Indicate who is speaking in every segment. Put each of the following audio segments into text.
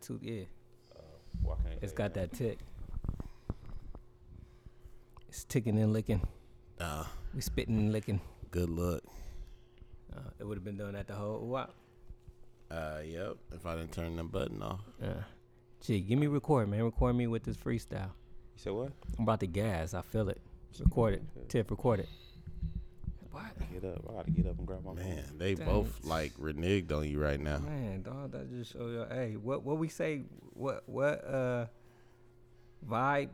Speaker 1: tooth. Yeah,
Speaker 2: Why can't
Speaker 1: it's
Speaker 2: they
Speaker 1: got
Speaker 2: now?
Speaker 1: that tick. It's ticking and licking.
Speaker 3: Nah,
Speaker 1: We spitting and licking.
Speaker 3: Uh, good luck.
Speaker 1: Uh, it would have been doing that the whole while.
Speaker 3: Uh, yep. If I didn't turn the button off,
Speaker 1: Uh, gee, give me record, man. Record me with this freestyle.
Speaker 2: You said what?
Speaker 1: I'm about to gas. I feel it. Record it. Tiff, record it. What?
Speaker 2: Get up. I gotta get up and grab my
Speaker 3: man,
Speaker 2: phone.
Speaker 3: they
Speaker 1: Dang.
Speaker 3: both like reneged on you right now.
Speaker 1: Man, dog, that just show your hey, what what we say what what uh vibe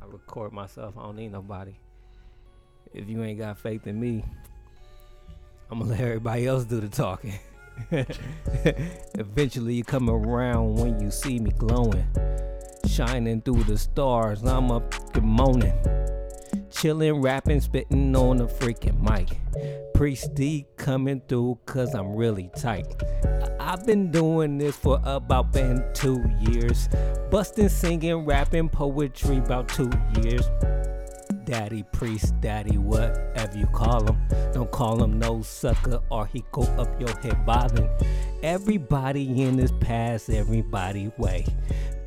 Speaker 1: I record myself, I don't need nobody. If you ain't got faith in me, I'ma let everybody else do the talking. Eventually you come around when you see me glowing. Shining through the stars, I'm up and moaning. Chillin', rapping, spittin' on the freaking mic. Priest D coming through cause I'm really tight. I- I've been doing this for about been two years. Bustin', singing, rapping, poetry about two years. Daddy priest, daddy, whatever you call him. Don't call him no sucker or he go up your head bothering. Everybody in his past, everybody way.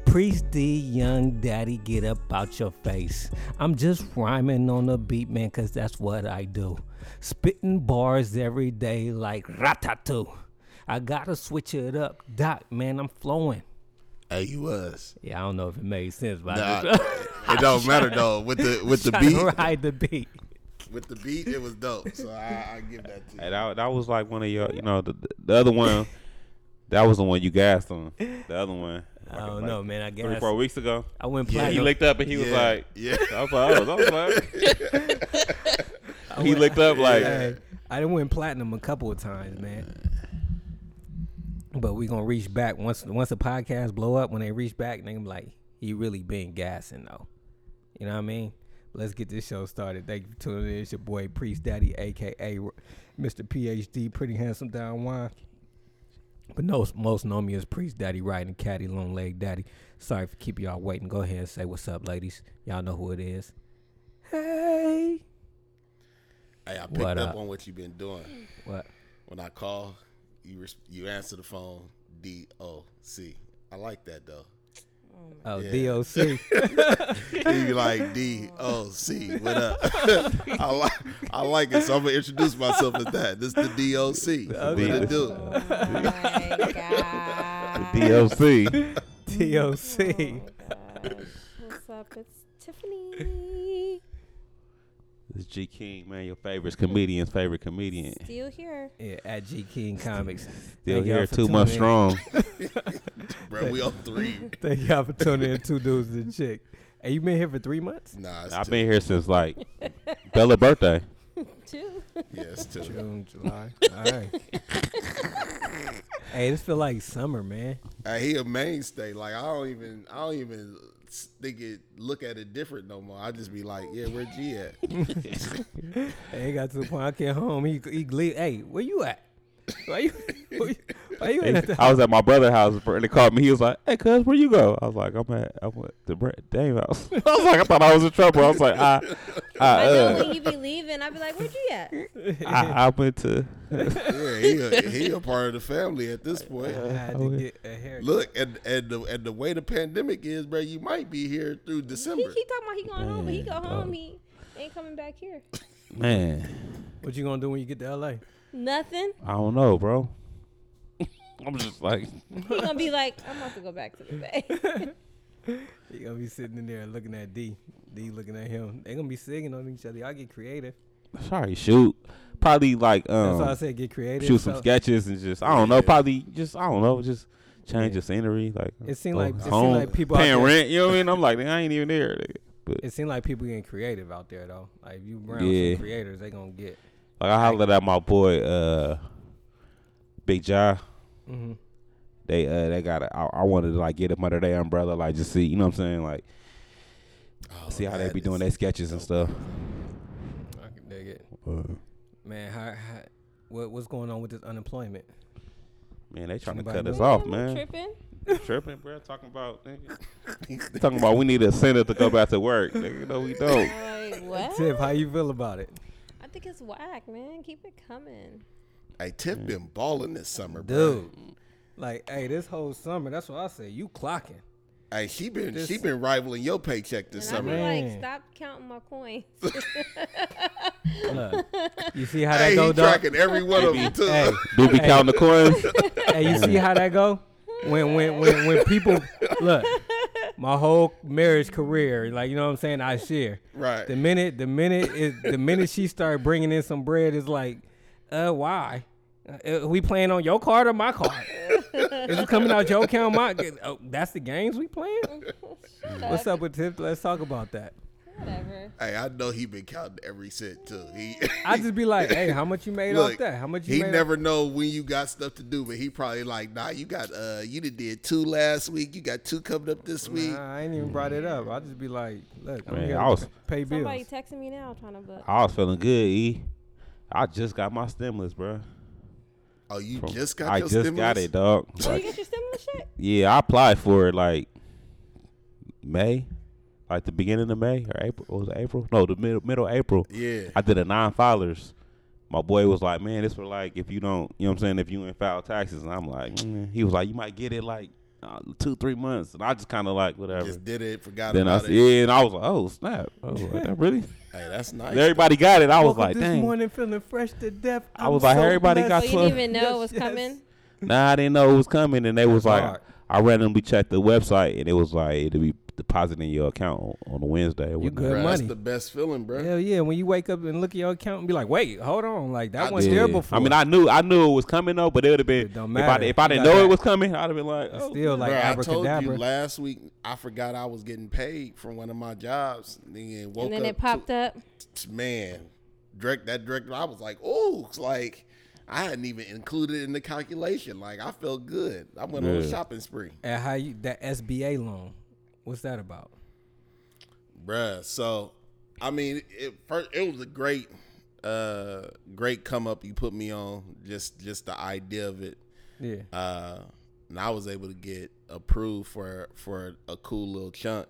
Speaker 1: Priest D, young daddy, get up out your face. I'm just rhyming on the beat, man, cause that's what I do. Spitting bars every day like ratatouille. I gotta switch it up. Doc, man, I'm flowing.
Speaker 3: Hey, you was.
Speaker 1: Yeah, I don't know if it made sense, but I
Speaker 3: Nah,
Speaker 1: just
Speaker 3: it don't matter though. With the with the
Speaker 1: tried to
Speaker 3: beat,
Speaker 1: ride the beat.
Speaker 3: with the beat, it was dope. So I, I give that to you.
Speaker 2: And that, that was like one of your, you know, the, the other one. that was the one you gassed on. The other one.
Speaker 1: I
Speaker 2: like-
Speaker 1: don't
Speaker 2: like
Speaker 1: know, man. I
Speaker 2: Three,
Speaker 1: guess
Speaker 2: four weeks ago.
Speaker 1: I went
Speaker 3: Yeah,
Speaker 2: He
Speaker 1: platinum.
Speaker 2: licked up and he was
Speaker 3: Yeah,
Speaker 2: like,
Speaker 3: yeah.
Speaker 2: I was like, oh, I was like,
Speaker 1: I
Speaker 2: he
Speaker 1: went-
Speaker 2: looked up like,
Speaker 1: Hey, I didn't win platinum a couple of times, man. But we gonna reach back once once the podcast blow up. When they reach back, they gonna be like, "He really been gassing though." You know what I mean? Let's get this show started. Thank you for tuning in. It's your boy Priest Daddy, aka Mr. PhD, pretty handsome down wine. But no, most know me as Priest Daddy, riding caddy, long leg daddy. Sorry for keeping y'all waiting. Go ahead and say what's up, ladies. Y'all know who it is. Hey,
Speaker 3: Hey, I picked
Speaker 1: What
Speaker 3: up
Speaker 1: up?
Speaker 3: on what you've been doing.
Speaker 1: what?
Speaker 3: When I call, you res- you answer the phone. D O C. I like that though.
Speaker 1: Oh,
Speaker 3: Yeah.
Speaker 1: DOC.
Speaker 3: You be like D O C. What up? I like I like it. So I'm gonna introduce myself as that. This the D O C. What
Speaker 2: D-
Speaker 3: it do?
Speaker 4: Oh my God.
Speaker 2: DLC.
Speaker 1: TOC.
Speaker 4: Gosh. What's up? It's Tiffany.
Speaker 2: This is G King, man, your favorite comedian's favorite comedian.
Speaker 4: Still here.
Speaker 1: Yeah, at G King Comics.
Speaker 2: Still
Speaker 1: Thank y'all
Speaker 2: here,
Speaker 1: for
Speaker 2: two months
Speaker 1: tuning in.
Speaker 2: strong.
Speaker 3: Bro, we on three.
Speaker 1: Thank y'all for tuning in. Two dudes and a chick. Hey, you been here for three months?
Speaker 3: Nah, it's
Speaker 2: I've
Speaker 3: two.
Speaker 2: been here since like Bella's birthday.
Speaker 4: Two.
Speaker 3: Yeah, it's two.
Speaker 1: June, July. All right. hey, this feel like summer, man.
Speaker 3: Hey, he a mainstay. Like I don't even I don't even s- think it look at it different no more. I just be like, yeah, where G at?
Speaker 1: Hey, it got to the point I came home. He he glee. Hey, where you at? Why you? Why you at the
Speaker 2: I was at my brother's house and they called me. He was like, "Hey, cuz, where you go?" I was like, "I'm at I'm at the Brett Dame house." I was like, "I thought I was in trouble." I was like, "I I
Speaker 4: I know
Speaker 2: uh,
Speaker 4: when you be leaving, I'd be like, where'd you at?
Speaker 2: I, I went to
Speaker 3: Yeah, he a, he a part of the family at this point.
Speaker 1: I had to get a haircut.
Speaker 3: Look, and and the and the way the pandemic is, bro, you might be here through
Speaker 4: He
Speaker 3: December.
Speaker 4: keep talking about he going home, but he go
Speaker 2: Man,
Speaker 4: home.
Speaker 2: dog.
Speaker 4: He ain't coming back here.
Speaker 2: man.
Speaker 1: What you gonna do when you get to LA?
Speaker 4: Nothing.
Speaker 2: I don't know, bro. I'm just like,
Speaker 4: He gonna be like, I'm about to go back to the bay.
Speaker 1: You gonna be sitting in there looking at D. D looking at him. They gonna be singing on each other. Y'all get creative.
Speaker 2: sorry, shoot. Probably like
Speaker 1: That's why I
Speaker 2: um,
Speaker 1: said get creative.
Speaker 2: shoot some
Speaker 1: So-
Speaker 2: sketches and just I don't know.
Speaker 3: Yeah.
Speaker 2: Probably just I don't know. Just change the scenery. Like
Speaker 1: It seemed
Speaker 2: go
Speaker 1: like- it seemed
Speaker 2: Oh, home,
Speaker 1: like people out
Speaker 2: paying
Speaker 1: there-
Speaker 2: rent. You know what I mean? I'm like, I ain't even there. nigga. But
Speaker 1: It seemed like people getting creative out there though. Like if you around
Speaker 2: Yeah.
Speaker 1: some creators, they gonna get.
Speaker 2: Like I hollered at my boy uh Big Ja.
Speaker 1: Mm-hmm.
Speaker 2: They uh they got a, I, I wanted to like get him under their umbrella, like just see, you know what I'm saying? Like
Speaker 3: Oh,
Speaker 2: see how they
Speaker 3: that
Speaker 2: be doing
Speaker 3: is-
Speaker 2: their sketches and stuff.
Speaker 1: I can dig it,
Speaker 2: Uh,
Speaker 1: man. How, how, what what's going on with this unemployment?
Speaker 2: man, they trying to
Speaker 1: Somebody
Speaker 2: cut us
Speaker 1: know?
Speaker 2: off,
Speaker 4: I'm
Speaker 2: man.
Speaker 4: Tripping.
Speaker 2: Tripping, bro. Talking about talking about we need a center to go back to work. Nigga, no, we don't.
Speaker 4: Like what?
Speaker 1: Tip, how you feel about it?
Speaker 4: I think it's whack, man. Keep it coming.
Speaker 3: Hey, Tiff been balling this summer, bro.
Speaker 1: Dude, Like, hey, this whole summer, that's what I say. You clocking.
Speaker 3: Hey, she been
Speaker 1: This-
Speaker 3: she been rivaling your paycheck this
Speaker 4: And I be
Speaker 3: summer.
Speaker 4: like,
Speaker 1: Man.
Speaker 4: stop counting my coins.
Speaker 1: Look, you see how that
Speaker 3: Hey,
Speaker 1: go,
Speaker 3: he
Speaker 1: dog?
Speaker 3: tracking every one of them too.
Speaker 1: Hey,
Speaker 2: Do be counting the coins?
Speaker 1: hey, you see how that go? When when when when people look, my whole marriage career, like you know what I'm saying, I share.
Speaker 3: Right.
Speaker 1: The minute the minute it, the minute she started bringing in some bread, it's like, uh, why? Uh, we playing on your card or my card? Is it coming out your account? My oh, that's the games we playing. What's up with tips? Let's talk about that.
Speaker 4: Whatever.
Speaker 3: Hey, I know he been counting every cent too. He
Speaker 1: I just be like, hey, how much you made
Speaker 3: look,
Speaker 1: off that? How much you
Speaker 3: he
Speaker 1: made? off-
Speaker 3: never know when you got stuff to do, but he probably like, nah, you got uh, you done did two last week. You got two coming up this week.
Speaker 1: Nah, I ain't even brought it up. I just be like, look, I'm
Speaker 2: Man,
Speaker 1: gonna
Speaker 2: I was-
Speaker 1: pay bills.
Speaker 4: Somebody texting me now trying to book.
Speaker 2: I was feeling good, E. I just got my stimulus, bro.
Speaker 3: Oh, you just got
Speaker 2: I
Speaker 3: your
Speaker 2: just
Speaker 3: stimulus?
Speaker 2: got it, dog.
Speaker 4: Oh, you
Speaker 2: Like,
Speaker 4: get your stimulus check?
Speaker 2: yeah, I applied for it like May, like the beginning of May or April. Was it April? No, the middle middle of April.
Speaker 3: Yeah.
Speaker 2: I did a nine filers. My boy was like, man, this for like if you don't, you know what I'm saying, if you ain't file taxes. And I'm like, mm. he was like, you might get it like uh, two, three months. And I just kind of like, whatever.
Speaker 3: just did it, forgot
Speaker 2: then I
Speaker 3: about
Speaker 2: s-
Speaker 3: it.
Speaker 2: yeah, and I was like, oh snap, oh that really?
Speaker 3: Hey, that's nice.
Speaker 2: And everybody got it. I was
Speaker 1: Woke up
Speaker 2: like,
Speaker 1: this
Speaker 2: dang.
Speaker 1: morning feeling fresh to death.
Speaker 2: I
Speaker 1: I'm
Speaker 2: was like,
Speaker 1: so
Speaker 2: everybody
Speaker 1: blessed.
Speaker 4: Oh,
Speaker 2: got
Speaker 4: you
Speaker 2: Yes,
Speaker 4: didn't even know it was
Speaker 1: yes.
Speaker 4: coming?
Speaker 2: Nah, I didn't know it was coming, and they was like,
Speaker 1: hard.
Speaker 2: I randomly checked the website, and it was like it'll be depositing your account on, on a Wednesday. or whatnot.
Speaker 1: good.
Speaker 3: Bruh, That's
Speaker 1: money.
Speaker 3: the best feeling, bro.
Speaker 1: Hell yeah! When you wake up and look at your account and be like, wait, hold on, like that
Speaker 3: I
Speaker 1: was
Speaker 2: Yeah.
Speaker 1: there before.
Speaker 2: I mean, I knew I knew it was coming though, but it would have been
Speaker 1: It don't
Speaker 2: if
Speaker 1: matter.
Speaker 2: I if I
Speaker 1: You
Speaker 2: didn't
Speaker 1: got
Speaker 2: know
Speaker 1: that.
Speaker 2: it was coming, I'd have been like,
Speaker 1: It's
Speaker 2: oh,
Speaker 1: still like
Speaker 3: Bruh, I told
Speaker 1: abracadabra.
Speaker 3: you last week I forgot I was getting paid from one of my jobs. And then woke
Speaker 4: And then
Speaker 3: up
Speaker 4: it popped up.
Speaker 3: to- man, direct that director. I was like, oh, it's like I hadn't even included it in the calculation. Like I felt good. I went on a
Speaker 2: Yeah.
Speaker 3: shopping spree,
Speaker 1: and how you that SBA loan? What's that about?
Speaker 3: bruh. So, I mean, it first it was a great, uh, great come up you put me on. Just just the idea of it.
Speaker 1: Yeah,
Speaker 3: uh, and I was able to get approved for for a cool little chunk.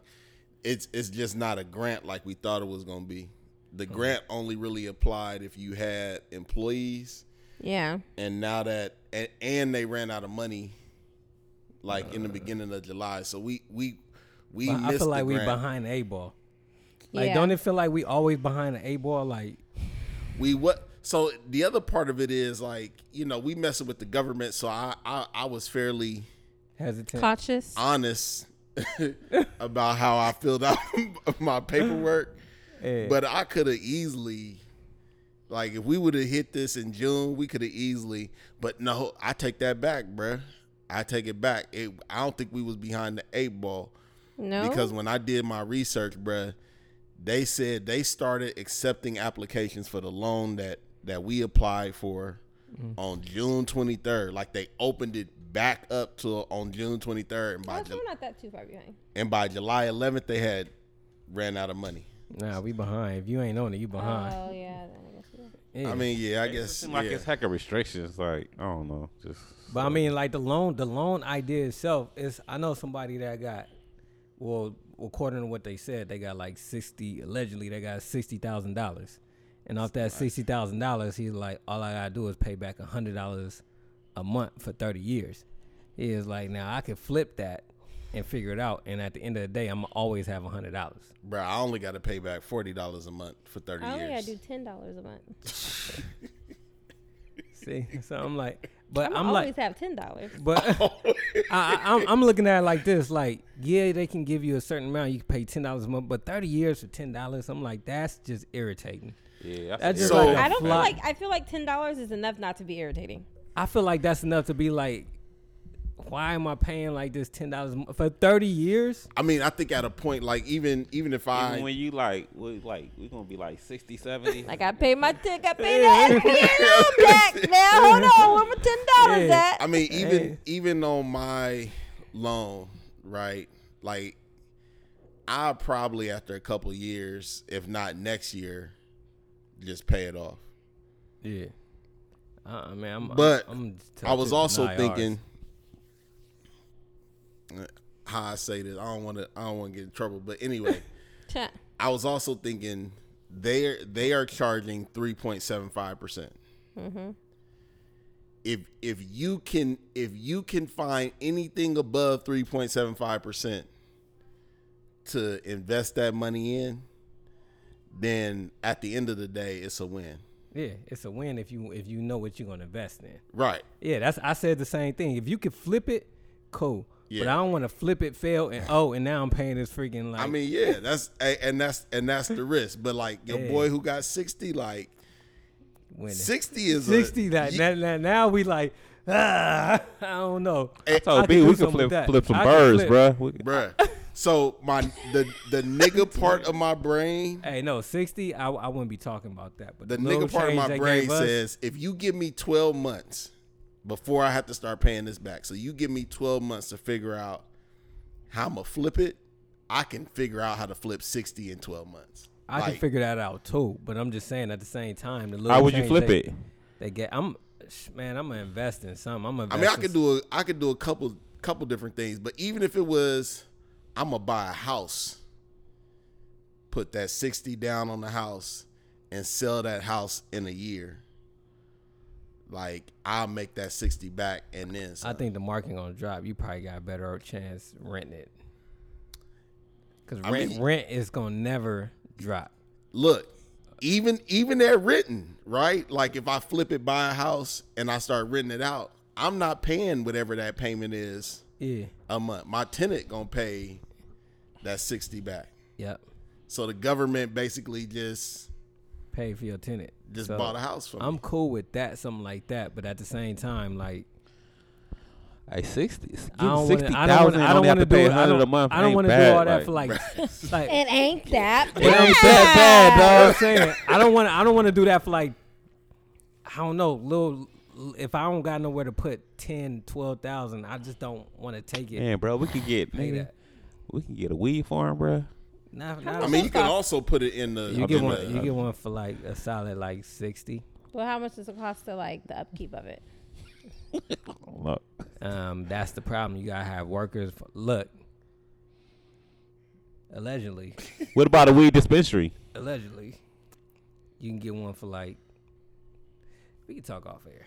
Speaker 3: It's it's just not a grant like we thought it was gonna be. The grant only really applied if you had employees,
Speaker 4: Yeah.
Speaker 3: and now that and, and they ran out of money, like in the beginning of July. So we we we
Speaker 1: But
Speaker 3: missed
Speaker 1: I feel like
Speaker 3: the
Speaker 1: we
Speaker 3: grant.
Speaker 1: behind the eight ball. Like,
Speaker 4: Yeah.
Speaker 1: don't it feel like we always behind the eight ball? Like,
Speaker 3: we what so the other part of it is like you know we messing with the government. So I I, I was fairly
Speaker 1: hesitant.
Speaker 4: Cautious.
Speaker 3: honest about how I filled out my paperwork.
Speaker 1: Yeah.
Speaker 3: But I could have easily, like, if we would have hit this in June, we could have easily. But no, I take that back, bruh. I take it back. It, I don't think we was behind the eight ball
Speaker 4: No.
Speaker 3: because when I did my research, bruh, they said they started accepting applications for the loan that that we applied for
Speaker 4: Mm.
Speaker 3: on June 23rd. Like they opened it back up to on June 23rd, and by
Speaker 4: Oh, so
Speaker 3: Ju-
Speaker 4: we're not that too far behind.
Speaker 3: and by July 11th they had ran out of money.
Speaker 1: nah, we behind. If you ain't on it, you behind.
Speaker 4: Oh, yeah. Then I guess we are.
Speaker 1: Yeah.
Speaker 3: I mean, yeah, I
Speaker 2: It
Speaker 3: guess
Speaker 2: seemed like
Speaker 3: yeah.
Speaker 2: it's heck of restrictions. Like I don't know, just
Speaker 1: But I mean, like the loan, the loan idea itself is. I know somebody that got, well, according to what they said, they got like sixty. Allegedly, they got sixty thousand dollars, and off that sixty thousand dollars, he's like, all I gotta do is pay back hundred dollars a month for thirty years. He is like, now I could flip that and figure it out, and at the end of the day, I'm gonna always have hundred dollars.
Speaker 3: Bruh, I only got to pay back forty dollars a month for thirty
Speaker 4: I only got
Speaker 3: years.
Speaker 4: to do $10 a month.
Speaker 1: See, so I'm like, but
Speaker 4: I'm,
Speaker 1: I'm, like,
Speaker 4: always have $10.
Speaker 1: But I, I, I'm, I'm looking at it like this: like, yeah, they can give you a certain amount. You can pay ten dollars a month, but thirty years for ten dollars, I'm like, that's just irritating.
Speaker 2: yeah,
Speaker 1: That's just
Speaker 3: So-
Speaker 1: like a
Speaker 4: I don't feel
Speaker 1: fly-
Speaker 4: like I feel like ten dollars is enough not to be irritating.
Speaker 1: I feel like that's enough to be like, why am I paying like this ten dollars for thirty years?
Speaker 3: I mean, I think at a point like even even if I
Speaker 2: even when you like, we like we gonna be like 60, 70.
Speaker 4: Like I paid my ticket, I paid the SBA back. Now hold on, where my ten dollars
Speaker 1: Yeah.
Speaker 4: at?
Speaker 3: I mean, even
Speaker 1: Hey.
Speaker 3: even on my loan, right? Like, I probably after a couple years, if not next year, just pay it off.
Speaker 1: Yeah. Uh, man, I'm,
Speaker 3: But
Speaker 1: I'm, I'm just
Speaker 3: I was
Speaker 1: to
Speaker 3: also
Speaker 1: deny ours.
Speaker 3: thinking how I say this. I don't want to. I don't want to get in trouble. But anyway,
Speaker 4: Cha.
Speaker 3: I was also thinking they are they are charging three point seven five percent. if if you can if you can find anything above 3.75% to invest that money in then at the end of the day it's a win
Speaker 1: Yeah, it's a win if you if you know what you're gonna invest in.
Speaker 3: right
Speaker 1: Yeah, that's I said the same thing. If you could flip it, cool. But
Speaker 3: Yeah.
Speaker 1: I don't want to flip it, fail, and oh, and now I'm paying this freaking like.
Speaker 3: i mean yeah that's a- and that's and that's the risk but like your
Speaker 1: Yeah.
Speaker 3: boy who got 60 like
Speaker 1: winning.
Speaker 3: 60 is a-
Speaker 1: 60 that
Speaker 3: you-
Speaker 1: now, now, now we like ah, I don't know.
Speaker 2: I told
Speaker 1: I
Speaker 2: B
Speaker 1: could do
Speaker 2: we can
Speaker 1: something with
Speaker 2: flip
Speaker 1: that.
Speaker 2: flip some
Speaker 1: I could
Speaker 2: birds,
Speaker 1: flip.
Speaker 2: bruh. We can-
Speaker 3: bruh so my the the nigga part of my brain
Speaker 1: Hey, no, 60, I, I wouldn't be talking about that. But
Speaker 3: the
Speaker 1: little
Speaker 3: nigga part of
Speaker 1: change
Speaker 3: my
Speaker 1: they
Speaker 3: brain
Speaker 1: gave us,
Speaker 3: says if you give me 12 months before i have to start paying this back so you give me 12 months to figure out how i'm gonna flip it i can figure out how to flip 60 in 12 months
Speaker 1: I can
Speaker 3: Like,
Speaker 1: figure that out too. But I'm just saying at the same time, the little
Speaker 2: How would you
Speaker 1: change
Speaker 2: flip
Speaker 1: they,
Speaker 2: it?
Speaker 1: They get. I'm sh- man. I'm gonna invest in something. I'm gonna.
Speaker 3: i mean i could do a i could do a couple couple different things but even if it was i'm gonna buy a house put that 60 down on the house and sell that house in a year like i'll make that 60 back and then
Speaker 1: I
Speaker 3: some.
Speaker 1: think the market gonna drop. You probably got a better chance renting it. Cause
Speaker 3: I
Speaker 1: rent,
Speaker 3: mean-
Speaker 1: rent is gonna never drop.
Speaker 3: look even even they're written right like if i flip it buy a house and i start renting it out i'm not paying whatever that payment is
Speaker 1: Yeah.
Speaker 3: a month my tenant gonna pay that 60 back
Speaker 1: Yep.
Speaker 3: so the government basically just
Speaker 1: Pay for your tenant.
Speaker 3: just
Speaker 1: So,
Speaker 3: bought a house for me
Speaker 1: I'm cool with that, something like that. But at the same time, like
Speaker 2: Hey, sixty.
Speaker 1: I don't want
Speaker 2: sixty
Speaker 1: to. I don't want
Speaker 2: thousand.
Speaker 1: to.
Speaker 2: I
Speaker 1: I don't
Speaker 2: don't have
Speaker 1: want
Speaker 2: to
Speaker 1: to do
Speaker 2: pay
Speaker 1: it.
Speaker 2: a
Speaker 1: I
Speaker 2: hundred a
Speaker 1: don't,
Speaker 2: month.
Speaker 1: I don't
Speaker 2: want
Speaker 1: want
Speaker 2: to
Speaker 1: to do all that for like, like.
Speaker 4: It ain't that
Speaker 1: It ain't that bad,
Speaker 4: bad.
Speaker 1: dog. I'm saying I don't want. I don't want to do that for like. I don't know, little. If I don't got nowhere to put 10, 12,000, I just don't want to take it.
Speaker 2: Man, bro, we could get
Speaker 1: Pay that.
Speaker 2: we can get a weed farm, bro.
Speaker 1: Not,
Speaker 4: How
Speaker 1: not-
Speaker 3: i
Speaker 4: much
Speaker 3: mean you
Speaker 4: Those
Speaker 3: can
Speaker 4: cost-
Speaker 3: also put it in the
Speaker 1: you
Speaker 3: in
Speaker 1: get
Speaker 3: the-
Speaker 1: one.
Speaker 2: uh,
Speaker 1: You get one for like a solid like sixty.
Speaker 4: Well, how much does it cost to like the upkeep of it?
Speaker 2: Look,
Speaker 1: Um, that's the problem. You gotta have workers. For, look, allegedly,
Speaker 2: what about a weed dispensary?
Speaker 1: allegedly, you can get one for like. We can talk off air.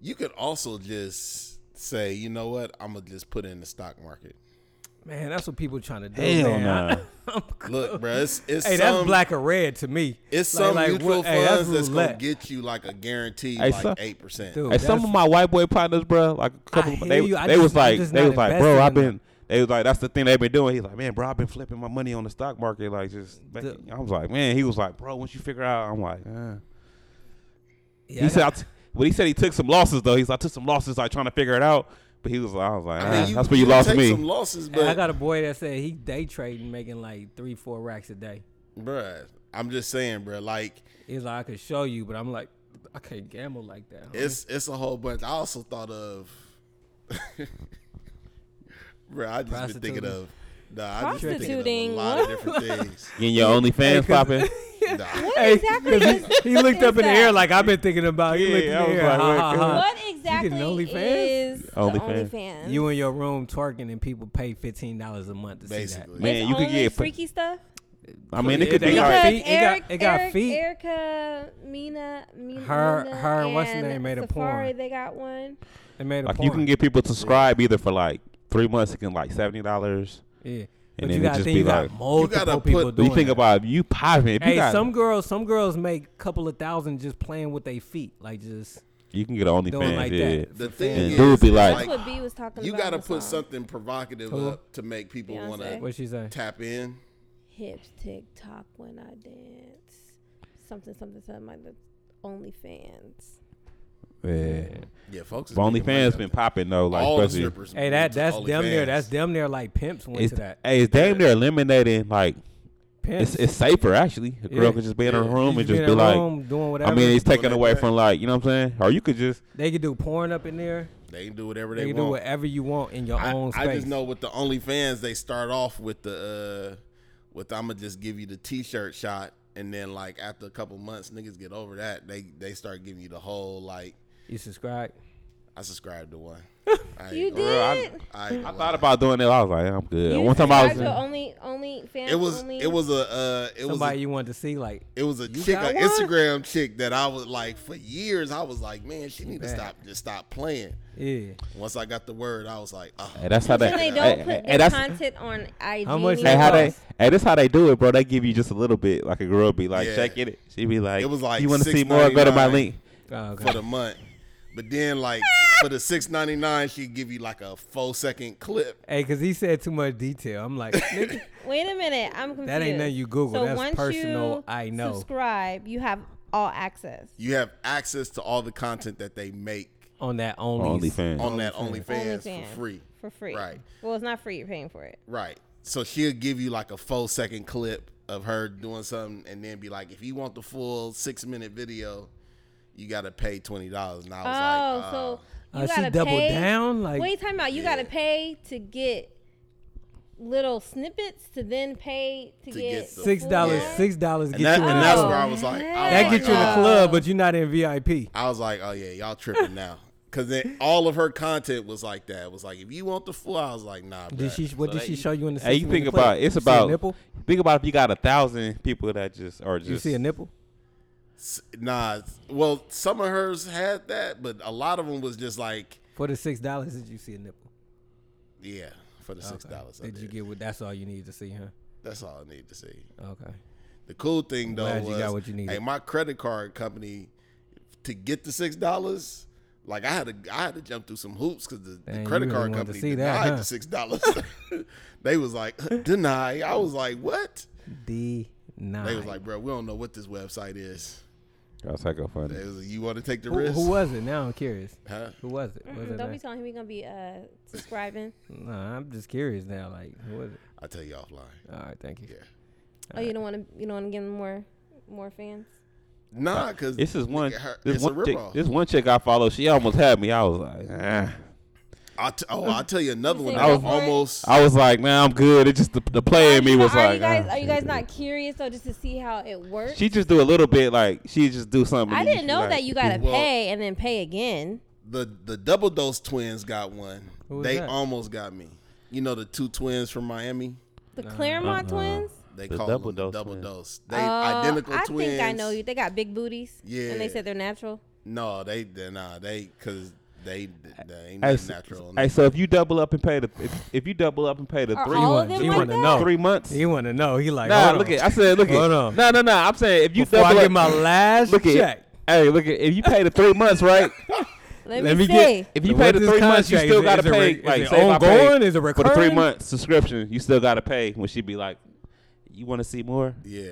Speaker 3: you could also just say you know what i'm gonna just put it in the stock market
Speaker 1: Man, that's what people trying to do.
Speaker 2: Hell
Speaker 1: Oh, man. I-
Speaker 2: nah.
Speaker 1: I'm cool.
Speaker 3: look bruh, it's, it's
Speaker 1: Hey,
Speaker 3: some,
Speaker 1: that's black or red to me.
Speaker 3: it's
Speaker 1: Like-
Speaker 3: some
Speaker 1: like,
Speaker 3: mutual
Speaker 1: what- hey,
Speaker 3: funds that's, gonna
Speaker 1: roulette.
Speaker 3: get you like a guaranteed
Speaker 2: Hey,
Speaker 3: like
Speaker 2: son.
Speaker 3: eight percent
Speaker 1: Dude,
Speaker 2: Hey, some
Speaker 1: that's-
Speaker 2: of my white boy partners, bro, like a couple,
Speaker 1: I
Speaker 2: of,
Speaker 1: hear
Speaker 2: they,
Speaker 1: you. I
Speaker 2: they
Speaker 1: just-
Speaker 2: was
Speaker 1: I'm
Speaker 2: like,
Speaker 1: just
Speaker 2: they
Speaker 1: not
Speaker 2: was like,
Speaker 1: invested
Speaker 2: bro, I've
Speaker 1: in them.
Speaker 2: been. They was like, that's the thing they've been doing. He's like, man, bro, I've been flipping my money on the stock market, like just. making-" I was like, man, he was like, bro, once you figure out, I'm like, uh.
Speaker 1: yeah,
Speaker 2: he
Speaker 1: I
Speaker 2: said,
Speaker 1: got-
Speaker 2: I t- but he said he took some losses though. He's like, I took some losses, like trying to figure it out. But he was like, I was like,
Speaker 3: I mean,
Speaker 2: "Ah, that's where you lost
Speaker 3: take
Speaker 2: me.
Speaker 3: Some losses,
Speaker 1: hey,
Speaker 3: but
Speaker 1: I got a boy that said he day trading, making like three, four racks a day.
Speaker 3: bruh, I'm just saying, bruh. Like
Speaker 1: He's like, I could show you, but I'm like, I can't gamble like that. homie."
Speaker 3: it's it's a whole bunch. I also thought of, bruh. I just been thinking
Speaker 1: Prostituting.
Speaker 3: of, nah, I just been thinking
Speaker 4: Prostituting,
Speaker 3: of a lot of different things.
Speaker 2: Getting your OnlyFans popping.
Speaker 3: Nah.
Speaker 4: What exactly? is,
Speaker 1: he looked
Speaker 4: is
Speaker 1: up in the
Speaker 4: that?
Speaker 1: air like I've been thinking about. He
Speaker 2: Yeah,
Speaker 1: looked in the
Speaker 2: I was
Speaker 1: air.
Speaker 2: like,
Speaker 1: ha,
Speaker 2: wait,
Speaker 1: ha, ha.
Speaker 4: what exactly
Speaker 1: Uh, OnlyFans?
Speaker 4: is the
Speaker 2: OnlyFans.
Speaker 4: OnlyFans?
Speaker 1: You in your room twerking and people pay fifteen dollars a month to see
Speaker 3: Basically,
Speaker 2: Man,
Speaker 4: It's
Speaker 2: you could
Speaker 4: only
Speaker 2: get-
Speaker 4: freaky stuff.
Speaker 1: that.
Speaker 2: I mean, it could
Speaker 1: They
Speaker 2: be
Speaker 1: got
Speaker 2: like,
Speaker 4: Because
Speaker 1: feet. It got-
Speaker 4: Eric,
Speaker 1: it got
Speaker 4: Eric,
Speaker 1: feet.
Speaker 4: Erica, Mina, Mina,
Speaker 1: Her-
Speaker 4: Mina
Speaker 1: her and
Speaker 4: and
Speaker 1: what's her name made a
Speaker 4: Safari,
Speaker 1: porn.
Speaker 4: They got one.
Speaker 1: They made a
Speaker 2: like you can
Speaker 1: porn.
Speaker 2: get people to subscribe either for like three months, it can like seventy dollars.
Speaker 1: yeah.
Speaker 2: and
Speaker 1: But
Speaker 2: then
Speaker 1: you
Speaker 2: it
Speaker 1: gotta
Speaker 2: just
Speaker 1: think
Speaker 2: be
Speaker 1: you got
Speaker 2: like-
Speaker 1: multiple
Speaker 3: gotta
Speaker 1: people
Speaker 3: put-
Speaker 2: Do
Speaker 1: doing.
Speaker 2: you think
Speaker 1: that.
Speaker 2: about it, you popping? If you
Speaker 1: Hey,
Speaker 2: got,
Speaker 1: some girls, some girls make a couple of thousand just playing with their feet, like just
Speaker 2: you can get an
Speaker 1: doing
Speaker 2: OnlyFans.
Speaker 1: like
Speaker 2: yeah.
Speaker 1: that.
Speaker 3: the
Speaker 1: for
Speaker 3: thing
Speaker 1: fans.
Speaker 2: And
Speaker 3: is,
Speaker 2: dude be
Speaker 3: it's
Speaker 2: like-
Speaker 4: That's what B was talking
Speaker 3: you
Speaker 4: about.
Speaker 3: got to
Speaker 4: in the
Speaker 3: put
Speaker 4: song.
Speaker 3: something provocative
Speaker 1: Who?
Speaker 3: up to make people want
Speaker 4: Beyonce.
Speaker 3: to
Speaker 1: what she say.
Speaker 3: tap in.
Speaker 4: Hips tick tock when I dance. Something, something, something like the OnlyFans.
Speaker 2: Yeah.
Speaker 3: Yeah, folks. is
Speaker 2: But
Speaker 3: making money
Speaker 2: OnlyFans
Speaker 3: out
Speaker 2: been
Speaker 3: there.
Speaker 2: popping though, like
Speaker 3: All the
Speaker 2: especially-
Speaker 3: strippers.
Speaker 1: Hey, that that's damn near
Speaker 3: OnlyFans.
Speaker 1: that's damn near like pimps went
Speaker 2: It's,
Speaker 1: to that.
Speaker 2: Hey, it's damn near eliminating like
Speaker 1: Pimps.
Speaker 2: it's it's safer actually. A girl
Speaker 1: Yeah.
Speaker 2: could just be in her
Speaker 3: Yeah.
Speaker 2: room
Speaker 1: You
Speaker 2: and just
Speaker 1: in
Speaker 2: be
Speaker 1: a
Speaker 2: like,
Speaker 1: room doing whatever.
Speaker 2: I mean, it's
Speaker 3: Doing
Speaker 2: taken
Speaker 3: that
Speaker 2: away
Speaker 3: crack.
Speaker 2: from like you know what I'm saying, or you could just
Speaker 1: they can do porn up in there.
Speaker 3: They can do whatever
Speaker 1: They,
Speaker 3: they
Speaker 1: can do
Speaker 3: want.
Speaker 1: whatever you want in your
Speaker 3: I,
Speaker 1: own space.
Speaker 3: I just know with the OnlyFans, they start off with the uh with I'ma just give you the t shirt shot and then like after a couple months niggas get over that, they they start giving you the whole like
Speaker 1: You subscribe.
Speaker 3: I I subscribed to one. I
Speaker 4: You
Speaker 3: ain't gonna-
Speaker 2: Girl, I-
Speaker 4: did.
Speaker 3: I, ain't
Speaker 2: I
Speaker 3: gonna
Speaker 2: thought
Speaker 3: lie.
Speaker 2: about doing it. I was like, I'm good.
Speaker 4: You
Speaker 2: One time I was,
Speaker 4: subscribed to
Speaker 2: in,
Speaker 4: only only fans.
Speaker 3: It was
Speaker 4: only?
Speaker 3: it was a uh, it was
Speaker 1: Somebody
Speaker 3: a,
Speaker 1: you want to see, like,
Speaker 3: it was a
Speaker 1: You
Speaker 3: chick,
Speaker 1: got
Speaker 3: an
Speaker 1: one?
Speaker 3: Instagram chick that I was like for years. I was like, man, she need to
Speaker 1: bad.
Speaker 3: stop, just stop playing.
Speaker 1: yeah.
Speaker 3: Once I got the word, I was like, oh,
Speaker 2: hey, that's how
Speaker 4: That's
Speaker 2: they.
Speaker 4: when they
Speaker 2: hey,
Speaker 4: don't
Speaker 2: hey,
Speaker 4: put
Speaker 2: hey,
Speaker 4: their
Speaker 2: that's
Speaker 4: content on IG.
Speaker 1: How much
Speaker 2: hey,
Speaker 1: they
Speaker 2: how
Speaker 4: anymore.
Speaker 2: they. Hey, that's how they do it, bro. They give you just a little bit, like a girl be like
Speaker 3: Yeah.
Speaker 2: checking it. She be like,
Speaker 3: It was like
Speaker 2: you want to see more? Go to my
Speaker 3: $6.99.
Speaker 2: link.
Speaker 1: Oh,
Speaker 3: for
Speaker 1: God.
Speaker 3: the month. But then like for the six ninety nine, she give you like a four second clip.
Speaker 1: Hey, because he said too much detail. I'm like, nigga,
Speaker 4: Wait a minute, I'm confused.
Speaker 1: That ain't nothing you Google,
Speaker 4: So
Speaker 1: that's
Speaker 4: once
Speaker 1: personal,
Speaker 4: you
Speaker 1: I know.
Speaker 4: Subscribe. You have all access.
Speaker 3: You have access to all the content that they make
Speaker 1: on that only.
Speaker 2: OnlyFans.
Speaker 3: on that OnlyFans,
Speaker 4: OnlyFans.
Speaker 3: for free.
Speaker 4: For free.
Speaker 3: Right.
Speaker 4: Well, it's not free. You're paying for it.
Speaker 3: Right. So she'll give you like a four second clip of her doing something, and then be like, if you want the full six minute video, you gotta pay twenty dollars. And I
Speaker 4: Oh,
Speaker 3: was like, uh,
Speaker 4: so you
Speaker 1: Uh, she
Speaker 4: gotta
Speaker 1: doubled
Speaker 4: pay.
Speaker 1: down, like-
Speaker 4: wait, time out. You gotta pay to get little snippets to then pay to,
Speaker 3: To
Speaker 4: get
Speaker 3: get the
Speaker 1: Six dollars.
Speaker 3: Yeah.
Speaker 1: Six dollars
Speaker 3: and,
Speaker 1: get
Speaker 3: that,
Speaker 1: you in.
Speaker 3: and
Speaker 1: the
Speaker 3: that's
Speaker 1: club.
Speaker 3: where I was like, I was
Speaker 1: That
Speaker 4: That
Speaker 3: like,
Speaker 1: get you in the
Speaker 3: uh,
Speaker 1: club, but you're not in VIP.
Speaker 3: I was like, oh yeah, y'all tripping now. Cause then all of her content was like that. It was like, if you want the full, I was like, nah.
Speaker 1: Did
Speaker 3: bruh.
Speaker 1: she? What did
Speaker 2: Like,
Speaker 1: she show you in the?
Speaker 2: Hey, you
Speaker 1: six-minute
Speaker 2: think
Speaker 1: clip?
Speaker 2: about it's
Speaker 1: You see a
Speaker 2: about
Speaker 1: nipple.
Speaker 2: Think about if you got a thousand people that just are just
Speaker 1: You see a nipple?
Speaker 3: S- Nah, s- well, some of hers had that, but a lot of them was just like,
Speaker 1: For the six dollars, did you see a nipple?
Speaker 3: yeah, for the six dollars. I
Speaker 1: Did you
Speaker 3: did.
Speaker 1: get what? That's all you need to see, huh?
Speaker 3: That's all I need to see.
Speaker 1: Okay.
Speaker 3: The cool thing though
Speaker 1: Glad you
Speaker 3: was,
Speaker 1: got what you needed.
Speaker 3: hey, my credit card company to get the six dollars. Like I had to, I had to jump through some hoops because the, the
Speaker 1: Dang,
Speaker 3: credit
Speaker 1: you really
Speaker 3: card
Speaker 1: wanted to
Speaker 3: company
Speaker 1: see that,
Speaker 3: denied
Speaker 1: huh?
Speaker 3: the six dollars. they was like, "Uh, deny. I was like, what?
Speaker 1: D nine.
Speaker 3: They was like, bro, we don't know what this website is.
Speaker 2: That's like a funny.
Speaker 3: They was like, you want to take the
Speaker 1: who,
Speaker 3: risk?
Speaker 1: who was it? Now I'm curious.
Speaker 3: Huh?
Speaker 1: Who was it? Was
Speaker 4: Mm-mm,
Speaker 1: it?
Speaker 4: don't
Speaker 1: a-
Speaker 4: be telling him we gonna be uh, subscribing. Oh,
Speaker 1: no, I'm just curious now. Like, who was it?
Speaker 3: I'll tell you offline.
Speaker 1: All right, thank you.
Speaker 3: Yeah.
Speaker 4: oh, you don't want to. You don't want to give him more, more fans.
Speaker 3: Nah, because
Speaker 2: This is one.
Speaker 3: Her,
Speaker 2: This
Speaker 3: it's a
Speaker 2: one. Chick,
Speaker 3: ripoff.
Speaker 2: this one chick I follow. She almost had me. I was like, ah.
Speaker 3: I'll t- oh, I'll tell you another
Speaker 4: You
Speaker 3: one.
Speaker 4: say
Speaker 3: I
Speaker 4: go
Speaker 3: was
Speaker 4: for it?
Speaker 3: almost.
Speaker 2: I was like, man, I'm good. It just the, the play in me was
Speaker 4: are
Speaker 2: like,
Speaker 4: you guys?
Speaker 2: ah,
Speaker 4: Are you guys
Speaker 2: shit.
Speaker 4: not curious though, just to see how it works?
Speaker 2: She just do a little bit. Like she just do something.
Speaker 4: I
Speaker 2: and
Speaker 4: didn't
Speaker 2: she
Speaker 4: know
Speaker 2: like-
Speaker 4: that you gotta
Speaker 3: Well-
Speaker 4: pay and then pay again.
Speaker 3: the the double dose twins got one.
Speaker 1: Who was
Speaker 3: They
Speaker 1: that?
Speaker 3: almost got me. You know the two twins from Miami.
Speaker 4: The Claremont twins.
Speaker 3: They
Speaker 2: The
Speaker 3: call
Speaker 2: double
Speaker 3: them the
Speaker 2: dose
Speaker 3: double
Speaker 2: twins.
Speaker 3: dose. They
Speaker 4: Oh,
Speaker 3: identical
Speaker 4: I
Speaker 3: twins.
Speaker 4: think I know you. They got big booties. And
Speaker 3: Yeah.
Speaker 4: they said they're natural.
Speaker 3: No, they they nah they because they they ain't
Speaker 2: Hey,
Speaker 3: nothing
Speaker 2: so,
Speaker 3: natural.
Speaker 2: hey, so if you double up and pay the if, if you double up and pay the
Speaker 4: Are
Speaker 2: three
Speaker 4: all of
Speaker 1: wanna-
Speaker 4: them
Speaker 1: you
Speaker 4: like
Speaker 1: wanna
Speaker 4: that?
Speaker 1: know.
Speaker 2: three months.
Speaker 1: He want to know. He like,
Speaker 2: Nah,
Speaker 1: hold
Speaker 2: look
Speaker 1: on.
Speaker 2: at. I said, look at.
Speaker 1: Hold on.
Speaker 2: No, no, no. I'm saying if you
Speaker 1: Before I
Speaker 2: double
Speaker 1: get
Speaker 2: up,
Speaker 1: my last
Speaker 2: look at.
Speaker 1: check,
Speaker 2: Hey, look at. If you pay the three months, right?
Speaker 4: Let,
Speaker 1: let me
Speaker 4: me see.
Speaker 1: get.
Speaker 2: If you
Speaker 1: So
Speaker 2: pay
Speaker 1: what
Speaker 2: the
Speaker 1: this
Speaker 2: three months, you
Speaker 1: contract,
Speaker 2: still
Speaker 1: is it-
Speaker 2: gotta
Speaker 1: is it
Speaker 2: pay.
Speaker 1: re- is
Speaker 2: like,
Speaker 1: it
Speaker 2: say if I paid
Speaker 1: ongoing? Is it
Speaker 2: for the three
Speaker 1: recurring?
Speaker 2: month subscription, you still gotta pay. When she be like, "You want to see more?"
Speaker 3: yeah,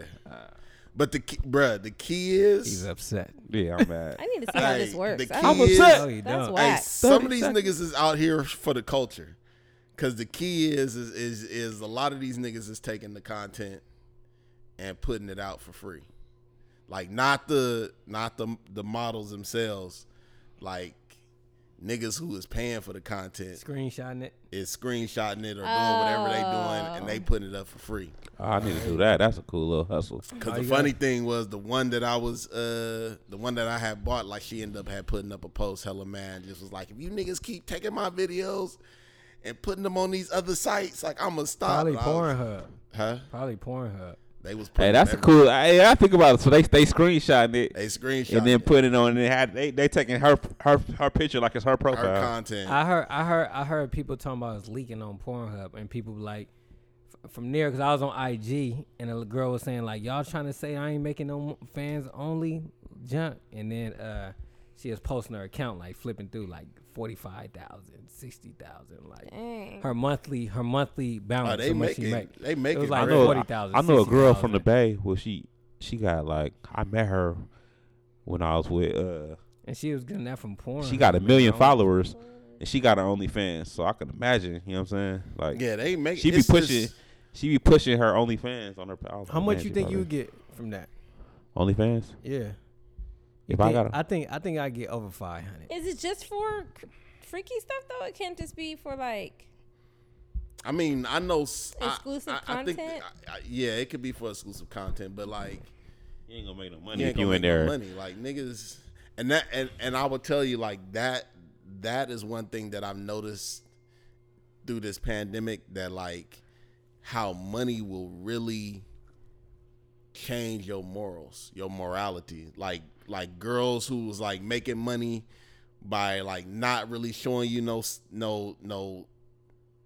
Speaker 3: but the key, bruh, the key is
Speaker 1: He's upset.
Speaker 2: Yeah, I'm mad.
Speaker 4: I need to see how this
Speaker 3: Hey,
Speaker 4: works.
Speaker 3: the
Speaker 4: I
Speaker 3: key
Speaker 4: don't-
Speaker 2: I'm
Speaker 3: is-
Speaker 2: upset.
Speaker 1: No, he
Speaker 4: That's
Speaker 1: don't.
Speaker 4: whack.
Speaker 3: Hey, some of
Speaker 2: 30
Speaker 3: these niggas is out here for the culture. Cause the key is is is, is a lot of these niggas is taking the content and putting it out for free. Like not the not the the models themselves, like niggas who is paying for the content
Speaker 1: Screenshotting it.
Speaker 3: is screenshotting it or doing whatever they doing and they putting it up for free.
Speaker 2: Oh, I need to do that. That's a cool little hustle.
Speaker 1: Oh,
Speaker 3: Cause the
Speaker 1: you got
Speaker 3: funny thing was the one that I was uh the one that I had bought, like she ended up had putting up a post hella man just was like, if you niggas keep taking my videos and putting them on these other sites, like I'ma stop.
Speaker 1: Probably
Speaker 3: And Uh, I was-
Speaker 1: Pornhub.
Speaker 3: Huh?
Speaker 1: Probably Pornhub.
Speaker 3: They was putting
Speaker 2: Hey, that's a
Speaker 3: every-
Speaker 2: cool. I, I think about it. So they they screenshotting it
Speaker 3: they screenshot
Speaker 2: and then putting it on. And they had they they taking her her her picture like it's her
Speaker 3: her
Speaker 2: profile.
Speaker 3: content.
Speaker 1: I heard, I heard, I heard people talking about it's leaking on Pornhub, and people be like f- from there because I was on IG, and a girl was saying like, "Y'all trying to say I ain't making no mo- fans only junk," and then uh, she was posting her account like flipping through like 45,000, 60,000, like
Speaker 4: Dang.
Speaker 1: her monthly, her monthly balance.
Speaker 3: Oh, they
Speaker 1: how much
Speaker 3: making
Speaker 1: she make.
Speaker 3: they making
Speaker 1: was like
Speaker 2: I
Speaker 3: bread.
Speaker 2: know,
Speaker 1: 40,000,
Speaker 2: I know a girl
Speaker 1: 60,000.
Speaker 2: from the Bay. Well, she she got like I met her when I was with. uh
Speaker 1: and she was getting that from porn.
Speaker 2: She got a million followers. And she got her OnlyFans, so I can imagine. You know what I'm saying? Like,
Speaker 3: Yeah, they make
Speaker 2: she be
Speaker 3: it's just-
Speaker 2: pushing. she be pushing her OnlyFans on her. I was
Speaker 1: How
Speaker 2: like,
Speaker 1: much
Speaker 2: man,
Speaker 1: you
Speaker 2: she
Speaker 1: think you would
Speaker 2: probably-
Speaker 1: get from that?
Speaker 2: OnlyFans?
Speaker 1: Yeah. You
Speaker 2: If I
Speaker 1: think-
Speaker 2: got a-
Speaker 1: I think I think I get over five hundred.
Speaker 4: Is it just for c- freaky stuff though? It can't just be for like.
Speaker 3: I mean, I know s- I-
Speaker 4: Exclusive
Speaker 3: I- I think
Speaker 4: content?
Speaker 3: that- I- I- yeah, it could be for exclusive content, but like
Speaker 2: You ain't gonna make no money
Speaker 3: you ain't
Speaker 2: if you
Speaker 3: gonna
Speaker 2: in
Speaker 3: make no
Speaker 2: there.
Speaker 3: money like niggas and that and, and i would tell you like that that is one thing that I've noticed through this pandemic that like how money will really change your morals, your morality. Like like girls who was like making money by like not really showing you no s- no no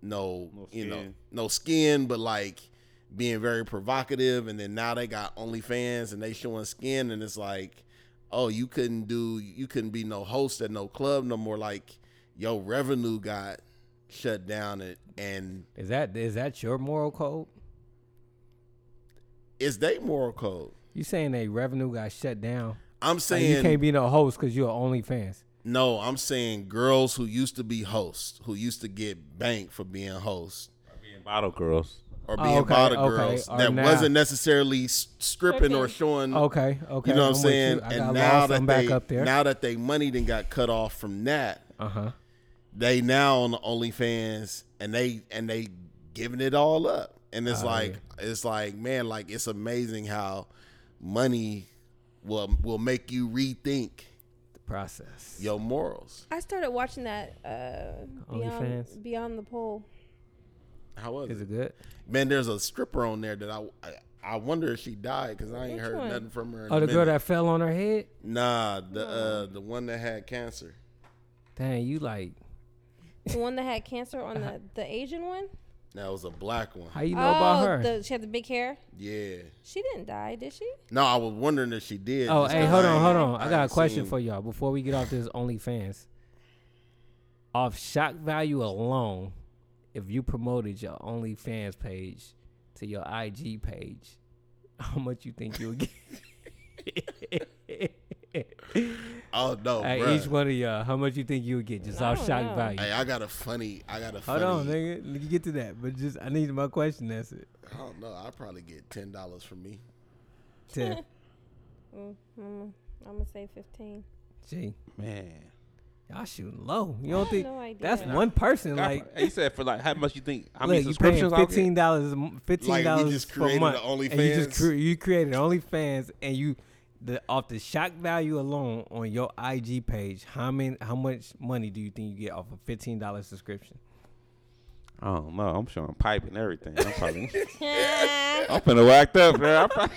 Speaker 3: no,
Speaker 2: No
Speaker 3: you know
Speaker 2: skin.
Speaker 3: no skin, but like being very provocative, and then now they got OnlyFans and they showing skin, and it's like, oh, you couldn't do you couldn't be no host at no club no more. Like your revenue got shut down, and, and
Speaker 1: Is that is that your moral code?
Speaker 3: it's they moral code.
Speaker 1: You saying that revenue got shut down? Like,
Speaker 3: I'm
Speaker 1: you
Speaker 3: saying
Speaker 1: can't be no host because you're OnlyFans.
Speaker 3: No, I'm saying girls who used to be hosts, who used to get banked for being hosts
Speaker 2: Being bottle girls.
Speaker 3: or
Speaker 1: Oh,
Speaker 3: being
Speaker 1: okay,
Speaker 3: bottle
Speaker 1: okay,
Speaker 3: girls
Speaker 1: are
Speaker 3: that
Speaker 1: now-
Speaker 3: wasn't necessarily s- stripping or
Speaker 4: Stripping.
Speaker 3: showing.
Speaker 1: Okay, okay.
Speaker 3: You know what I'm
Speaker 1: with
Speaker 3: saying?
Speaker 1: you. I got
Speaker 3: And now
Speaker 1: lost.
Speaker 3: that
Speaker 1: I'm back
Speaker 3: they
Speaker 1: up there.
Speaker 3: now that they money then got cut off from that,
Speaker 1: uh huh.
Speaker 3: they now on the OnlyFans and they and they giving it all up. And it's
Speaker 1: Oh,
Speaker 3: like it's like man, like it's amazing how money will will make you rethink
Speaker 1: The process.
Speaker 3: your morals.
Speaker 4: I started watching that uh, Beyond,
Speaker 1: OnlyFans?
Speaker 4: Beyond the Pole.
Speaker 3: How was it?
Speaker 1: Is it good?
Speaker 3: Man, there's a stripper on there that I I, I wonder if she died because I ain't
Speaker 4: Which
Speaker 3: heard
Speaker 4: one?
Speaker 3: nothing from her. In
Speaker 1: Oh,
Speaker 3: a
Speaker 1: the girl
Speaker 3: minute.
Speaker 1: that fell on her head.
Speaker 3: nah the uh, the one that had cancer.
Speaker 1: Dang, you like
Speaker 4: The one that had cancer on the, the Asian one? Oh,
Speaker 3: That was a black one.
Speaker 1: how you know about her?
Speaker 4: The, she had the big hair.
Speaker 3: Yeah.
Speaker 4: She didn't die, did she?
Speaker 3: No, I was wondering if she did.
Speaker 1: oh,
Speaker 3: just
Speaker 1: hey,
Speaker 3: 'cause
Speaker 1: hold
Speaker 3: I
Speaker 1: on,
Speaker 3: ain't-
Speaker 1: hold on. I, got a
Speaker 3: ain't
Speaker 1: question
Speaker 3: seen-
Speaker 1: for y'all before we get off this OnlyFans. Off shock value alone, if you promoted your OnlyFans page to your IG page, how much you think you would get?
Speaker 3: Oh no,
Speaker 1: hey, each
Speaker 3: bruh.
Speaker 1: one of y'all, how much you think you would get just
Speaker 4: I
Speaker 1: off
Speaker 4: don't
Speaker 1: shock
Speaker 4: know.
Speaker 1: value?
Speaker 3: Hey, I got a funny. I got a
Speaker 1: Hold
Speaker 3: funny.
Speaker 1: on, nigga. You get to that, but just I need my question. That's it.
Speaker 3: I don't know. oh, I probably get ten dollars from me.
Speaker 1: Ten.
Speaker 4: Mm, I'm going to say 15.
Speaker 1: Gee,
Speaker 2: Man.
Speaker 1: y'all shooting low. You
Speaker 4: I
Speaker 1: don't
Speaker 4: have
Speaker 1: think
Speaker 4: no idea.
Speaker 1: that's one person? Like,
Speaker 2: he said for like how much you think how many
Speaker 1: look, you paying
Speaker 2: subscriptions I get?
Speaker 1: fifteen dollars, fifteen dollars
Speaker 3: just
Speaker 1: per
Speaker 3: created
Speaker 1: month,
Speaker 3: an
Speaker 1: and you
Speaker 3: OnlyFans?
Speaker 1: just cre- you created OnlyFans, and you the off the shock value alone on your IG page. How many? How much money do you think you get off a fifteen dollars subscription?
Speaker 2: I don't know. I'm showing pipe and everything. I'm probably
Speaker 4: Yeah.
Speaker 2: I'm finna whacked up, man. I'm probably,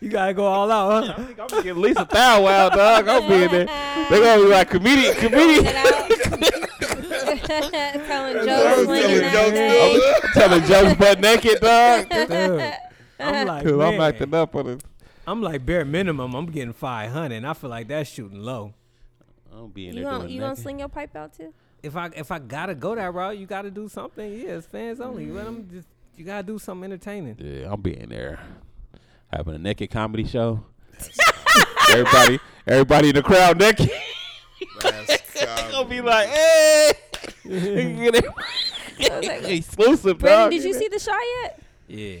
Speaker 1: You gotta go all out. Huh?
Speaker 2: I think I'm gonna get at least a thousand wild dog. I'm being there. They gonna be like comedian comedian
Speaker 4: telling
Speaker 3: I
Speaker 4: jokes,
Speaker 3: was
Speaker 4: laying
Speaker 3: telling jokes,
Speaker 4: that day.
Speaker 2: telling jokes butt naked, dog.
Speaker 1: Dude, I'm like,
Speaker 2: Cause I'm
Speaker 1: man,
Speaker 2: acting up on it.
Speaker 1: I'm like bare minimum. I'm getting five hundred. and I feel like that's shooting low.
Speaker 2: I'm being
Speaker 4: You
Speaker 2: there
Speaker 4: gonna
Speaker 2: doing
Speaker 4: you
Speaker 2: nothing.
Speaker 4: gonna sling your pipe out too?
Speaker 1: If I if I gotta go that route, you gotta do something. Yeah, it's fans only. But I'm just you gotta do something entertaining.
Speaker 2: Yeah, I'm being there. Having a naked comedy show. everybody everybody in the crowd naked.
Speaker 3: That's
Speaker 2: gonna be like, hey exclusive
Speaker 4: Brandon,
Speaker 2: dog.
Speaker 4: did you see the shot yet?
Speaker 1: Yeah,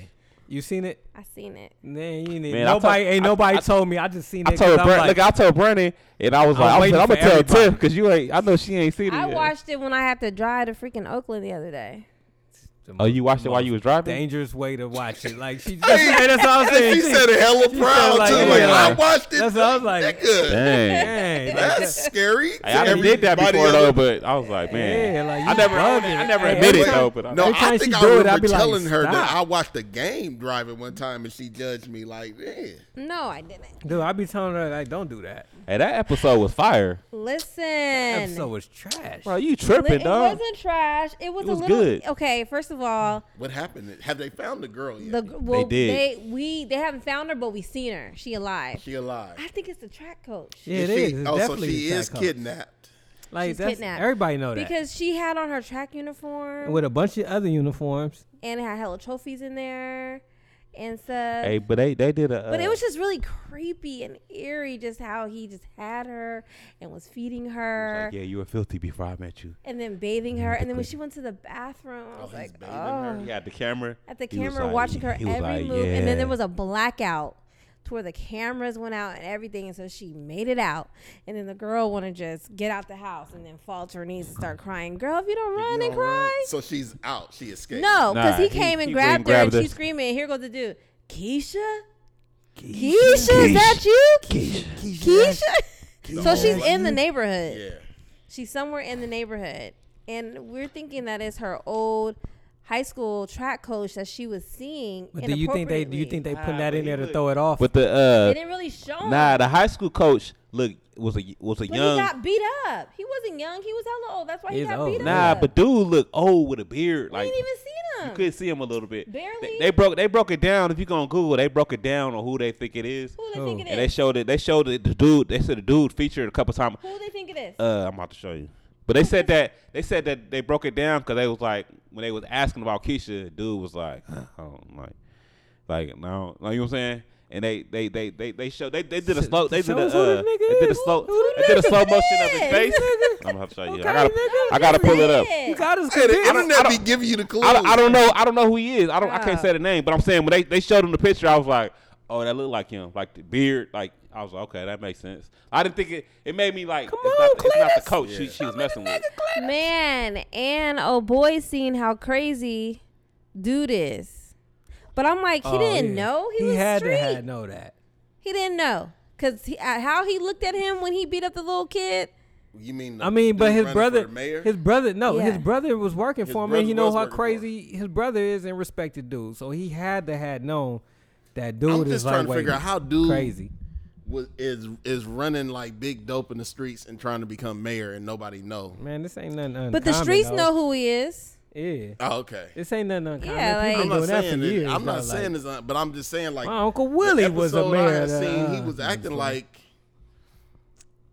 Speaker 1: you seen it?
Speaker 4: I seen it.
Speaker 1: Man, you need
Speaker 2: Man, I
Speaker 1: nobody.
Speaker 2: told-
Speaker 1: ain't
Speaker 2: I-
Speaker 1: nobody
Speaker 2: I-
Speaker 1: told me. I just seen it.
Speaker 2: I told
Speaker 1: 'cause I'm
Speaker 2: Brandon,
Speaker 1: like,
Speaker 2: look, I told Brandon, and I was
Speaker 1: I'm
Speaker 2: like, I'm,
Speaker 1: waiting
Speaker 2: I'm
Speaker 1: for
Speaker 2: gonna tell
Speaker 1: everybody.
Speaker 2: Tiff because you ain't. I know she ain't seen it.
Speaker 4: I
Speaker 2: yet.
Speaker 4: watched it when I had to drive to freaking Oakland the other day.
Speaker 1: the
Speaker 2: Oh, you
Speaker 1: most-
Speaker 2: watched it while you was driving?
Speaker 1: Dangerous way to watch it. Like she, that's, hey, that's all I'm saying.
Speaker 3: She
Speaker 1: She-
Speaker 3: said it hella proud
Speaker 1: like,
Speaker 3: too.
Speaker 1: yeah,
Speaker 3: Like I
Speaker 2: like-
Speaker 3: watched it.
Speaker 1: that's what I was like.
Speaker 3: nigga.
Speaker 2: Dang.
Speaker 1: Dang, like,
Speaker 3: That's scary.
Speaker 2: Hey, I done did that
Speaker 3: Everybody
Speaker 2: before
Speaker 3: else-
Speaker 2: though, but I was like, man,
Speaker 1: yeah, like you
Speaker 2: I never,
Speaker 1: bugging.
Speaker 2: I never
Speaker 1: Hey,
Speaker 2: admitted
Speaker 1: every time-
Speaker 2: though, but I,
Speaker 3: No,
Speaker 1: Every
Speaker 3: I
Speaker 1: time she
Speaker 3: think I
Speaker 1: do it,
Speaker 3: remember
Speaker 1: I be like,
Speaker 3: telling her that
Speaker 1: "Stop."
Speaker 3: I watched the game driving one time and she judged me like, yeah.
Speaker 4: No, I didn't.
Speaker 1: Dude, I be telling her like, don't do that.
Speaker 2: hey, that episode was fire,
Speaker 4: Listen.
Speaker 1: Episode was trash.
Speaker 2: bro. You tripping,
Speaker 4: it
Speaker 2: dog?
Speaker 4: wasn't trash. It was,
Speaker 2: was
Speaker 4: a little
Speaker 2: good.
Speaker 4: okay. First of all,
Speaker 3: What happened? Have they found the girl yet?
Speaker 4: the well,
Speaker 2: did.
Speaker 4: they we they haven't found her, but we seen her. She alive.
Speaker 3: she alive.
Speaker 4: I think it's the track coach.
Speaker 1: yeah, it
Speaker 3: Is she-
Speaker 1: is. It's
Speaker 3: oh, so
Speaker 1: definitely
Speaker 3: she
Speaker 1: a
Speaker 3: is
Speaker 1: psycho.
Speaker 3: kidnapped.
Speaker 1: Like
Speaker 4: She's
Speaker 1: that's
Speaker 4: kidnapped.
Speaker 1: everybody know that
Speaker 4: Because she had on her track uniform
Speaker 1: with a bunch of other uniforms.
Speaker 4: and it had hella trophies in there and stuff.
Speaker 2: Hey, but they, they did a. Uh,
Speaker 4: But it was just really creepy and eerie, just how he just had her and was feeding her
Speaker 2: like, yeah, you were filthy before I met you.
Speaker 4: and then bathing her. And then when she went to the bathroom, I was
Speaker 3: he's
Speaker 4: like,
Speaker 3: bathing her?
Speaker 4: oh.
Speaker 2: He had the camera
Speaker 4: At the
Speaker 2: He was
Speaker 4: camera,
Speaker 2: like-
Speaker 4: watching her
Speaker 2: he was
Speaker 4: every
Speaker 2: like,
Speaker 4: move. And then
Speaker 2: yeah.
Speaker 4: there was a blackout to where the cameras went out and everything. And so she made it out. And then the girl want to just get out the house and then fall to her knees and start crying. Girl, if you don't run and cry.
Speaker 3: So she's out. She escaped.
Speaker 4: No, because
Speaker 2: Nah,
Speaker 4: he
Speaker 2: he-
Speaker 4: came and
Speaker 2: he
Speaker 4: grabbed
Speaker 2: went and
Speaker 4: her and
Speaker 2: grabbed her.
Speaker 4: she's screaming. Here goes the dude. Keisha? Keisha, is that you? Keisha. So she's in the neighborhood.
Speaker 3: Yeah.
Speaker 4: She's somewhere in the neighborhood, and we're thinking that it's her old high school track coach that she was seeing.
Speaker 1: But do you think they do you think they put
Speaker 2: Nah,
Speaker 1: that
Speaker 2: but
Speaker 1: in there
Speaker 2: he
Speaker 1: to
Speaker 2: look-
Speaker 1: throw it off?
Speaker 2: But the
Speaker 4: they
Speaker 2: uh,
Speaker 4: didn't really show him?
Speaker 2: nah, the high school coach look was a was a
Speaker 4: but
Speaker 2: young.
Speaker 4: he got beat up. He wasn't young. He was hella old. That's why he
Speaker 1: He's
Speaker 4: got
Speaker 1: old.
Speaker 4: beat
Speaker 2: Nah,
Speaker 4: up.
Speaker 2: but dude look old with a beard.
Speaker 4: we
Speaker 2: Like
Speaker 4: didn't even
Speaker 2: you
Speaker 4: see them.
Speaker 2: could see him a little bit. They-
Speaker 4: Barely.
Speaker 2: They, broke they broke it down. If you go on Google, they broke it down on who they think it is.
Speaker 4: Who they
Speaker 1: Who?
Speaker 4: think it
Speaker 2: And they
Speaker 4: is?
Speaker 2: showed it. They showed it. The dude. They said the dude featured a couple times.
Speaker 4: Who they think it is?
Speaker 2: Uh, I'm about to show you. But they said that they said that they broke it down because they was like when they was asking about Keisha, the dude was like, I don't like, like no, like you know what I'm saying. And they they they they they show they, they did a
Speaker 1: Sh-
Speaker 2: slow they did
Speaker 1: show
Speaker 2: a
Speaker 1: us who the
Speaker 2: uh,
Speaker 1: nigga
Speaker 2: they did a
Speaker 1: is.
Speaker 2: slow
Speaker 1: Who the
Speaker 2: they did a
Speaker 1: nigga
Speaker 2: slow motion of his
Speaker 4: is?
Speaker 2: face. I'm gonna have to show you. I gotta I gotta pull it up.
Speaker 4: Who
Speaker 1: You got us
Speaker 3: Hey, the
Speaker 1: convinced.
Speaker 3: internet
Speaker 2: I don't-
Speaker 3: be giving you the clues.
Speaker 2: I don't, I don't know. I don't know who he is. I don't. I
Speaker 4: Yeah.
Speaker 2: can't say the name. But I'm saying when they, they showed him the picture, I was like, oh, that looked like him, like the beard. Like I was like, okay, that makes sense. I didn't think it. It made me like,
Speaker 1: Come
Speaker 2: it's, not,
Speaker 1: on,
Speaker 2: the- it's not the
Speaker 1: Cletus.
Speaker 2: coach. She, she was messing with.
Speaker 4: Man, and oh boy, seeing how crazy dude is. But I'm like, he
Speaker 1: Oh,
Speaker 4: didn't
Speaker 1: yeah.
Speaker 4: know. He, was
Speaker 1: had
Speaker 4: street.
Speaker 1: to had know that.
Speaker 4: He didn't know. Because he, uh, how he looked at him when he beat up the little kid.
Speaker 3: You mean? the
Speaker 1: I mean, but
Speaker 3: dude
Speaker 1: his
Speaker 3: running for
Speaker 1: brother,
Speaker 3: mayor?
Speaker 1: his brother, no,
Speaker 4: Yeah.
Speaker 1: his brother was working
Speaker 3: His
Speaker 1: for him, and you
Speaker 3: brother
Speaker 1: know
Speaker 3: was
Speaker 1: how
Speaker 3: working for him.
Speaker 1: crazy his brother is and respected dude. So he had to had known that dude
Speaker 3: I'm
Speaker 1: is
Speaker 3: just
Speaker 1: like
Speaker 3: trying to figure
Speaker 1: wait,
Speaker 3: out how dude
Speaker 1: crazy.
Speaker 3: was, is is running like big dope in the streets and trying to become mayor and nobody know.
Speaker 1: Man, this ain't nothing uncommon.
Speaker 4: But the streets
Speaker 1: though.
Speaker 4: know who he is.
Speaker 1: Yeah,
Speaker 3: Oh, okay.
Speaker 1: this ain't nothing uncommon.
Speaker 4: Yeah,
Speaker 1: People
Speaker 4: like-
Speaker 3: I'm
Speaker 1: been
Speaker 3: not
Speaker 1: doing that for
Speaker 3: saying
Speaker 1: years.
Speaker 3: that, I'm
Speaker 1: bro,
Speaker 3: not
Speaker 1: like,
Speaker 3: saying this, uh, but I'm just saying like
Speaker 1: my uncle
Speaker 3: the
Speaker 1: Willie was a
Speaker 3: episode
Speaker 1: mayor.
Speaker 3: I had
Speaker 1: of the,
Speaker 3: seen, he
Speaker 1: uh,
Speaker 3: was acting like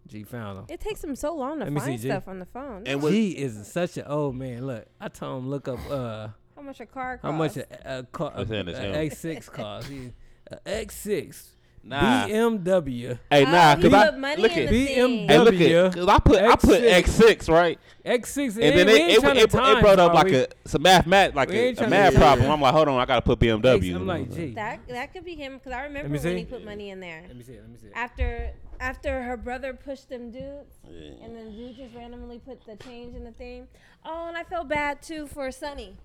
Speaker 1: G found him.
Speaker 4: It takes him so long to
Speaker 1: Let me
Speaker 4: find
Speaker 1: see, G.
Speaker 4: stuff on the phone.
Speaker 3: and was,
Speaker 1: G is such an old man. Look, I told him look up uh
Speaker 4: how much a car costs.
Speaker 1: how much a, a, car a,
Speaker 2: It's in his hand.
Speaker 1: a X6 costs. He- a X6
Speaker 2: Nah.
Speaker 1: BMW.
Speaker 2: Hey,
Speaker 4: Oh,
Speaker 2: nah,
Speaker 4: he
Speaker 2: cause I
Speaker 4: put money
Speaker 2: look
Speaker 4: in
Speaker 2: at.
Speaker 4: the-
Speaker 1: BMW.
Speaker 2: Hey, look at. Cause I put I put X six right,
Speaker 1: X6,
Speaker 2: and then it, it, it, it brought up like a some math math like
Speaker 1: We
Speaker 2: a,
Speaker 1: ain't
Speaker 2: a
Speaker 1: tryna
Speaker 2: math
Speaker 1: do
Speaker 2: problem.
Speaker 3: that.
Speaker 2: I'm like, hold on, I gotta put BMW.
Speaker 1: I'm like, gee.
Speaker 4: That, that could be him. Because I remember
Speaker 1: me
Speaker 4: when
Speaker 1: see.
Speaker 4: he put money in there.
Speaker 1: Let me see it. Let me see it.
Speaker 4: After after her brother pushed them dudes, and then dude just randomly put the change in the thing. Oh, and I felt bad too for Sonny,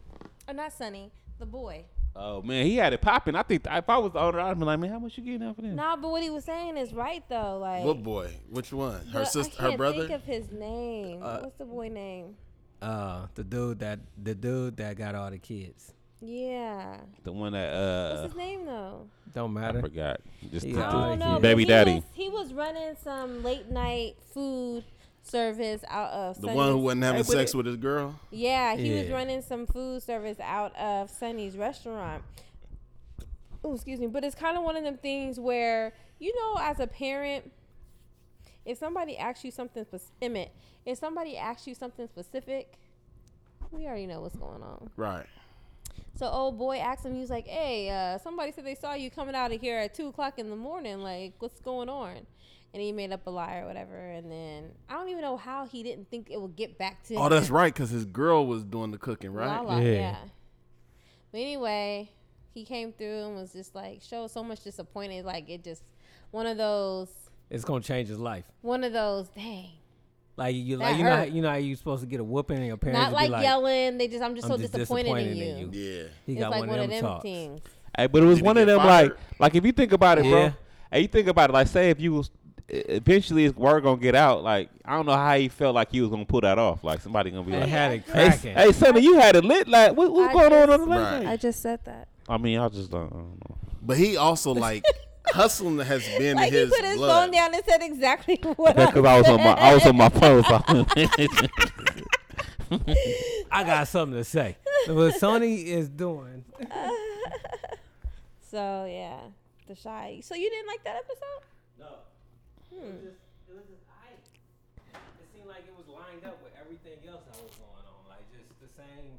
Speaker 4: or not Sonny, the boy.
Speaker 2: Oh man, he had it popping. I think if I was the owner, I'd be like, man, how much you getting out for this?
Speaker 4: Nah, but what he was saying is right though. Like
Speaker 3: what boy? Which one? Her
Speaker 4: but
Speaker 3: sister,
Speaker 4: I can't
Speaker 3: her brother. Uh,
Speaker 4: Think of his name. What's the boy name?
Speaker 1: Uh, the dude that the dude that got all the kids.
Speaker 4: Yeah.
Speaker 2: The one that
Speaker 4: What's
Speaker 2: uh,
Speaker 4: his name though?
Speaker 1: don't
Speaker 2: I
Speaker 1: matter.
Speaker 2: forgot. Just
Speaker 1: He
Speaker 2: the-
Speaker 1: got
Speaker 2: the-
Speaker 1: all the
Speaker 4: I don't
Speaker 1: kids.
Speaker 4: know. but
Speaker 2: Baby
Speaker 4: he
Speaker 2: daddy.
Speaker 4: Was, he was running some late night food service out of
Speaker 3: the one who
Speaker 4: Sonny's-
Speaker 3: wasn't having
Speaker 2: Hey, but
Speaker 3: sex
Speaker 2: it-
Speaker 3: with his girl.
Speaker 4: Yeah, he was
Speaker 1: Yeah.
Speaker 4: running some food service out of Sunny's restaurant. Oh, excuse me. But it's kind of one of them things where, you know, as a parent, if somebody asks you something specific, if somebody asks you something specific, we already know what's going on.
Speaker 3: Right.
Speaker 4: So old boy asked him, he was like, Hey, uh, somebody said they saw you coming out of here at two o'clock in the morning, like, what's going on? And he made up a lie or whatever, and then I don't even know how he didn't think it would get back to him.
Speaker 3: Oh, that's right, because his girl was doing the cooking, right?
Speaker 4: Lala,
Speaker 1: Yeah.
Speaker 4: yeah. But anyway, he came through and was just like showed so much disappointed. Like it just one of those,
Speaker 1: It's gonna change his life.
Speaker 4: one of those. Dang,
Speaker 1: Like you,
Speaker 4: That
Speaker 1: like you know, how,
Speaker 4: hurt.
Speaker 1: you know how you supposed to get a whooping and your parents
Speaker 4: not
Speaker 1: would be
Speaker 4: like,
Speaker 1: like
Speaker 4: yelling. They just I'm just
Speaker 1: I'm
Speaker 4: so
Speaker 1: just
Speaker 4: disappointed, in
Speaker 1: disappointed
Speaker 4: you.
Speaker 1: in you.
Speaker 3: Yeah.
Speaker 1: He
Speaker 4: It's
Speaker 1: got
Speaker 4: like
Speaker 1: one of them, talks.
Speaker 4: things.
Speaker 2: Hey, but it was
Speaker 3: Did he
Speaker 2: one of
Speaker 3: get
Speaker 2: them
Speaker 3: fired?
Speaker 2: like like if you think about it,
Speaker 1: Yeah.
Speaker 2: bro. Hey, you think about it. Like, say if you was e, eventually his word gonna get out. Like, I don't know how he felt like he was gonna pull that off. Like, somebody gonna be
Speaker 1: They
Speaker 2: like,
Speaker 1: had it
Speaker 2: "Hey, s-
Speaker 1: cracking.
Speaker 2: hey, Sonny, you had it lit. Like, what, what's
Speaker 4: I
Speaker 2: going on
Speaker 4: just-
Speaker 2: on the late
Speaker 3: Right.
Speaker 2: night?"
Speaker 4: I just said that.
Speaker 2: I mean, I just don't, I don't know.
Speaker 3: But he also like hustling has been
Speaker 4: Like
Speaker 3: his
Speaker 4: he put his
Speaker 3: blood.
Speaker 4: phone down and said exactly what. I
Speaker 2: Because I was on my I was on my phone. So
Speaker 1: I got something to say. what Sony is doing.
Speaker 4: So yeah, the shy. So you didn't like that episode?
Speaker 1: Hmm. It was just hype. It seemed like it was lined up with everything else that was going on, like just the same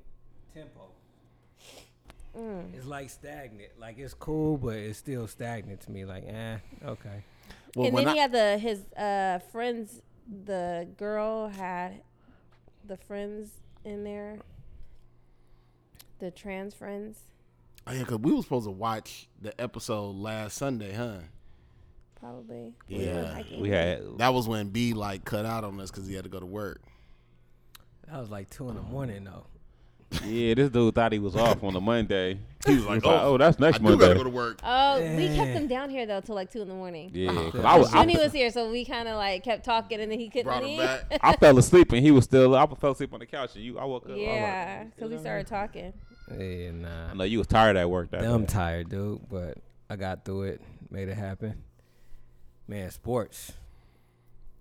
Speaker 1: tempo. It's like stagnant. Like it's cool, but it's still stagnant to me. Like, eh, okay.
Speaker 3: Well,
Speaker 4: and
Speaker 3: when
Speaker 4: then
Speaker 3: I,
Speaker 4: he had the his uh, friends. The girl had the friends in there. The trans friends,
Speaker 3: oh, yeah, because we were supposed to watch the episode last Sunday, huh?
Speaker 4: probably.
Speaker 3: Yeah.
Speaker 2: we had
Speaker 3: That was when B like cut out on us because he had to go to work.
Speaker 1: That was like two in the morning though.
Speaker 2: Yeah, this dude thought he was off on a Monday.
Speaker 3: He was like,
Speaker 2: oh, that's
Speaker 3: I
Speaker 2: next
Speaker 3: do gotta
Speaker 2: Monday.
Speaker 3: go to work.
Speaker 1: Oh,
Speaker 4: we kept
Speaker 1: yeah.
Speaker 4: him down here though till like two in the morning.
Speaker 2: Yeah, 'cause
Speaker 1: Oh,
Speaker 2: I was.
Speaker 4: When he
Speaker 2: I,
Speaker 4: was here, so we kind of like kept talking, and then he couldn't
Speaker 3: Brought him
Speaker 4: leave.
Speaker 3: back.
Speaker 2: I fell asleep and he was still. I fell asleep on the couch and you. I woke up. I was like,
Speaker 4: yeah, because we started talking.
Speaker 1: Yeah, nah.
Speaker 2: I know you was tired at work that
Speaker 1: I'm
Speaker 2: day.
Speaker 1: tired, dude, but I got through it. Made it happen. Man, sports.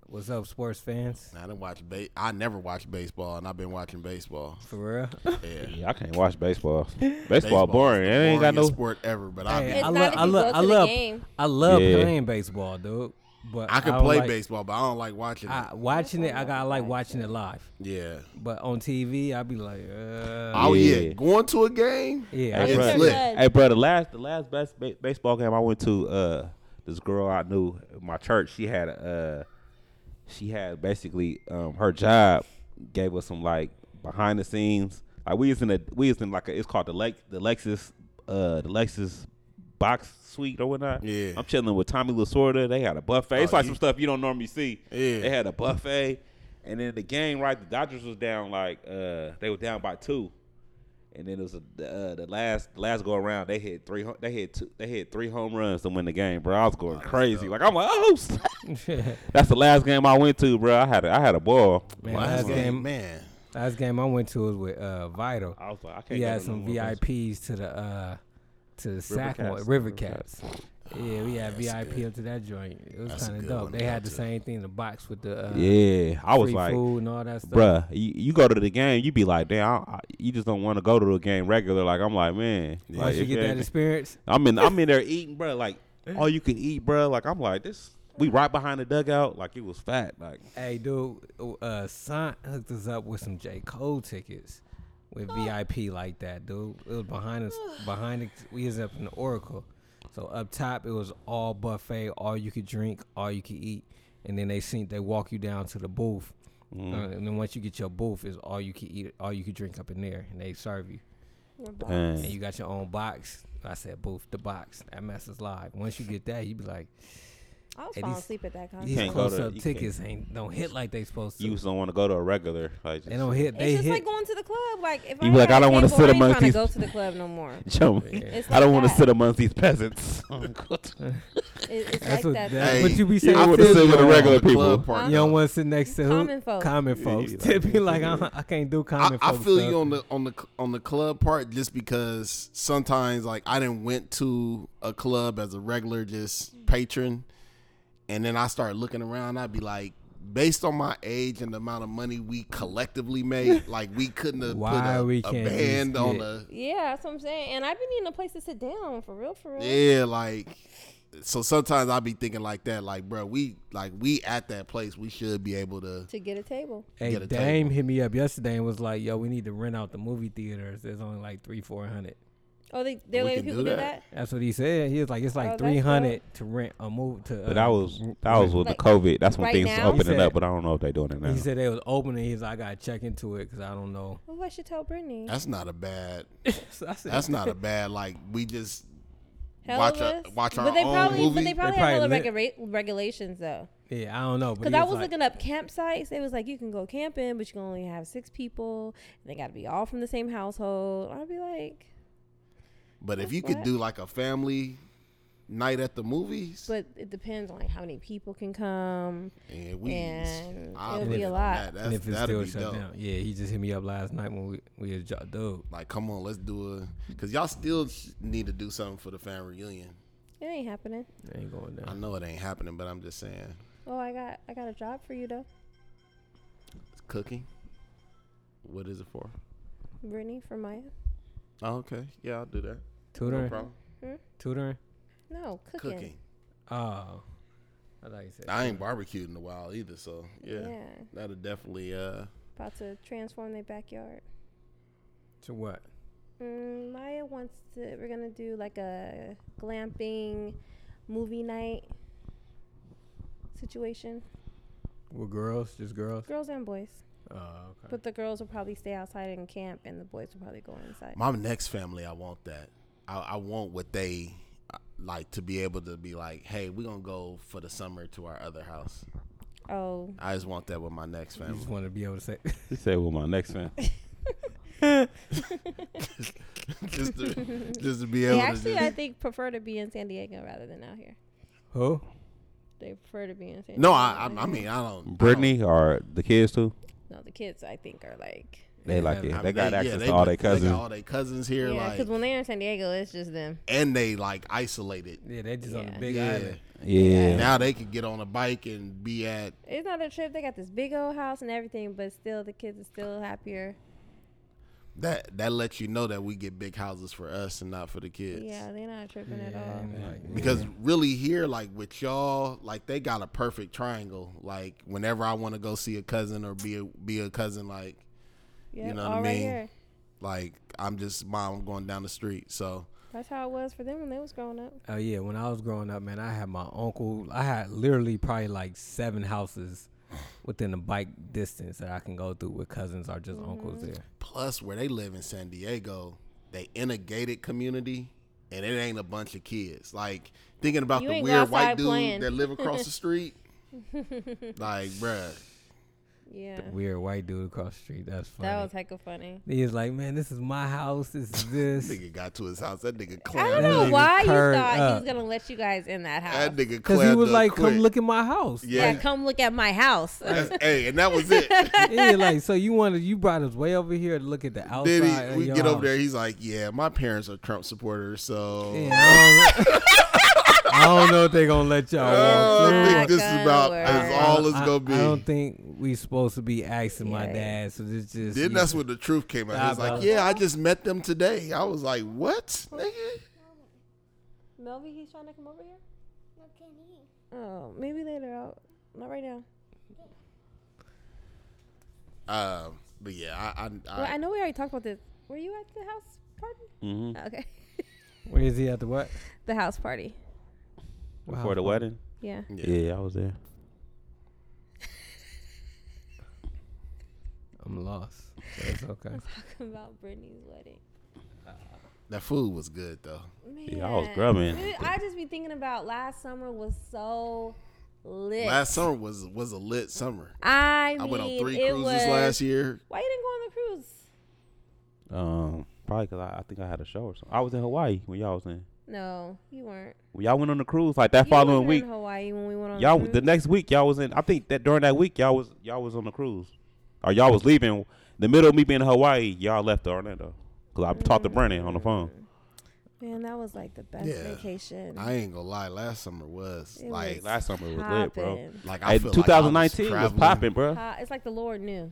Speaker 1: What's up, sports fans?
Speaker 3: I didn't watch. Ba- I never watched baseball, and I've been watching baseball.
Speaker 1: For
Speaker 3: Yeah,
Speaker 1: real?
Speaker 2: Yeah, I can't watch baseball. Baseball,
Speaker 3: Baseball's
Speaker 2: boring.
Speaker 3: the
Speaker 2: It ain't got
Speaker 3: boringest
Speaker 2: no.
Speaker 3: sport ever. But I,
Speaker 1: Hey,
Speaker 4: It's
Speaker 1: I
Speaker 4: not
Speaker 1: love-
Speaker 4: if
Speaker 1: I
Speaker 4: you
Speaker 1: love-
Speaker 4: go to
Speaker 1: I
Speaker 4: the
Speaker 1: love-
Speaker 4: game.
Speaker 1: I love
Speaker 2: Yeah.
Speaker 1: playing baseball, dude. But
Speaker 3: I can
Speaker 1: don't
Speaker 3: play
Speaker 1: like,
Speaker 3: baseball, but I don't like watching it.
Speaker 1: I, watching it, I got I like watching it live.
Speaker 3: Yeah.
Speaker 1: But on TV, I be like, uh,
Speaker 3: Oh yeah.
Speaker 2: Yeah.
Speaker 3: going to a game.
Speaker 1: yeah, I
Speaker 2: That's
Speaker 1: just-
Speaker 3: It's
Speaker 2: right.
Speaker 3: lit.
Speaker 2: Hey, bro, the last the last bas- ba- baseball game I went to, uh, this girl I knew at my church, she had a, uh, she had basically um, her job gave us some like behind the scenes. Like we was in a we was in like a, it's called the Lex the Lexus uh the Lexus box suite or whatnot.
Speaker 3: Yeah.
Speaker 2: I'm chilling with Tommy Lasorda. They had a buffet. it's
Speaker 3: Oh,
Speaker 2: like
Speaker 3: you-
Speaker 2: some stuff you don't normally see.
Speaker 3: Yeah.
Speaker 2: They had a buffet. And then the game, right? The Dodgers was down like uh they were down by two and then it was a, the, uh, the last the last go around. They hit three. ho- They hit two. They hit three home runs to win the game, bro. I was going crazy. Like I'm like, oh, snap. that's the last game I went to, bro. I had a, I had a ball.
Speaker 1: man,
Speaker 3: Wow.
Speaker 1: last game,
Speaker 3: man.
Speaker 1: last game I went to was with uh, Vital.
Speaker 2: I was like, I can't.
Speaker 1: He
Speaker 2: go
Speaker 1: had
Speaker 2: to
Speaker 1: some
Speaker 2: no more places.
Speaker 1: VIPs to the uh, to the Sackboy
Speaker 2: Cats.
Speaker 1: River
Speaker 2: River
Speaker 1: Cats. Yeah, we had VIP up to that joint. It was
Speaker 3: That's a
Speaker 1: kind of
Speaker 3: good
Speaker 1: dope.
Speaker 3: one to
Speaker 1: They
Speaker 3: go
Speaker 1: had the
Speaker 3: to.
Speaker 1: same thing in the box with the uh,
Speaker 2: Yeah, I was
Speaker 1: free
Speaker 2: like,
Speaker 1: food and all that stuff.
Speaker 2: bruh, you, you go to the game, you be like, damn, I, I, you just don't want to go to the game regular. Like I'm like, man,
Speaker 1: Once
Speaker 2: like,
Speaker 1: you
Speaker 2: if
Speaker 1: get
Speaker 2: it
Speaker 1: that
Speaker 2: ain't-
Speaker 1: experience,
Speaker 2: I'm in I'm in there eating, bro. Like all you can eat, bro. Like I'm like this. We right behind the dugout. Like it was fat. Like
Speaker 1: hey dude, uh, Son hooked us up with some J Cole tickets with VIP like that, dude. It was behind us, behind the, we was up in the Oracle, so up top it was all buffet, all you could drink, all you could eat, and then they seen they walk you down to the booth, Uh, and then once you get your booth, is all you could eat, all you could drink up in there, and they serve you. and
Speaker 2: dang.
Speaker 1: you got your own box. I said booth, the box. That mess is live. Once you get that, you be like,
Speaker 4: I was
Speaker 1: Hey,
Speaker 4: falling
Speaker 1: these-
Speaker 4: asleep at
Speaker 1: these
Speaker 4: that concert.
Speaker 2: can't go
Speaker 1: close
Speaker 2: to-
Speaker 1: up
Speaker 2: you can't-
Speaker 1: tickets ain't don't hit like they supposed to.
Speaker 2: you just don't want to go to a regular. Like
Speaker 1: they don't hit. They
Speaker 4: It's just
Speaker 1: hit.
Speaker 4: like going to the club. Like if
Speaker 2: You
Speaker 4: I
Speaker 2: be like,
Speaker 4: had
Speaker 2: I don't
Speaker 4: a
Speaker 2: wanna
Speaker 4: kid, boy,
Speaker 2: sit
Speaker 4: I ain't
Speaker 2: amongst
Speaker 4: tryna
Speaker 2: these-
Speaker 4: go to the club no more.
Speaker 2: Joe,
Speaker 4: It's
Speaker 2: I don't
Speaker 4: like
Speaker 2: want to
Speaker 4: that.
Speaker 2: sit amongst these peasants.
Speaker 1: Oh,
Speaker 2: I
Speaker 4: It, it's
Speaker 1: that's
Speaker 4: like
Speaker 1: what,
Speaker 4: that.
Speaker 1: that's
Speaker 3: Hey,
Speaker 1: what you be
Speaker 2: you
Speaker 1: saying.
Speaker 2: don't
Speaker 1: I
Speaker 2: wanna
Speaker 1: feel
Speaker 2: sit
Speaker 1: you
Speaker 2: with the
Speaker 1: on-
Speaker 2: regular
Speaker 3: The club
Speaker 2: people.
Speaker 3: part,
Speaker 1: You don't
Speaker 3: though.
Speaker 1: want to sit next to
Speaker 4: Common
Speaker 1: who?
Speaker 4: folk.
Speaker 1: Common folks.
Speaker 2: like-
Speaker 1: Tippy like "Uh-huh, I, I can't do
Speaker 3: I,
Speaker 1: common
Speaker 3: I
Speaker 1: folks.
Speaker 3: feel
Speaker 1: stuff.
Speaker 3: you on the on the cl- on the club part just because sometimes like I didn't went to a club as a regular just patron, and then I start looking around. I'd be like, based on my age and the amount of money we collectively made, like we couldn't have
Speaker 1: Why
Speaker 3: put a,
Speaker 1: we
Speaker 3: a
Speaker 1: can't just
Speaker 3: band on
Speaker 1: get-
Speaker 3: a
Speaker 4: Yeah, that's what I'm saying. And I've been needing a place to sit down for real, for real.
Speaker 3: yeah like. So sometimes I be thinking like that, like bro, we like we at that place, we should be able to.
Speaker 4: To get a table.
Speaker 1: Hey,
Speaker 3: get a
Speaker 1: Dame hit me up yesterday and was like, "Yo, we need to rent out the movie theaters. There's only like three, four hundred.
Speaker 4: Oh, they they
Speaker 3: We
Speaker 4: let
Speaker 3: can
Speaker 4: people
Speaker 3: do that.
Speaker 4: do that.
Speaker 1: That's what he said. He was like, it's
Speaker 4: Oh,
Speaker 1: like
Speaker 4: that's
Speaker 1: three hundred to rent a movie to." Uh,
Speaker 2: But that was that was with
Speaker 4: Like,
Speaker 2: the COVID. That's when
Speaker 4: right
Speaker 2: things
Speaker 4: now?
Speaker 2: opening
Speaker 1: He
Speaker 2: up.
Speaker 1: said-
Speaker 2: But I don't know if they're doing it now.
Speaker 1: He said they was opening. He's like, I gotta check into it because I don't know.
Speaker 4: Oh, I should tell Brittany.
Speaker 3: That's not a bad.
Speaker 1: So I said,
Speaker 3: That's not a bad. Like we just
Speaker 4: Hell
Speaker 3: watch
Speaker 4: of
Speaker 3: our-
Speaker 4: us.
Speaker 3: watch our
Speaker 4: but they
Speaker 3: own
Speaker 4: probably,
Speaker 3: movie.
Speaker 4: But they
Speaker 3: They
Speaker 4: probably
Speaker 1: probably
Speaker 4: have all the
Speaker 1: lit.
Speaker 4: regula- regulations though.
Speaker 1: yeah, I don't know. But
Speaker 4: Because
Speaker 1: he
Speaker 4: I
Speaker 1: was
Speaker 4: was
Speaker 1: like,
Speaker 4: looking up campsites. It was like you can go camping, but you can only have six people, and they got to be all from the same household. I'd be like,
Speaker 3: But if
Speaker 4: That's
Speaker 3: you could
Speaker 4: what-
Speaker 3: do like a family night at the movies,
Speaker 4: but it depends on like how many people can come.
Speaker 3: and we,
Speaker 4: and
Speaker 3: I'll
Speaker 4: it'll
Speaker 1: be
Speaker 3: live
Speaker 1: a
Speaker 3: on
Speaker 4: lot.
Speaker 3: That.
Speaker 1: and
Speaker 3: That's,
Speaker 1: if it's
Speaker 3: that'd
Speaker 1: still
Speaker 3: be
Speaker 1: shut
Speaker 3: dope.
Speaker 1: down, yeah, he just hit me up last night when we we was jo- dude.
Speaker 3: Like, come on, let's do a. Cause y'all still sh- need to do something for the fan reunion.
Speaker 4: It ain't happening.
Speaker 1: I ain't going
Speaker 3: I
Speaker 1: down.
Speaker 3: know it ain't happening, but I'm just saying,
Speaker 4: Oh, I got I got a job for you though,
Speaker 3: it's cooking. What is it for?
Speaker 4: Brittany from Maya.
Speaker 3: Oh, okay, yeah, I'll do that. No
Speaker 1: Tutoring,
Speaker 3: problem.
Speaker 1: tutoring.
Speaker 4: No, cooking.
Speaker 3: Cooking.
Speaker 1: Oh, I thought you said.
Speaker 3: I ain't barbecued in a while either, so yeah,
Speaker 4: yeah.
Speaker 3: that'll definitely. uh
Speaker 4: About to transform their backyard.
Speaker 1: to what?
Speaker 4: Mm, Maya wants to. We're gonna do like a glamping movie night situation.
Speaker 1: With girls, just girls.
Speaker 4: Girls and boys,
Speaker 1: Oh, okay.
Speaker 4: but the girls will probably stay outside and camp, and the boys will probably go inside.
Speaker 3: My next family, I want that. I, I want what they uh, like to be able to be like. Hey, we're gonna go for the summer to our other house.
Speaker 4: Oh,
Speaker 3: I just want that with my next
Speaker 1: you
Speaker 3: family.
Speaker 1: just want to be able to say.
Speaker 2: He said, "Well, my next fan."
Speaker 3: just to just to be able
Speaker 4: They
Speaker 3: to
Speaker 4: actually,
Speaker 3: just-
Speaker 4: I think, prefer to be in San Diego rather than out here.
Speaker 1: Who?
Speaker 4: They prefer to be in San.
Speaker 3: No,
Speaker 4: Diego
Speaker 3: I,
Speaker 4: than
Speaker 3: I I
Speaker 4: out
Speaker 3: mean
Speaker 4: here.
Speaker 3: I don't.
Speaker 2: Brittany or the kids too.
Speaker 4: no, the kids I think are like.
Speaker 2: They like it.
Speaker 3: I don't- I
Speaker 2: they
Speaker 3: mean,
Speaker 2: got
Speaker 3: yeah,
Speaker 2: access
Speaker 3: they
Speaker 2: to all
Speaker 3: got-
Speaker 2: their cousins.
Speaker 3: They got all their cousins here,
Speaker 4: Yeah, because
Speaker 3: like,
Speaker 4: when they're in San Diego, it's just them.
Speaker 3: and they like isolated.
Speaker 1: Yeah, they just on the
Speaker 4: Yeah.
Speaker 1: big
Speaker 3: Yeah.
Speaker 1: island.
Speaker 2: yeah.
Speaker 3: Now they could get on a bike and be at.
Speaker 4: It's not a trip. They got this big old house and everything, but still, the kids are still happier.
Speaker 3: That that lets you know that we get big houses for us and not for the kids.
Speaker 4: Yeah, they're not tripping at
Speaker 1: Yeah,
Speaker 4: all.
Speaker 1: I'm like,
Speaker 3: Because really here, like with y'all, like they got a perfect triangle. Like whenever I want to go see a cousin or be a, be a cousin, like
Speaker 4: Yep,
Speaker 3: know what I
Speaker 4: all right
Speaker 3: mean?
Speaker 4: here.
Speaker 3: like I'm just mom. I'm going down the street, so
Speaker 4: That's how it was for them when they was growing up.
Speaker 1: Oh yeah, when I was growing up, man, I had my uncle. I had literally probably like seven houses within a bike distance that I can go through with cousins or just uncles
Speaker 4: Mm-hmm.
Speaker 1: there.
Speaker 3: plus where they live in San Diego, they in a gated community, and it ain't a bunch of kids. Like thinking about
Speaker 4: You
Speaker 3: the
Speaker 4: ain't
Speaker 3: weird
Speaker 4: go
Speaker 3: white
Speaker 4: outside
Speaker 3: dude
Speaker 4: playing.
Speaker 3: that live across the street. like, bruh,
Speaker 4: Yeah,
Speaker 1: Weird white dude across the street. That's funny.
Speaker 4: that was hecka funny.
Speaker 1: he was like, man, this is my house. This is this.
Speaker 3: nigga got to his house. That nigga
Speaker 4: I
Speaker 3: clammed
Speaker 4: don't know
Speaker 1: nigga
Speaker 3: up.
Speaker 4: why you
Speaker 1: curved
Speaker 4: thought he
Speaker 1: up.
Speaker 4: was gonna let you guys in that house.
Speaker 3: That nigga
Speaker 1: Because he
Speaker 3: clammed
Speaker 1: was
Speaker 3: up
Speaker 1: like,
Speaker 3: quick.
Speaker 1: come look at my house.
Speaker 4: yeah.
Speaker 3: Yeah,
Speaker 4: come look at my house.
Speaker 3: that's- hey, and that was it.
Speaker 1: yeah, like so you wanted you brought us way over here to look at the outside.
Speaker 3: Then
Speaker 1: of
Speaker 3: he, we
Speaker 1: your
Speaker 3: get
Speaker 1: house.
Speaker 3: over there. He's like, "Yeah, my parents are Trump supporters, so
Speaker 1: Yeah, I, don't, I don't know if they're gonna let y'all. walk
Speaker 3: Uh, I
Speaker 4: Not
Speaker 3: think this is
Speaker 4: gonna
Speaker 3: about
Speaker 4: work.
Speaker 3: as all it's
Speaker 1: I-
Speaker 3: gonna be."
Speaker 1: I don't think we supposed to be asking my
Speaker 4: Yeah.
Speaker 1: dad. So this just
Speaker 3: Then
Speaker 1: you-
Speaker 3: that's when the truth came out. He's
Speaker 1: Nah,
Speaker 3: like,
Speaker 1: bro.
Speaker 3: "Yeah, I just met them today." I was like, "What, nigga?"
Speaker 4: Melvie, he's trying to come over here.
Speaker 5: No, can he?
Speaker 4: Oh, maybe later. I'll, not right now.
Speaker 3: Uh, but yeah, I, I, I,
Speaker 4: Well, I know we already talked about this. Were you at the house party?
Speaker 2: hmm
Speaker 4: Okay,
Speaker 1: Where is he at the what?
Speaker 4: the house party.
Speaker 2: Before the wedding.
Speaker 4: Yeah.
Speaker 3: yeah.
Speaker 2: Yeah. I was there.
Speaker 1: I'm lost. So it's okay.
Speaker 4: Talking about Brittany's wedding.
Speaker 3: that food was good though.
Speaker 4: Man.
Speaker 2: Yeah, I was grubbing.
Speaker 4: Dude, I just be thinking about last summer was so lit.
Speaker 3: Last summer was was a lit summer.
Speaker 4: I mean,
Speaker 3: I went on three
Speaker 4: it
Speaker 3: cruises
Speaker 4: was,
Speaker 3: last year.
Speaker 4: Why you didn't go on the cruise?
Speaker 2: Um, probably because I, I think I had a show or something. I was in Hawaii when y'all was in.
Speaker 4: No, you weren't.
Speaker 2: When y'all went on the cruise like that
Speaker 4: You
Speaker 2: following
Speaker 4: wasn't
Speaker 2: week.
Speaker 4: in Hawaii when we went on
Speaker 2: Y'all
Speaker 4: the
Speaker 2: was-
Speaker 4: cruise.
Speaker 2: the next week y'all was in. I think that during that week y'all was y'all was on the cruise or y'all was leaving. The middle of me being in Hawaii, y'all left to Orlando because I talked to Brennan
Speaker 4: Mm.
Speaker 2: on the phone.
Speaker 4: Man, that was like the best
Speaker 3: Yeah.
Speaker 4: vacation.
Speaker 3: I ain't gonna lie, last summer was
Speaker 4: It
Speaker 3: like,
Speaker 4: was
Speaker 2: Last summer was lit, bro.
Speaker 4: Poppin'.
Speaker 3: like I
Speaker 2: Hey,
Speaker 3: feel
Speaker 2: 2019
Speaker 3: like I
Speaker 2: was,
Speaker 3: was,
Speaker 2: popping, bro.
Speaker 4: Uh, it's like the Lord knew.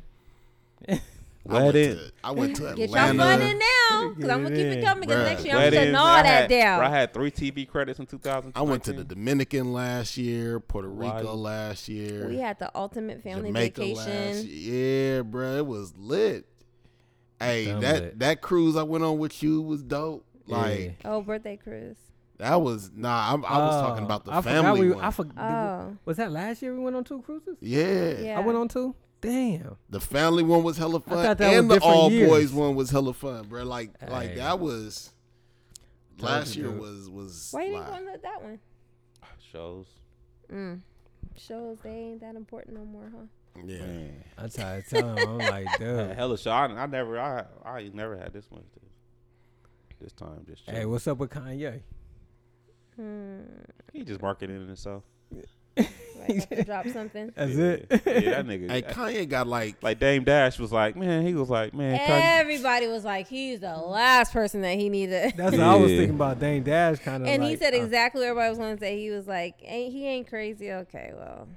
Speaker 3: I went,
Speaker 2: Wedding.
Speaker 3: to, I went to
Speaker 4: Get y'all
Speaker 3: Atlanta.
Speaker 4: fun in now, because I'm gonna keep it coming. Because
Speaker 3: Bruh.
Speaker 4: next year I'm
Speaker 2: Weddings,
Speaker 4: shutting all
Speaker 2: I
Speaker 4: that
Speaker 2: had-
Speaker 4: down.
Speaker 2: bro, I had three TV credits in 2000.
Speaker 3: I went to the Dominican last year, Puerto Rico
Speaker 2: Hawaii.
Speaker 3: last year.
Speaker 4: we had the ultimate family
Speaker 3: last
Speaker 4: vacation.
Speaker 3: year. Yeah, bro, it was lit. Hey,
Speaker 1: Dumb
Speaker 3: that
Speaker 1: lit.
Speaker 3: that cruise I went on with you was dope. Like
Speaker 1: Yeah.
Speaker 4: Oh, birthday cruise.
Speaker 3: that was nah. I'm, I was talking
Speaker 1: Oh,
Speaker 3: about the
Speaker 1: I forgot
Speaker 3: family
Speaker 1: we-
Speaker 3: one.
Speaker 1: I forgot.
Speaker 4: Oh.
Speaker 1: Was that last year we went on two cruises?
Speaker 3: yeah.
Speaker 4: Yeah.
Speaker 1: I went on two. Damn.
Speaker 3: the family one was hella fun,
Speaker 1: thought that
Speaker 3: and
Speaker 1: was
Speaker 3: the
Speaker 1: different
Speaker 3: all
Speaker 1: years.
Speaker 3: boys one was hella fun, bro. Like like
Speaker 1: Hey.
Speaker 3: that was
Speaker 1: Told
Speaker 3: last
Speaker 1: you,
Speaker 3: year
Speaker 1: dude.
Speaker 3: was was
Speaker 4: Why you didn't
Speaker 3: live.
Speaker 4: go on the, that one?
Speaker 2: shows.
Speaker 4: Mm. Shows they ain't that important no more, huh?
Speaker 3: yeah.
Speaker 2: Man.
Speaker 1: I tried to tell him. I'm like,
Speaker 2: I
Speaker 1: dude.
Speaker 2: had hella show. I, I never, I, I never had this much. This, this time, just
Speaker 1: Hey,
Speaker 2: chill.
Speaker 1: what's up with Kanye?
Speaker 4: Hmm.
Speaker 2: he just marketing himself.
Speaker 4: Like, about to drop something.
Speaker 1: That's
Speaker 2: yeah.
Speaker 1: it.
Speaker 2: yeah, that nigga.
Speaker 3: Hey, Kanye got like
Speaker 2: like Dame Dash was like, man, he was like, man, Kanye,
Speaker 4: Everybody was like, he's the last person that he needed.
Speaker 1: That's what I was
Speaker 2: Yeah.
Speaker 1: thinking about. Dane Dash kind of.
Speaker 4: and
Speaker 1: like,
Speaker 4: he said
Speaker 1: uh,
Speaker 4: exactly what everybody was going to say. He was like, ain't, he ain't crazy. Okay, well.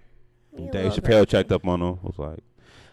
Speaker 4: he a
Speaker 2: Dave
Speaker 4: little
Speaker 2: Chappelle
Speaker 4: crazy.
Speaker 2: checked up on him. Was like,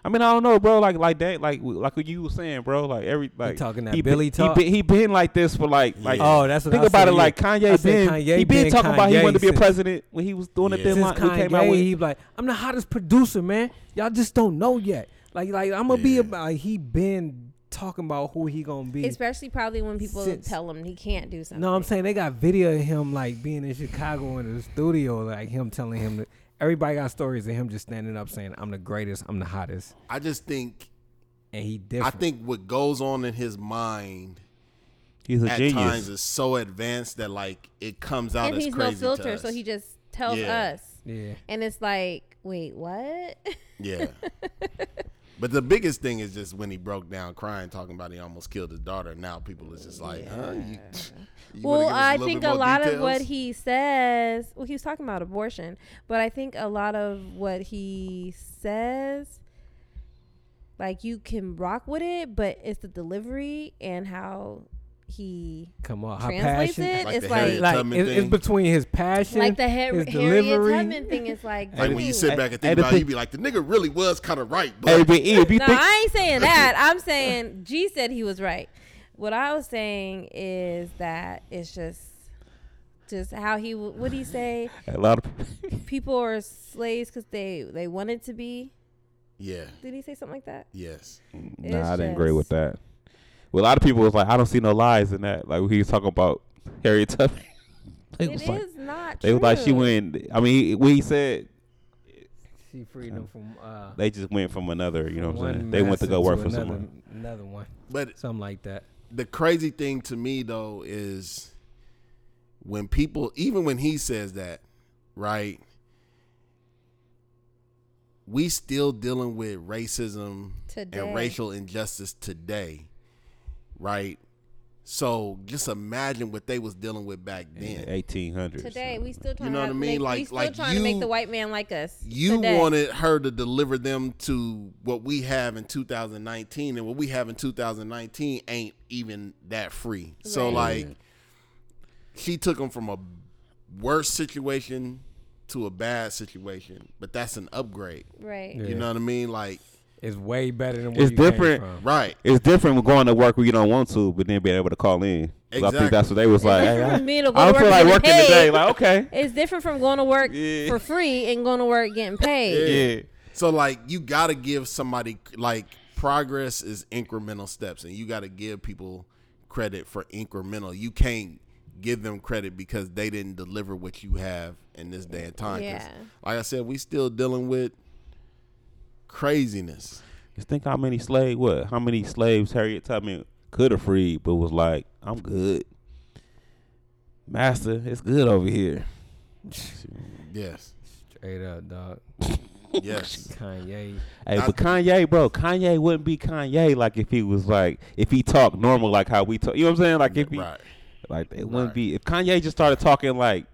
Speaker 2: I mean, I don't know, bro. Like, like that, like, like what you was saying, bro. Like every, like
Speaker 1: talking that
Speaker 2: he
Speaker 1: Billy
Speaker 2: been,
Speaker 1: talk?
Speaker 2: He been, he been like this for like, like.
Speaker 1: Oh, that's what
Speaker 2: think
Speaker 1: I
Speaker 2: about
Speaker 1: said,
Speaker 2: it. Like
Speaker 1: yeah. I
Speaker 2: Kanye
Speaker 1: said
Speaker 2: been,
Speaker 1: Kanye
Speaker 2: he been
Speaker 1: been
Speaker 2: talking about he
Speaker 1: Kanye
Speaker 2: wanted to be a
Speaker 1: since-
Speaker 2: president when he was doing
Speaker 3: Yeah.
Speaker 2: the thin
Speaker 1: since
Speaker 2: line. We
Speaker 1: Kanye,
Speaker 2: came out with.
Speaker 1: he like, I'm the hottest producer, man. Y'all just don't know yet. Like, like I'm gonna be
Speaker 3: Yeah.
Speaker 1: about. Like, he been talking about who he gonna be.
Speaker 4: Especially probably when people
Speaker 1: Since-
Speaker 4: tell him he can't do something.
Speaker 1: No, I'm saying they got video of him like being in Chicago in the studio, like him telling him that everybody got stories of him just standing up saying, "I'm the greatest, I'm the hottest,"
Speaker 3: I just think
Speaker 1: and he
Speaker 3: I
Speaker 1: different.
Speaker 3: think what goes on in his mind
Speaker 2: He's a
Speaker 3: at
Speaker 2: genius.
Speaker 3: times is so advanced that like it comes out
Speaker 4: And
Speaker 3: as
Speaker 4: he's no
Speaker 3: crazy to
Speaker 4: filter,
Speaker 3: us.
Speaker 4: so he just tells
Speaker 3: Yeah.
Speaker 4: us.
Speaker 1: yeah,
Speaker 4: And it's like, wait, what?
Speaker 3: yeah. But the biggest thing is just when he broke down crying, talking about he almost killed his daughter. Now people is just like, huh? You, you wanna
Speaker 4: well,
Speaker 3: give us
Speaker 4: I
Speaker 3: little
Speaker 4: think
Speaker 3: bit
Speaker 4: a
Speaker 3: more
Speaker 4: lot of
Speaker 3: details?
Speaker 4: what he says, well, he was talking about abortion, but I think a lot of what he says, like you can rock with it, but it's the delivery and how he
Speaker 1: Come on, how
Speaker 4: translates
Speaker 1: passion.
Speaker 4: it.
Speaker 3: Like
Speaker 4: it's
Speaker 3: the
Speaker 4: like,
Speaker 3: Harriet
Speaker 4: like,
Speaker 1: Like
Speaker 3: Tubman
Speaker 1: it- it's
Speaker 3: thing.
Speaker 1: between his passion,
Speaker 4: the Har-
Speaker 1: his
Speaker 4: Harriet
Speaker 1: delivery.
Speaker 4: Tubman thing is like,
Speaker 3: Like when you
Speaker 4: dude.
Speaker 3: sit back and
Speaker 2: Hey,
Speaker 3: think
Speaker 2: the
Speaker 3: about it, you
Speaker 2: thing-
Speaker 3: be like, the nigga really was kind of right. But
Speaker 2: Hey, but E, if you
Speaker 4: No,
Speaker 2: think
Speaker 4: I ain't saying that. I'm saying G said he was right. What I was saying is that it's just, just how he w- what he say.
Speaker 2: a lot of people,
Speaker 4: People are slaves because they they wanted to be.
Speaker 3: yeah,
Speaker 4: Did he say something like that?
Speaker 3: yes.
Speaker 2: nah, I didn't
Speaker 4: just-
Speaker 2: agree with that. Well, a lot of people was like, I don't see no lies in that. Like he was talking about Harriet Tubman. They
Speaker 4: It
Speaker 2: was
Speaker 4: is
Speaker 2: like,
Speaker 4: not.
Speaker 2: they was like she
Speaker 4: true.
Speaker 2: went. I mean, he, when he said
Speaker 1: She freed him from uh,
Speaker 2: they just went from another. You know what I'm
Speaker 1: one
Speaker 2: saying? They went to go
Speaker 1: master
Speaker 2: work for
Speaker 1: another,
Speaker 2: someone.
Speaker 1: Another one,
Speaker 3: But
Speaker 1: something like that.
Speaker 3: the crazy thing to me though is when people even when he says that right we still dealing with racism
Speaker 4: Today.
Speaker 3: and racial injustice today right so just imagine what they was dealing with back then
Speaker 2: Eighteen hundred.
Speaker 4: Today we still trying.
Speaker 3: know
Speaker 4: to
Speaker 3: what I
Speaker 4: have-
Speaker 3: mean?
Speaker 4: Make, we
Speaker 3: Like-
Speaker 4: still
Speaker 3: like
Speaker 4: trying to make
Speaker 3: you-
Speaker 4: the white man like us.
Speaker 3: you
Speaker 4: today.
Speaker 3: wanted her to deliver them to what we have in 2019 and what we have in 2019 ain't even that free so
Speaker 4: Right.
Speaker 3: like she took them from a worse situation to a bad situation but that's an upgrade
Speaker 4: right?
Speaker 1: Yeah.
Speaker 3: you know what i mean like
Speaker 1: It's way better than where
Speaker 2: It's
Speaker 1: you came
Speaker 2: different.
Speaker 1: from.
Speaker 3: right
Speaker 2: It's different with going to work where you don't want to, but then being able to call in. 'Cause I
Speaker 3: Exactly.
Speaker 2: think that's what they was like. hey,
Speaker 4: It's different
Speaker 2: I,
Speaker 4: from being able to
Speaker 2: I don't
Speaker 4: work
Speaker 2: feel like
Speaker 4: and get
Speaker 2: working today.
Speaker 4: paid.
Speaker 2: Like okay,
Speaker 4: It's different from going to work
Speaker 2: Yeah.
Speaker 4: for free and going to work getting paid.
Speaker 2: yeah.
Speaker 3: so like you gotta give somebody like progress is incremental steps and you gotta give people credit for incremental you can't give them credit because they didn't deliver what you have in this day and time 'Cause
Speaker 4: Yeah.
Speaker 3: like i said we still dealing with craziness
Speaker 2: Just think how many slave what? How many slaves Harriet Tubman could have freed, but was like, I'm good, master. It's good over here.
Speaker 3: yes
Speaker 1: Straight up, dog.
Speaker 3: yes
Speaker 1: Kanye.
Speaker 2: Hey,
Speaker 3: I-
Speaker 2: but Kanye, bro, Kanye wouldn't be Kanye like if he was like if he talked normal like how we talk. You know what I'm saying? Like if he
Speaker 3: right
Speaker 2: like it
Speaker 3: Right.
Speaker 2: wouldn't be if Kanye just started talking like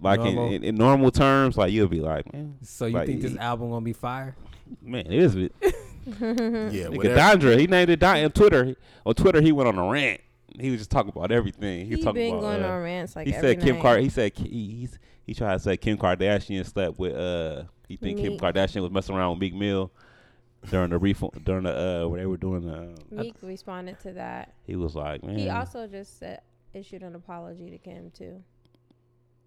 Speaker 2: like in,
Speaker 1: Normal.
Speaker 2: in, in normal terms, like you'll be like, man,
Speaker 1: So you
Speaker 2: like,
Speaker 1: think this
Speaker 2: he-
Speaker 1: album gonna be fire?
Speaker 2: man, it is it.
Speaker 4: Mm.
Speaker 3: yeah
Speaker 2: Nigga
Speaker 3: whatever.
Speaker 2: Dondra, he named it Don on Twitter. On Twitter, he went on a rant. He was just talking about everything. He,
Speaker 4: He
Speaker 2: was
Speaker 4: has
Speaker 2: talking
Speaker 4: been
Speaker 2: about.
Speaker 4: going
Speaker 2: uh,
Speaker 4: on rants like
Speaker 2: he
Speaker 4: every
Speaker 2: said Kim
Speaker 4: night.
Speaker 2: Kar. He said Ki- he's he tried to say Kim Kardashian slept with. uh He think Kim
Speaker 4: Meek.
Speaker 2: Kardashian was messing around with Meek Mill during the reform during the uh when they were doing the. um,
Speaker 4: Meek responded to that.
Speaker 2: he was like, man,
Speaker 4: He also just said, issued an apology to Kim too.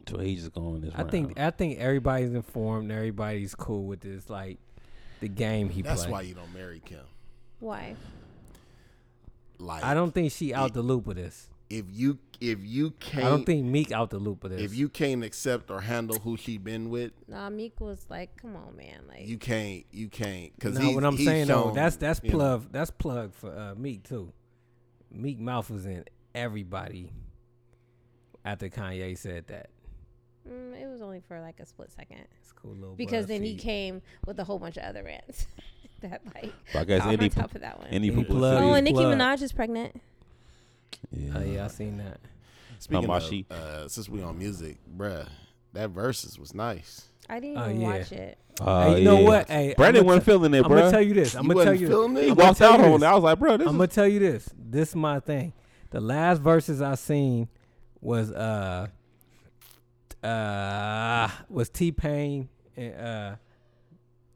Speaker 2: so he just going this.
Speaker 1: I think I think everybody's informed. Everybody's cool with this. Like the game he
Speaker 3: that's
Speaker 1: played.
Speaker 3: why you don't marry kim
Speaker 4: Why?
Speaker 3: like
Speaker 1: I don't think she out the loop with this.
Speaker 3: if you if you can't
Speaker 1: I don't think Meek out the loop with this.
Speaker 3: if you can't accept or handle who she been with
Speaker 4: Nah, Meek was like, "Come on, man!" Like,
Speaker 3: you can't you can't because
Speaker 1: no, what I'm saying though, that's that's plug that's plug for uh, Meek too. Meek mouth was in everybody after Kanye said that.
Speaker 4: mm, it was only for like a split second
Speaker 1: It's cool little
Speaker 4: because then he
Speaker 1: BuzzFeed.
Speaker 4: came with a whole bunch of other rants that like
Speaker 2: I guess
Speaker 4: on
Speaker 2: any
Speaker 4: top of that one.
Speaker 2: any
Speaker 1: And he
Speaker 2: publicity-
Speaker 1: plugged-
Speaker 4: oh, and Nicki
Speaker 1: Plug.
Speaker 4: Minaj is pregnant.
Speaker 2: Yeah.
Speaker 1: Oh yeah, I seen that.
Speaker 3: Speaking
Speaker 2: about
Speaker 3: of,
Speaker 2: she-
Speaker 3: uh, since we on music, bruh, that verses was nice.
Speaker 4: I didn't
Speaker 1: Oh,
Speaker 4: even
Speaker 1: yeah.
Speaker 4: watch it.
Speaker 2: Oh,
Speaker 1: hey, you know
Speaker 2: yeah.
Speaker 1: what? Hey,
Speaker 2: Brandon
Speaker 1: I'ma
Speaker 2: wasn't
Speaker 1: te-
Speaker 2: feeling it,
Speaker 1: I'm
Speaker 2: bro.
Speaker 1: gonna tell you this. I'm
Speaker 3: You
Speaker 1: gonna tell
Speaker 3: wasn't
Speaker 1: you.
Speaker 3: feeling it?
Speaker 2: He
Speaker 1: I'ma
Speaker 2: walked
Speaker 1: tell
Speaker 2: out
Speaker 1: you
Speaker 2: on
Speaker 1: this.
Speaker 2: it. I was like, bro, this
Speaker 1: I'm
Speaker 2: is
Speaker 1: gonna tell you this. This is my thing. The last verses I seen was uh uh was T Pain and uh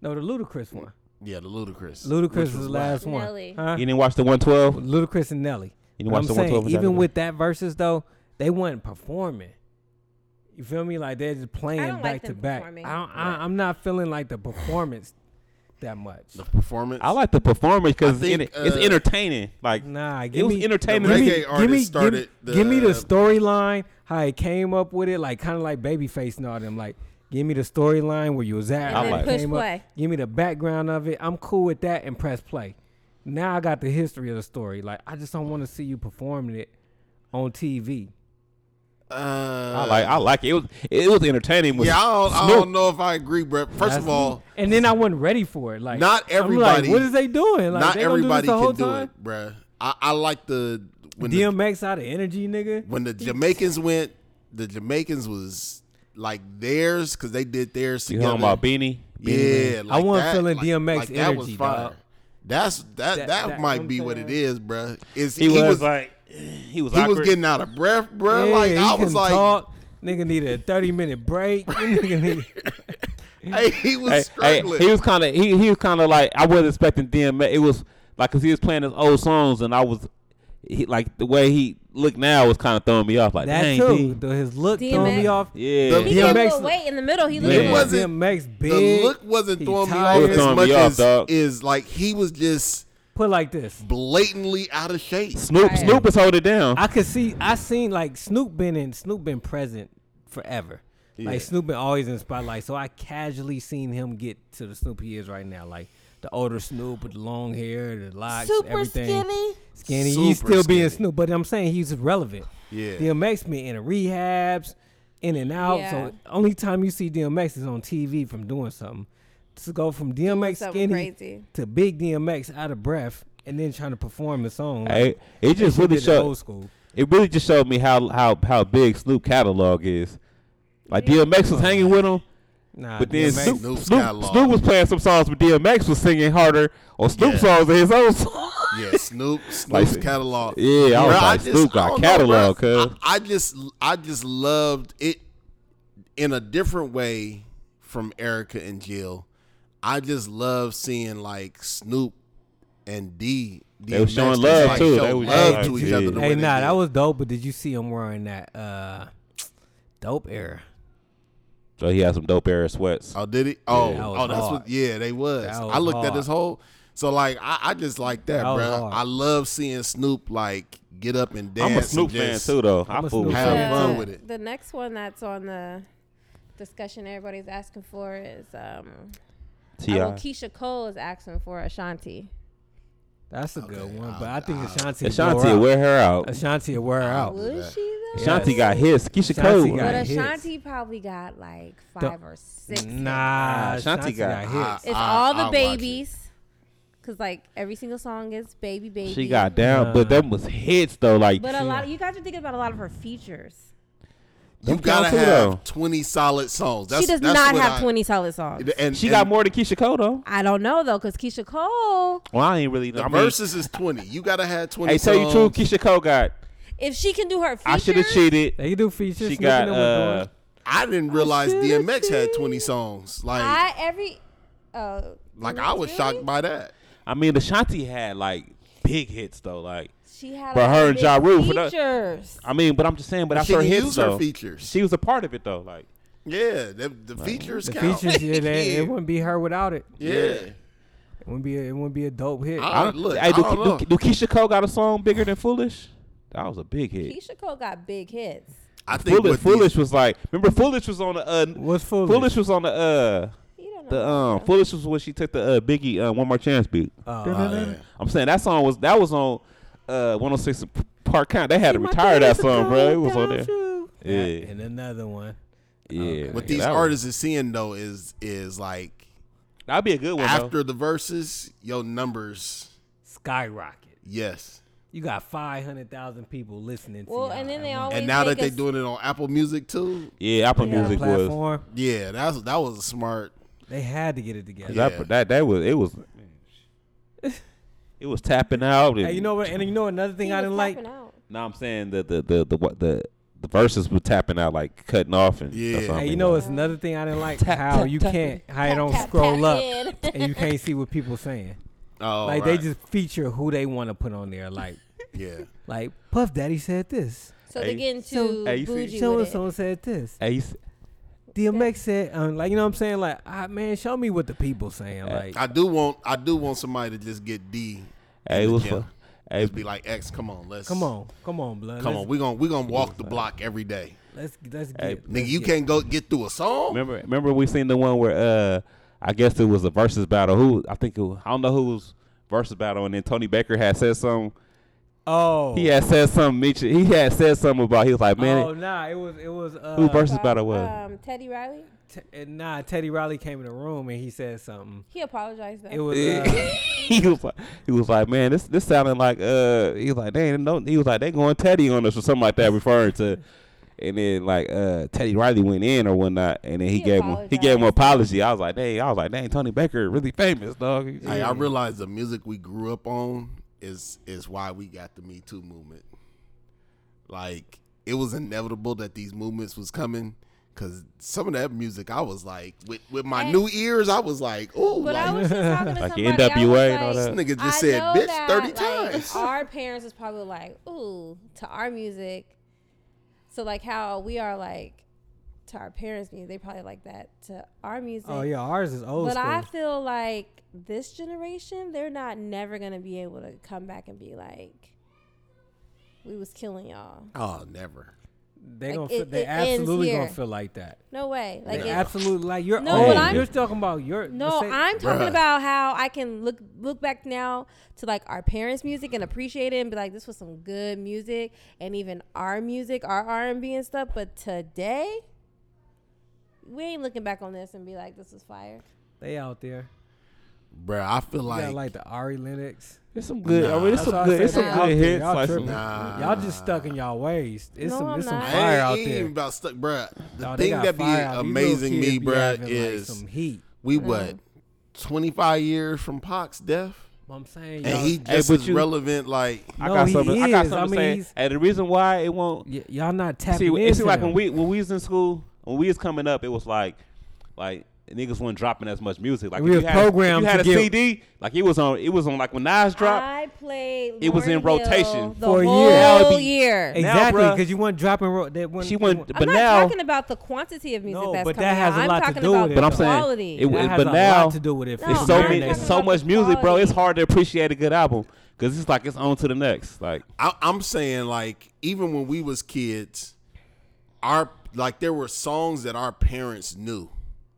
Speaker 1: no the Ludacris one.
Speaker 3: Yeah, the ludicrous.
Speaker 1: Ludacris is the last one.
Speaker 4: Nelly.
Speaker 1: Huh?
Speaker 2: you didn't watch the 112.
Speaker 1: Ludacris and Nelly.
Speaker 2: You didn't
Speaker 1: But
Speaker 2: watch
Speaker 1: I'm
Speaker 2: the
Speaker 1: saying
Speaker 2: 112.
Speaker 1: even with that verses though, they weren't performing. You feel me? Like they're just playing
Speaker 4: like
Speaker 1: back to
Speaker 4: them
Speaker 1: back. I don't,
Speaker 4: performing.
Speaker 1: I, I'm not feeling like the performance that much.
Speaker 3: The performance.
Speaker 2: I like the performance because
Speaker 3: I think,
Speaker 2: it's
Speaker 3: uh,
Speaker 2: entertaining. Like
Speaker 1: Nah,
Speaker 2: it
Speaker 1: Mm, give
Speaker 2: was
Speaker 1: me
Speaker 2: entertaining.
Speaker 3: the
Speaker 2: to me.
Speaker 3: reggae artist started
Speaker 1: give, give me the
Speaker 3: the- uh,
Speaker 1: storyline, how it came up with it, like kind of like Babyface and all them. Like, give me the storyline where you was at,
Speaker 4: And
Speaker 1: how
Speaker 2: then
Speaker 1: it
Speaker 4: push
Speaker 1: came
Speaker 4: play.
Speaker 1: Up, give me the background of it. I'm cool with that and press play. Now I got the history of the story. Like, I just don't want to see you performing it on TV.
Speaker 3: Uh,
Speaker 2: I like I like it. It was it was entertaining. When
Speaker 3: yeah, I don't, I
Speaker 2: Snoop-
Speaker 3: don't know if I agree, Brett. First of all,
Speaker 1: and then I wasn't ready for it. Like
Speaker 3: Not
Speaker 1: I'm
Speaker 3: everybody-
Speaker 1: like, what is they doing? Like,
Speaker 3: not
Speaker 1: they gonna
Speaker 3: everybody
Speaker 1: do this the
Speaker 3: can
Speaker 1: whole
Speaker 3: do
Speaker 1: time?
Speaker 3: it, bruh. I, I like the when the
Speaker 1: DMX out of energy, nigga.
Speaker 3: when the Jamaicans went, the Jamaicans was like theirs because they did theirs
Speaker 2: You
Speaker 3: together.
Speaker 2: talking about Beanie? Beanie
Speaker 3: yeah,
Speaker 2: Man.
Speaker 3: like
Speaker 1: I wasn't
Speaker 3: that-
Speaker 1: feeling
Speaker 3: like-
Speaker 1: DMX
Speaker 3: like that was
Speaker 1: energy,
Speaker 3: fire.
Speaker 1: dog.
Speaker 3: That's that that,
Speaker 1: That- that-
Speaker 3: might
Speaker 1: I'm
Speaker 3: be what it
Speaker 1: saying.
Speaker 3: is, bruh. Is
Speaker 2: He, was, like he was
Speaker 3: he
Speaker 2: awkward.
Speaker 3: was getting out of breath, bruh.
Speaker 1: yeah,
Speaker 3: like
Speaker 1: he
Speaker 3: I was
Speaker 1: couldn't
Speaker 3: like,
Speaker 1: talk. nigga needed a thirty minute break. nigga needed,
Speaker 3: hey, he was
Speaker 2: Hey, hey,
Speaker 3: struggling.
Speaker 2: he was kind of he he was kind of like I wasn't expecting DMX. It was like because he was playing his old songs and I was he like the way he looked now was kind of throwing me off. Like
Speaker 1: that
Speaker 2: dang,
Speaker 1: too.
Speaker 2: B.
Speaker 1: Though his look throwing me
Speaker 4: DMX.
Speaker 1: off.
Speaker 2: yeah,
Speaker 3: The-
Speaker 4: He
Speaker 1: DMX
Speaker 4: got a little weight in the middle. He looked
Speaker 2: Yeah.
Speaker 1: It
Speaker 4: a
Speaker 3: wasn't-
Speaker 4: little.
Speaker 1: DMX big.
Speaker 3: the look wasn't
Speaker 1: he
Speaker 3: throwing me
Speaker 1: tired.
Speaker 3: off
Speaker 1: It was
Speaker 3: as
Speaker 2: throwing
Speaker 3: much
Speaker 2: me off,
Speaker 3: as
Speaker 2: dog.
Speaker 3: is like he was just
Speaker 1: Put like this.
Speaker 3: blatantly out of shape.
Speaker 2: Snoop
Speaker 4: Tired.
Speaker 2: Snoop was holding down.
Speaker 1: I could see. I seen like Snoop been in. Snoop been present forever.
Speaker 3: Yeah.
Speaker 1: Like Snoop been always in spotlight. So I casually seen him get to the Snoop he is right now. Like the older Snoop with the long hair, the locks,
Speaker 4: Super
Speaker 1: everything.
Speaker 4: skinny.
Speaker 1: Skinny. he's
Speaker 3: Super
Speaker 1: still being
Speaker 3: skinny.
Speaker 1: Snoop, but I'm saying he's relevant.
Speaker 3: Yeah.
Speaker 1: DMX been in rehabs, in and out.
Speaker 4: Yeah.
Speaker 1: So only time you see DMX is on TV from doing something. To go from DMX
Speaker 4: Something
Speaker 1: skinny
Speaker 4: crazy.
Speaker 1: to big DMX out of breath, and then trying to perform a song.
Speaker 2: Hey, it just really
Speaker 1: did the
Speaker 2: showed
Speaker 1: old school.
Speaker 2: it really just showed me how how how big Snoop catalog is. Like DMX was hanging with him.
Speaker 1: Nah,
Speaker 2: But then
Speaker 1: DMX
Speaker 2: Snoop,
Speaker 3: Snoop's
Speaker 2: Snoop,
Speaker 3: catalog.
Speaker 2: Snoop was playing some songs, but DMX was singing harder on Snoop
Speaker 3: Yeah.
Speaker 2: songs than his own songs.
Speaker 3: Yeah, Snoop,
Speaker 2: Like,
Speaker 3: Snoop's catalog.
Speaker 2: Yeah, I was
Speaker 3: Bruh,
Speaker 2: like, Snoop got
Speaker 3: I don't know,
Speaker 2: catalog,
Speaker 3: bruh.
Speaker 2: cuz.
Speaker 3: I, I just, I just loved it in a different way from Erica and Jill. I just love seeing like Snoop and D.
Speaker 2: They was
Speaker 3: DMX
Speaker 2: showing
Speaker 3: just,
Speaker 2: love,
Speaker 3: like,
Speaker 2: too.
Speaker 3: show
Speaker 2: They was
Speaker 3: love
Speaker 2: like,
Speaker 3: to each
Speaker 2: yeah.
Speaker 3: other. the
Speaker 2: Hey,
Speaker 3: way
Speaker 1: Hey,
Speaker 3: they
Speaker 1: nah,
Speaker 3: did.
Speaker 1: that was dope. But did you see him wearing that uh, dope era?
Speaker 2: So he had some dope air sweats.
Speaker 3: Oh, did he? Oh,
Speaker 1: that was
Speaker 3: oh, that's
Speaker 1: hard.
Speaker 3: what. Yeah, they was.
Speaker 1: That was
Speaker 3: I looked at
Speaker 1: hard.
Speaker 3: this whole. So like, I, I just like that,
Speaker 1: That was
Speaker 3: bro.
Speaker 1: hard.
Speaker 3: I love seeing Snoop like get up and dance.
Speaker 2: I'm a
Speaker 3: and
Speaker 2: Snoop fan
Speaker 3: just-
Speaker 2: too, though.
Speaker 1: I'm
Speaker 2: I
Speaker 1: a
Speaker 2: fool
Speaker 1: Snoop
Speaker 2: with
Speaker 3: Have
Speaker 2: Snoop.
Speaker 3: fan.
Speaker 4: the,
Speaker 3: fun with it.
Speaker 4: The next one that's on the discussion everybody's asking for is um I
Speaker 2: T.I.
Speaker 4: know Keisha Cole is asking for Ashanti.
Speaker 1: That's a good
Speaker 3: Okay,
Speaker 1: one.
Speaker 3: I'll-
Speaker 1: but I think
Speaker 3: I'll-
Speaker 1: Ashanti.
Speaker 2: Ashanti will
Speaker 1: wear
Speaker 2: wear her
Speaker 1: out.
Speaker 2: out.
Speaker 1: Ashanti will wear her out.
Speaker 4: Would
Speaker 3: that.
Speaker 4: she though?
Speaker 2: Ashanti got hits. Keisha
Speaker 1: Ashanti got
Speaker 2: Cole.
Speaker 4: But
Speaker 1: hits.
Speaker 4: Ashanti probably got like
Speaker 1: Don't-
Speaker 4: five or six. hits.
Speaker 1: Nah,
Speaker 2: Ashanti
Speaker 1: Ashanti
Speaker 2: got
Speaker 1: got,
Speaker 3: hot.
Speaker 1: hits.
Speaker 4: It's
Speaker 3: I-
Speaker 4: all
Speaker 3: I
Speaker 4: the
Speaker 3: watch it.
Speaker 4: babies. Cause like every single song is baby baby.
Speaker 2: She got down, but them was hits though. Like
Speaker 4: But a lot you guys are thinking about a lot of her features.
Speaker 3: You
Speaker 2: them
Speaker 3: gotta
Speaker 2: count, too,
Speaker 3: have
Speaker 2: though.
Speaker 3: 20 solid songs. That's,
Speaker 4: she does
Speaker 3: that's
Speaker 4: not
Speaker 3: what
Speaker 4: have
Speaker 3: I-
Speaker 4: 20 solid songs.
Speaker 3: And
Speaker 2: She
Speaker 3: and
Speaker 2: got more than Keisha Cole though.
Speaker 4: I don't know though, because Keisha Cole,
Speaker 2: Well, I ain't really.
Speaker 3: The
Speaker 2: I mean,
Speaker 3: verses is 20. You gotta have 20.
Speaker 2: hey, tell
Speaker 3: songs.
Speaker 2: you true, Keisha Cole got.
Speaker 4: if she can do her features,
Speaker 2: I should have cheated.
Speaker 1: They do features.
Speaker 2: She
Speaker 1: Snoop
Speaker 2: got.
Speaker 1: and them was
Speaker 2: uh
Speaker 1: doing-
Speaker 3: I didn't realize
Speaker 1: should've
Speaker 3: DMX had
Speaker 1: seen.
Speaker 3: 20 songs. Like,
Speaker 4: I every oh
Speaker 3: like I was
Speaker 4: really?
Speaker 3: shocked by that.
Speaker 2: I mean, Ashanti had like big hits though. Like
Speaker 4: She had
Speaker 2: But
Speaker 4: a
Speaker 2: her
Speaker 4: lot
Speaker 2: and
Speaker 4: of
Speaker 2: Ja
Speaker 4: big
Speaker 2: Rule for the-
Speaker 4: features.
Speaker 2: I mean, but I'm just saying. But
Speaker 3: She
Speaker 2: after her
Speaker 3: can
Speaker 2: hits
Speaker 3: use her
Speaker 2: though,
Speaker 3: features.
Speaker 2: she was a part of it though. Like
Speaker 3: Yeah, the, the features
Speaker 1: the
Speaker 3: count.
Speaker 1: features. Yeah, they, it wouldn't be her without it.
Speaker 3: yeah.
Speaker 1: It wouldn't be. A, it wouldn't be a dope hit.
Speaker 3: I-
Speaker 2: I don't,
Speaker 3: look,
Speaker 2: look,
Speaker 3: I
Speaker 2: do,
Speaker 3: don't know.
Speaker 2: do, do Keisha Cole got a song bigger than Foolish? That was a big hit.
Speaker 4: Keisha Cole got big hits.
Speaker 3: I think
Speaker 2: Foolish,
Speaker 3: with
Speaker 2: Foolish
Speaker 3: these-
Speaker 2: was like. Remember, Foolish was on the. Uh,
Speaker 1: What's foolish?
Speaker 2: Foolish was on the. Uh,
Speaker 4: You don't know.
Speaker 2: the um. Foolish was when she took the uh, Biggie uh, One More Chance beat.
Speaker 1: Oh,
Speaker 3: yeah.
Speaker 2: I'm saying that song was that was on uh 106 and P- Park County. They had to retire that song, bro. It was on there.
Speaker 1: Yeah.
Speaker 2: Yeah.
Speaker 1: And another one.
Speaker 2: Yeah.
Speaker 3: what
Speaker 2: yeah,
Speaker 3: these
Speaker 2: that was-
Speaker 3: artists is seeing though is is like
Speaker 2: That'd be a good one. though.
Speaker 3: after the verses, your numbers.
Speaker 1: Skyrocket.
Speaker 3: Yes.
Speaker 1: You got five hundred thousand people listening.
Speaker 4: Well,
Speaker 1: to y'all
Speaker 4: and then
Speaker 1: at
Speaker 4: they
Speaker 1: once.
Speaker 4: always
Speaker 3: And now that
Speaker 4: make
Speaker 3: they
Speaker 4: us-
Speaker 3: doing it on Apple Music too.
Speaker 2: Yeah, Apple
Speaker 4: Yeah.
Speaker 2: Music was.
Speaker 1: platform.
Speaker 3: Yeah, that's that was a smart.
Speaker 1: They had to get it together.
Speaker 3: Yeah.
Speaker 2: That, that that was it was. It was tapping out. And,
Speaker 1: Hey, you know what? And you know another thing
Speaker 4: He
Speaker 1: I
Speaker 4: was
Speaker 1: didn't like.
Speaker 4: tapping out.
Speaker 2: No, I'm saying the the the the what the the verses were tapping out like cutting off and
Speaker 3: Yeah.
Speaker 2: That's what I
Speaker 1: Hey, you
Speaker 2: mean,
Speaker 1: know
Speaker 2: like,
Speaker 1: it's another thing I didn't like
Speaker 2: Tap,
Speaker 1: how
Speaker 2: tap,
Speaker 1: you
Speaker 2: tap.
Speaker 1: can't how you
Speaker 4: Tap,
Speaker 1: don't
Speaker 4: tap,
Speaker 1: scroll
Speaker 4: tap
Speaker 1: up
Speaker 4: in.
Speaker 1: and you can't see what people saying.
Speaker 3: Oh,
Speaker 1: like
Speaker 3: right.
Speaker 1: they just feature who they want to put on there. Like
Speaker 3: yeah.
Speaker 1: like Puff Daddy said this.
Speaker 4: So
Speaker 2: Hey,
Speaker 4: they're getting
Speaker 1: so-
Speaker 4: too
Speaker 2: Hey, you see-
Speaker 4: bougie
Speaker 1: So and
Speaker 4: with it.
Speaker 1: so said this.
Speaker 2: Ace.
Speaker 1: DMX said um, like you know what I'm saying like ah, man show me what the people saying like
Speaker 3: I do want I do want somebody to just get D.
Speaker 2: Hey,
Speaker 3: in the
Speaker 2: what's
Speaker 3: gym.
Speaker 2: fu- Hey,
Speaker 3: Just be like X. Come on, let's
Speaker 1: come on come on blood
Speaker 3: come
Speaker 1: let's,
Speaker 3: on. We gonna we gonna walk the block every day,
Speaker 1: let's let's get
Speaker 2: Hey,
Speaker 1: let's
Speaker 3: nigga. You
Speaker 1: get-
Speaker 3: can't go get through a song.
Speaker 2: remember remember we seen the one where uh I guess it was a versus battle. Who I think it was, I don't know who was versus battle, and then Tony Baker had said something
Speaker 1: Oh.
Speaker 2: He had said something. Mitchell, he had said something about. He was like, man,
Speaker 1: Oh nah, it was it was uh,
Speaker 2: who versus
Speaker 4: From,
Speaker 2: battle was?
Speaker 4: Um, Teddy Riley.
Speaker 1: Te- nah, Teddy Riley came in the room and he said something.
Speaker 4: He apologized though.
Speaker 1: It was uh,
Speaker 2: he was like, he was like, man, this this sounding like uh, he was like, they ain't no, he was like, they going Teddy on us or something like that, referring to, and then like uh, Teddy Riley went in or whatnot, and then he,
Speaker 4: He
Speaker 2: gave him he gave him an
Speaker 4: apologized.
Speaker 2: apology. I was like, dang, I was like, dang, Tony Baker really famous, dog.
Speaker 3: Hey, I realize the music we grew up on is is why we got the Me Too movement. Like it was inevitable that these movements was coming because some of that music I was like with, with my
Speaker 4: And-
Speaker 3: new ears I was like, ooh,
Speaker 4: But I
Speaker 3: like,
Speaker 4: was just talking to
Speaker 2: Like
Speaker 4: somebody.
Speaker 2: NWA
Speaker 4: I
Speaker 2: and all
Speaker 4: was
Speaker 2: that.
Speaker 3: this
Speaker 4: like,
Speaker 3: nigga just
Speaker 4: I
Speaker 3: said
Speaker 4: know
Speaker 3: bitch
Speaker 4: that,
Speaker 3: thirty
Speaker 4: like,
Speaker 3: times.
Speaker 4: Our parents is probably like, ooh, to our music. So like how we are like to our parents' music, they probably like that to our music.
Speaker 1: oh yeah, ours is old
Speaker 4: But
Speaker 1: school.
Speaker 4: I feel like this generation, they're not never gonna be able to come back and be like, we was killing y'all.
Speaker 3: Oh, never.
Speaker 1: they
Speaker 4: like,
Speaker 1: gonna
Speaker 4: it-
Speaker 1: feel, they
Speaker 4: it ends
Speaker 1: absolutely gonna
Speaker 4: here.
Speaker 1: feel like that.
Speaker 4: No way. Like
Speaker 1: They
Speaker 4: it-
Speaker 1: absolutely like you're
Speaker 4: No,
Speaker 1: old.
Speaker 4: but I'm-
Speaker 1: you're talking about your
Speaker 4: No,
Speaker 1: say-
Speaker 4: I'm talking
Speaker 3: Bruh.
Speaker 4: about how I can look look back now to like our parents' music and appreciate it and be like, this was some good music, and even our music, our R and B and stuff. But today, we ain't looking back on this and be like, this was fire.
Speaker 1: they out there.
Speaker 3: Bruh, I feel
Speaker 1: Like,
Speaker 3: like,
Speaker 1: like the Ari Lennox.
Speaker 2: It's some good. I
Speaker 3: Nah.
Speaker 2: mean, it's
Speaker 1: That's
Speaker 2: some
Speaker 1: why I
Speaker 2: good. It's
Speaker 1: said
Speaker 2: some
Speaker 1: they out
Speaker 2: good
Speaker 1: there.
Speaker 2: hits.
Speaker 1: Y'all
Speaker 2: Like some,
Speaker 1: tripping.
Speaker 3: Nah.
Speaker 1: Y'all just stuck in y'all ways. It's
Speaker 4: No,
Speaker 1: some
Speaker 4: I'm
Speaker 1: it's some
Speaker 4: not.
Speaker 3: I
Speaker 1: fire
Speaker 3: ain't,
Speaker 1: out
Speaker 3: ain't even
Speaker 1: there.
Speaker 3: about stuck, bruh. The
Speaker 1: Dawg, they
Speaker 3: thing
Speaker 1: got
Speaker 3: that be
Speaker 1: fire out. These little
Speaker 3: amazing
Speaker 1: kids
Speaker 3: me,
Speaker 1: be
Speaker 3: bruh,
Speaker 1: having, like,
Speaker 3: is
Speaker 1: some Mm. heat.
Speaker 3: we what twenty five years from Pac's death,
Speaker 1: I'm saying
Speaker 3: and
Speaker 1: y'all-
Speaker 3: he
Speaker 2: Hey,
Speaker 3: just
Speaker 2: but
Speaker 3: as
Speaker 2: you-
Speaker 3: relevant. Like
Speaker 2: I
Speaker 1: No,
Speaker 2: got
Speaker 1: he
Speaker 2: something. I got
Speaker 1: is. I mean,
Speaker 2: something to say.
Speaker 1: he's-
Speaker 2: And the reason why it won't
Speaker 1: y- y'all not
Speaker 2: You
Speaker 1: tapping
Speaker 2: see,
Speaker 1: into
Speaker 2: it's like
Speaker 1: them.
Speaker 2: when we when we was in school, when we was coming up, it was like like niggas weren't dropping as much music. Like
Speaker 1: We
Speaker 2: if
Speaker 1: was
Speaker 2: you had, if
Speaker 1: programmed
Speaker 2: you had
Speaker 1: to
Speaker 2: a
Speaker 1: get-
Speaker 2: CD, like it was on it was on like when Nas dropped.
Speaker 4: I played.
Speaker 2: It was in
Speaker 4: Lauryn Hill
Speaker 2: rotation
Speaker 4: the
Speaker 1: for a year.
Speaker 4: whole
Speaker 1: That
Speaker 2: would be-
Speaker 4: year.
Speaker 2: Now,
Speaker 1: exactly
Speaker 2: bruh,
Speaker 1: because you weren't dropping. Ro- that one,
Speaker 2: she wasn't-
Speaker 4: I'm
Speaker 2: but
Speaker 4: not
Speaker 2: now-
Speaker 4: talking about the quantity of music
Speaker 1: No,
Speaker 4: that's
Speaker 1: but that
Speaker 4: coming
Speaker 1: has
Speaker 4: out.
Speaker 1: a
Speaker 4: I'm
Speaker 1: lot to
Speaker 4: talking
Speaker 1: do
Speaker 4: about
Speaker 1: with it,
Speaker 4: the
Speaker 2: but I'm
Speaker 4: quality.
Speaker 2: saying, it,
Speaker 1: That
Speaker 2: it-
Speaker 1: has
Speaker 2: but
Speaker 1: a
Speaker 2: now
Speaker 1: lot to do with it. for
Speaker 4: No,
Speaker 2: it's
Speaker 1: sure.
Speaker 2: so
Speaker 4: I'm
Speaker 2: many,
Speaker 4: talking
Speaker 2: it's so
Speaker 4: about
Speaker 2: much
Speaker 4: the
Speaker 2: music, bro. It's
Speaker 4: quality.
Speaker 2: hard to appreciate a good album because it's like it's on to the next. Like
Speaker 3: I, I'm saying like even when we was kids, our like there were songs that our parents knew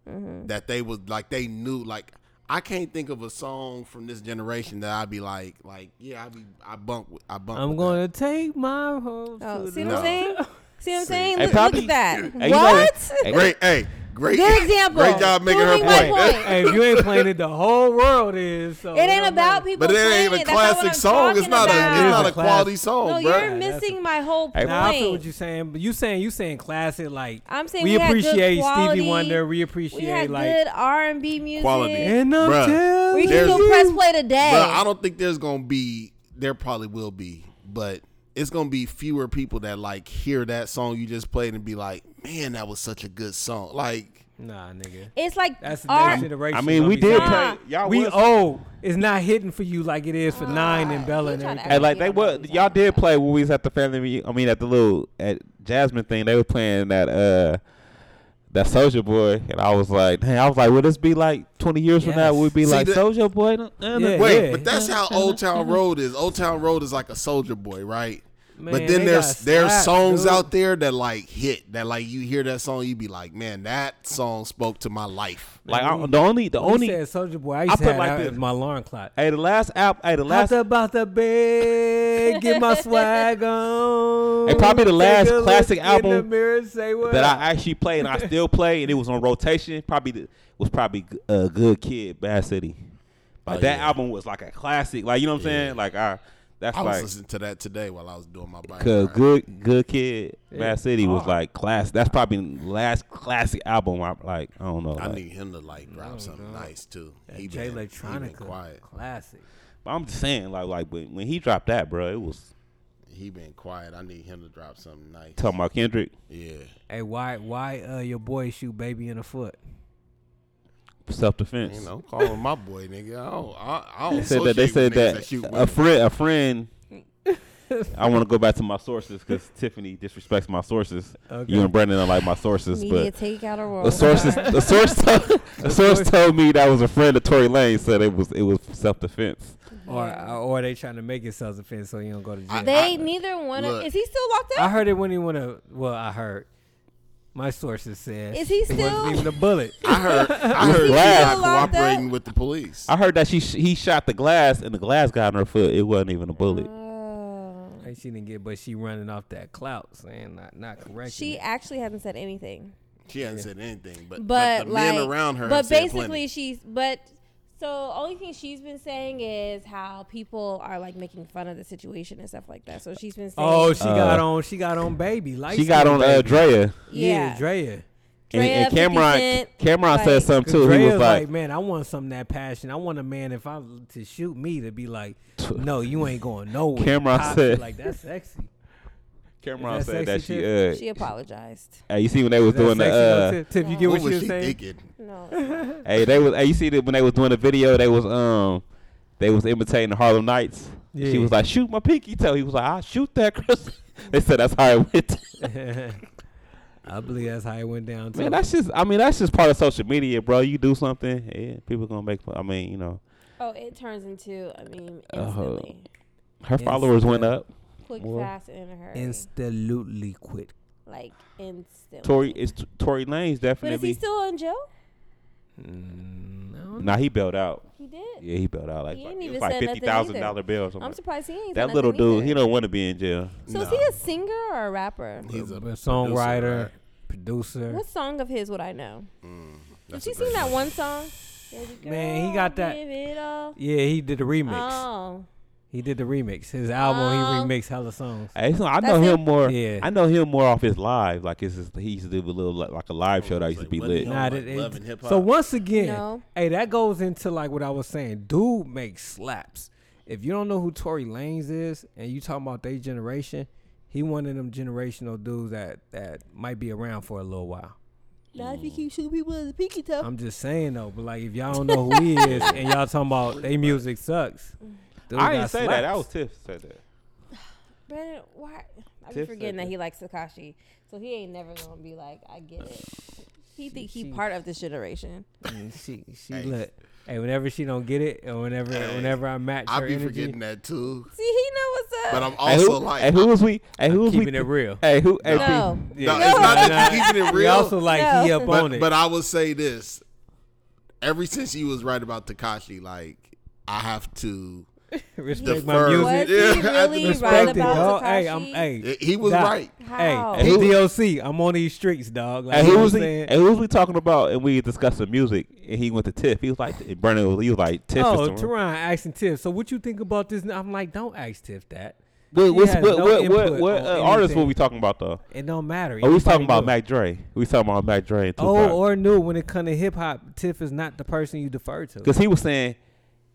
Speaker 1: Mm-hmm.
Speaker 3: that they was like they knew like I can't think of a song from this generation that I'd be like like yeah I be I bump with I bump.
Speaker 1: I'm
Speaker 3: with
Speaker 1: gonna take my whole.
Speaker 4: Oh,
Speaker 1: to
Speaker 4: see
Speaker 1: the-
Speaker 4: what I'm
Speaker 3: No.
Speaker 4: saying? See what I'm saying?
Speaker 2: Hey,
Speaker 4: Look, look
Speaker 2: Poppy.
Speaker 4: at that.
Speaker 2: hey, you know-
Speaker 4: what?
Speaker 2: hey,
Speaker 3: that. Great, hey, great,
Speaker 4: Good example.
Speaker 3: Great job making her
Speaker 4: Proving my
Speaker 3: point.
Speaker 4: point.
Speaker 1: hey, if you ain't playing it, the whole world is. So
Speaker 4: It ain't about people.
Speaker 3: But it ain't
Speaker 4: playing
Speaker 3: a
Speaker 4: That's not what
Speaker 3: classic
Speaker 4: I'm
Speaker 3: song. It's
Speaker 4: talking
Speaker 3: not a
Speaker 4: about.
Speaker 1: It
Speaker 3: it's
Speaker 1: is
Speaker 3: not
Speaker 1: a
Speaker 3: a quality
Speaker 1: classic.
Speaker 3: song,
Speaker 4: No,
Speaker 3: bro.
Speaker 4: you're
Speaker 1: that's
Speaker 4: missing my whole
Speaker 2: Hey,
Speaker 4: point.
Speaker 1: Now I feel what you're saying, but you saying you saying classic like
Speaker 4: I'm saying
Speaker 1: we,
Speaker 4: we had good
Speaker 1: appreciate
Speaker 4: quality.
Speaker 1: Stevie Wonder, we
Speaker 4: we
Speaker 1: appreciate
Speaker 4: had
Speaker 1: like
Speaker 4: good R&B music.
Speaker 3: Quality.
Speaker 1: and I'm
Speaker 3: Bruh.
Speaker 1: telling
Speaker 4: We can
Speaker 3: There's-
Speaker 4: still
Speaker 1: you.
Speaker 4: press play today.
Speaker 3: But I don't think there's gonna be. There probably will be, but it's gonna be fewer people that like hear that song you just played and be like, "Man, that was such a good song." Like,
Speaker 1: Nah, nigga,
Speaker 4: it's like
Speaker 1: that's the
Speaker 4: R-
Speaker 1: next generation.
Speaker 2: I mean,
Speaker 1: gonna
Speaker 2: we
Speaker 1: be
Speaker 2: did
Speaker 1: saying,
Speaker 2: play. Y'all
Speaker 1: we
Speaker 2: was-
Speaker 1: old. It's not hitting for you like it is for Nine and Bella and
Speaker 4: you Uh, tryna
Speaker 1: everything.
Speaker 2: Hey, like they were, y'all did play when we was at the family. reu- I mean, at the little at Jasmine thing. They were playing that uh that Soldier Boy, and I was like, dang, I was like, would this be like twenty years from now?
Speaker 1: Yes.
Speaker 2: Would it be
Speaker 3: See,
Speaker 2: like
Speaker 3: the-
Speaker 2: Soldier Boy? Uh, uh,
Speaker 1: Yeah.
Speaker 3: wait, but that's how Old Town Road is. Old Town Road is like a Soldier Boy, right?
Speaker 1: Man,
Speaker 3: but then
Speaker 1: they
Speaker 3: there's
Speaker 1: got
Speaker 3: there's
Speaker 1: slapped,
Speaker 3: songs
Speaker 1: dude.
Speaker 3: out there that like hit that like you hear that song you be like, "Man, that song spoke to my life."
Speaker 2: Like I, the only, the
Speaker 1: When you
Speaker 2: only.
Speaker 1: said Soldier Boy. I
Speaker 2: I
Speaker 1: used to
Speaker 2: put
Speaker 1: have
Speaker 2: like
Speaker 1: that
Speaker 2: this.
Speaker 1: as my alarm clock.
Speaker 2: Hey, the last app. Hey, the last.
Speaker 1: Last about the bed, get my swag on.
Speaker 2: And probably the
Speaker 1: Take
Speaker 2: last
Speaker 1: a look
Speaker 2: classic
Speaker 1: in the
Speaker 2: album
Speaker 1: mirror, say what
Speaker 2: that
Speaker 1: up.
Speaker 2: I actually played and I still play, and it was on rotation. Probably the, was probably g- a good kid, Bad City. Like
Speaker 3: Oh,
Speaker 2: that
Speaker 3: yeah.
Speaker 2: album was like a classic. Like you know what I'm saying? Like I, that's
Speaker 3: I was
Speaker 2: like
Speaker 3: listening to that today while I was doing my bike.
Speaker 2: Cause
Speaker 3: ride.
Speaker 2: good, good kid, Bad City was
Speaker 1: hard.
Speaker 2: like class. That's probably the last classic album. I'm like, I don't know.
Speaker 3: I
Speaker 2: like-
Speaker 3: need him to like drop something nice too. He
Speaker 1: Oh, J
Speaker 3: been- he been
Speaker 1: Electronica,
Speaker 3: quiet.
Speaker 1: classic.
Speaker 2: but I'm just saying, like, like when, when he dropped that, bro, it was
Speaker 3: He been quiet. I need him to drop something nice.
Speaker 2: talking about Kendrick.
Speaker 3: Yeah.
Speaker 1: Hey, why, why uh, your boy shoot baby in the foot?
Speaker 2: Self defense.
Speaker 3: You know, calling my boy, nigga. I don't. I, I don't
Speaker 2: They said that. They said that, a friend, a friend. I want to go back to my sources because Tiffany disrespects my sources.
Speaker 1: Okay.
Speaker 2: You and Brendan are like my sources,
Speaker 4: media
Speaker 2: but
Speaker 4: take out a role.
Speaker 2: the sources, the source, told, the source told me that was a friend of Tory Lane said it was it was self defense.
Speaker 1: Or, or they trying to make it self defense so you don't go to jail. I,
Speaker 4: They neither one of
Speaker 3: Look.
Speaker 4: is he still locked up?
Speaker 1: heard it when he went to. Well, I heard. My sources said
Speaker 4: Is he
Speaker 1: it wasn't
Speaker 4: still-
Speaker 1: even a bullet.
Speaker 3: I heard. I heard.
Speaker 4: He
Speaker 3: He's
Speaker 2: still
Speaker 3: not
Speaker 4: locked up?
Speaker 3: cooperating with the police.
Speaker 2: I heard that she sh- he shot the glass and the glass got in her foot. It wasn't even a bullet.
Speaker 4: Oh.
Speaker 1: And she didn't get, but she running off that clout, saying not not correct.
Speaker 4: She actually hasn't said anything.
Speaker 3: She hasn't said anything, but, but,
Speaker 4: but,
Speaker 3: the
Speaker 4: like,
Speaker 3: men around her.
Speaker 4: But basically, she's but so only thing she's been saying is how people are like making fun of the situation and stuff like that. So she's been saying,
Speaker 1: oh, she got
Speaker 2: Uh,
Speaker 1: on. She got on baby. Like
Speaker 2: She got on uh, Drea.
Speaker 1: yeah,
Speaker 4: yeah,
Speaker 1: Drea.
Speaker 2: And,
Speaker 4: Drea,
Speaker 2: and
Speaker 4: 50
Speaker 2: Cameron
Speaker 4: Cent,
Speaker 2: Cameron
Speaker 4: like-
Speaker 2: said something too.
Speaker 1: Drea's
Speaker 2: He was like,
Speaker 1: man, I want something that passion. I want a man if I to shoot me to be like, no, you ain't going nowhere.
Speaker 2: Cameron
Speaker 1: Pop it,
Speaker 2: said-
Speaker 1: like that's sexy.
Speaker 2: Cameron
Speaker 1: Is that
Speaker 2: said that
Speaker 1: sexy
Speaker 2: she
Speaker 1: too?
Speaker 2: uh,
Speaker 4: she apologized.
Speaker 2: hey, you see when they
Speaker 1: Is
Speaker 2: was
Speaker 1: that
Speaker 2: doing
Speaker 1: sexy though,
Speaker 2: the
Speaker 1: Tiff? Tiff, you get what,
Speaker 3: what was
Speaker 1: she
Speaker 3: she
Speaker 1: was saying?
Speaker 3: thinking?
Speaker 4: No,
Speaker 2: uh, hey they was hey, you see that when they was doing the video they was um they was imitating the Harlem Knights. She
Speaker 1: Yeah.
Speaker 2: was like, shoot my pinky toe. He was like, I shoot that, Chris. they said that's how it went.
Speaker 1: I believe that's how it went down. Too.
Speaker 2: Man, that's just I mean that's just part of social media, bro. You do something, yeah, people gonna make fun. I mean, you know,
Speaker 4: oh, it turns into I mean
Speaker 2: Uh,
Speaker 4: instantly,
Speaker 2: her followers went
Speaker 1: Insta-
Speaker 2: up.
Speaker 4: quick,
Speaker 2: well,
Speaker 4: fast, and in a hurry,
Speaker 1: instantly quit.
Speaker 4: like instantly.
Speaker 2: Tory is Tory Lane's
Speaker 4: but is he
Speaker 2: definitely.
Speaker 4: still in jail?
Speaker 1: Mm, I don't know.
Speaker 2: nah, he bailed out.
Speaker 4: He did.
Speaker 2: Yeah, he bailed out like,
Speaker 4: He
Speaker 2: like
Speaker 4: ain't
Speaker 2: it was
Speaker 4: even
Speaker 2: like
Speaker 4: said nothing
Speaker 2: fifty thousand
Speaker 4: either.
Speaker 2: dollar bill. Or something.
Speaker 4: I'm surprised he ain't.
Speaker 2: that
Speaker 4: said
Speaker 2: little
Speaker 4: nothing
Speaker 2: dude,
Speaker 4: either.
Speaker 2: he don't want to be in jail.
Speaker 4: So is
Speaker 3: Nah.
Speaker 4: he a singer or a rapper?
Speaker 3: He's a
Speaker 1: But songwriter,
Speaker 3: right?
Speaker 1: producer.
Speaker 4: What song of his would I know? Did
Speaker 3: That's
Speaker 4: you
Speaker 3: a great
Speaker 4: sing that
Speaker 3: one.
Speaker 4: one song? Baby
Speaker 1: Man, he
Speaker 4: girl,
Speaker 1: got that-
Speaker 4: give it all.
Speaker 1: Yeah, he did the remix.
Speaker 4: Oh,
Speaker 1: He did the remix. His album,
Speaker 4: Oh.
Speaker 1: he remixed hella songs.
Speaker 2: Hey, so I
Speaker 4: That's
Speaker 2: know him
Speaker 4: it?
Speaker 2: more.
Speaker 1: Yeah.
Speaker 2: I know him more off his live. Like it's just, he used to do a little like, like a live show that used to
Speaker 3: Like,
Speaker 2: be
Speaker 3: what he
Speaker 2: lit.
Speaker 3: on?
Speaker 1: Nah,
Speaker 3: like
Speaker 1: that- it-
Speaker 3: Love and Hip
Speaker 1: So
Speaker 3: Hop.
Speaker 1: once again,
Speaker 4: No.
Speaker 1: hey, that goes into like what I was saying. Dude makes slaps. If you don't know who Tory Lanez is, and you talking about their generation, he one of them generational dudes that that might be around for a little while.
Speaker 4: now if you keep shooting people in the pinky toe.
Speaker 1: I'm just saying though, but like if y'all don't know who he is, and y'all talking about they music sucks. dude
Speaker 2: I didn't
Speaker 1: got
Speaker 2: say that. That
Speaker 1: slaps.
Speaker 2: was Tiff said that.
Speaker 4: Brandon, why? I be
Speaker 2: Tiff
Speaker 4: forgetting
Speaker 2: said
Speaker 4: that
Speaker 2: that.
Speaker 4: he likes Takashi, so he ain't never gonna be like, I get it. He think he
Speaker 1: she-
Speaker 4: part of this generation.
Speaker 1: And Mm, she she
Speaker 3: Hey.
Speaker 1: look. Hey, whenever she don't get it, or whenever
Speaker 3: Hey,
Speaker 1: whenever I match
Speaker 3: I
Speaker 1: her
Speaker 3: be
Speaker 1: energy,
Speaker 3: forgetting that too.
Speaker 4: See, he know what's up.
Speaker 3: But I'm
Speaker 2: hey,
Speaker 3: also
Speaker 2: who,
Speaker 3: like,
Speaker 2: hey, who was we? Hey, who was we?
Speaker 1: keeping it real.
Speaker 2: Hey, who? Hey,
Speaker 4: no,
Speaker 2: P-
Speaker 3: no, it's not that you keeping it
Speaker 1: We
Speaker 3: real.
Speaker 1: also like he up
Speaker 4: No.
Speaker 1: on
Speaker 3: but,
Speaker 1: it.
Speaker 3: but I will say this: ever since you was right about Takashi, like I have to.
Speaker 1: Respect my
Speaker 3: defer.
Speaker 1: music.
Speaker 4: was
Speaker 3: Yeah,
Speaker 4: he
Speaker 3: I
Speaker 4: really
Speaker 3: just
Speaker 4: right
Speaker 1: Respect it,
Speaker 4: about
Speaker 1: dog.
Speaker 4: Takashi?
Speaker 1: Hey, I'm hey.
Speaker 3: He was
Speaker 1: Doc.
Speaker 3: right.
Speaker 4: How?
Speaker 1: Hey,
Speaker 2: Hey, who-
Speaker 1: DDOC, I'm on these streets, dog. Like,
Speaker 2: Hey,
Speaker 1: you
Speaker 2: who
Speaker 1: know
Speaker 2: was
Speaker 1: what
Speaker 2: we?
Speaker 1: I'm saying?
Speaker 2: Hey, who was we talking about? And we discussing music, and he went to Tiff. He was like, and Brennan was, he was like, Tiff.
Speaker 1: Oh,
Speaker 2: is the
Speaker 1: Teron asking Tiff. So what you think about this? I'm like, don't ask Tiff that.
Speaker 2: What,
Speaker 1: He
Speaker 2: what's,
Speaker 1: has
Speaker 2: what,
Speaker 1: no
Speaker 2: what, what,
Speaker 1: input
Speaker 2: what
Speaker 1: on
Speaker 2: uh, artist were
Speaker 1: anything.
Speaker 2: we talking about though?
Speaker 1: It don't matter.
Speaker 2: Oh, we was talking
Speaker 1: Everybody
Speaker 2: about
Speaker 1: knew.
Speaker 2: Mac Dre. We was talking about Mac Dre and
Speaker 1: Oh,
Speaker 2: Tupac.
Speaker 1: or new when it comes to hip hop, Tiff is not the person you defer to.
Speaker 2: Because he was saying,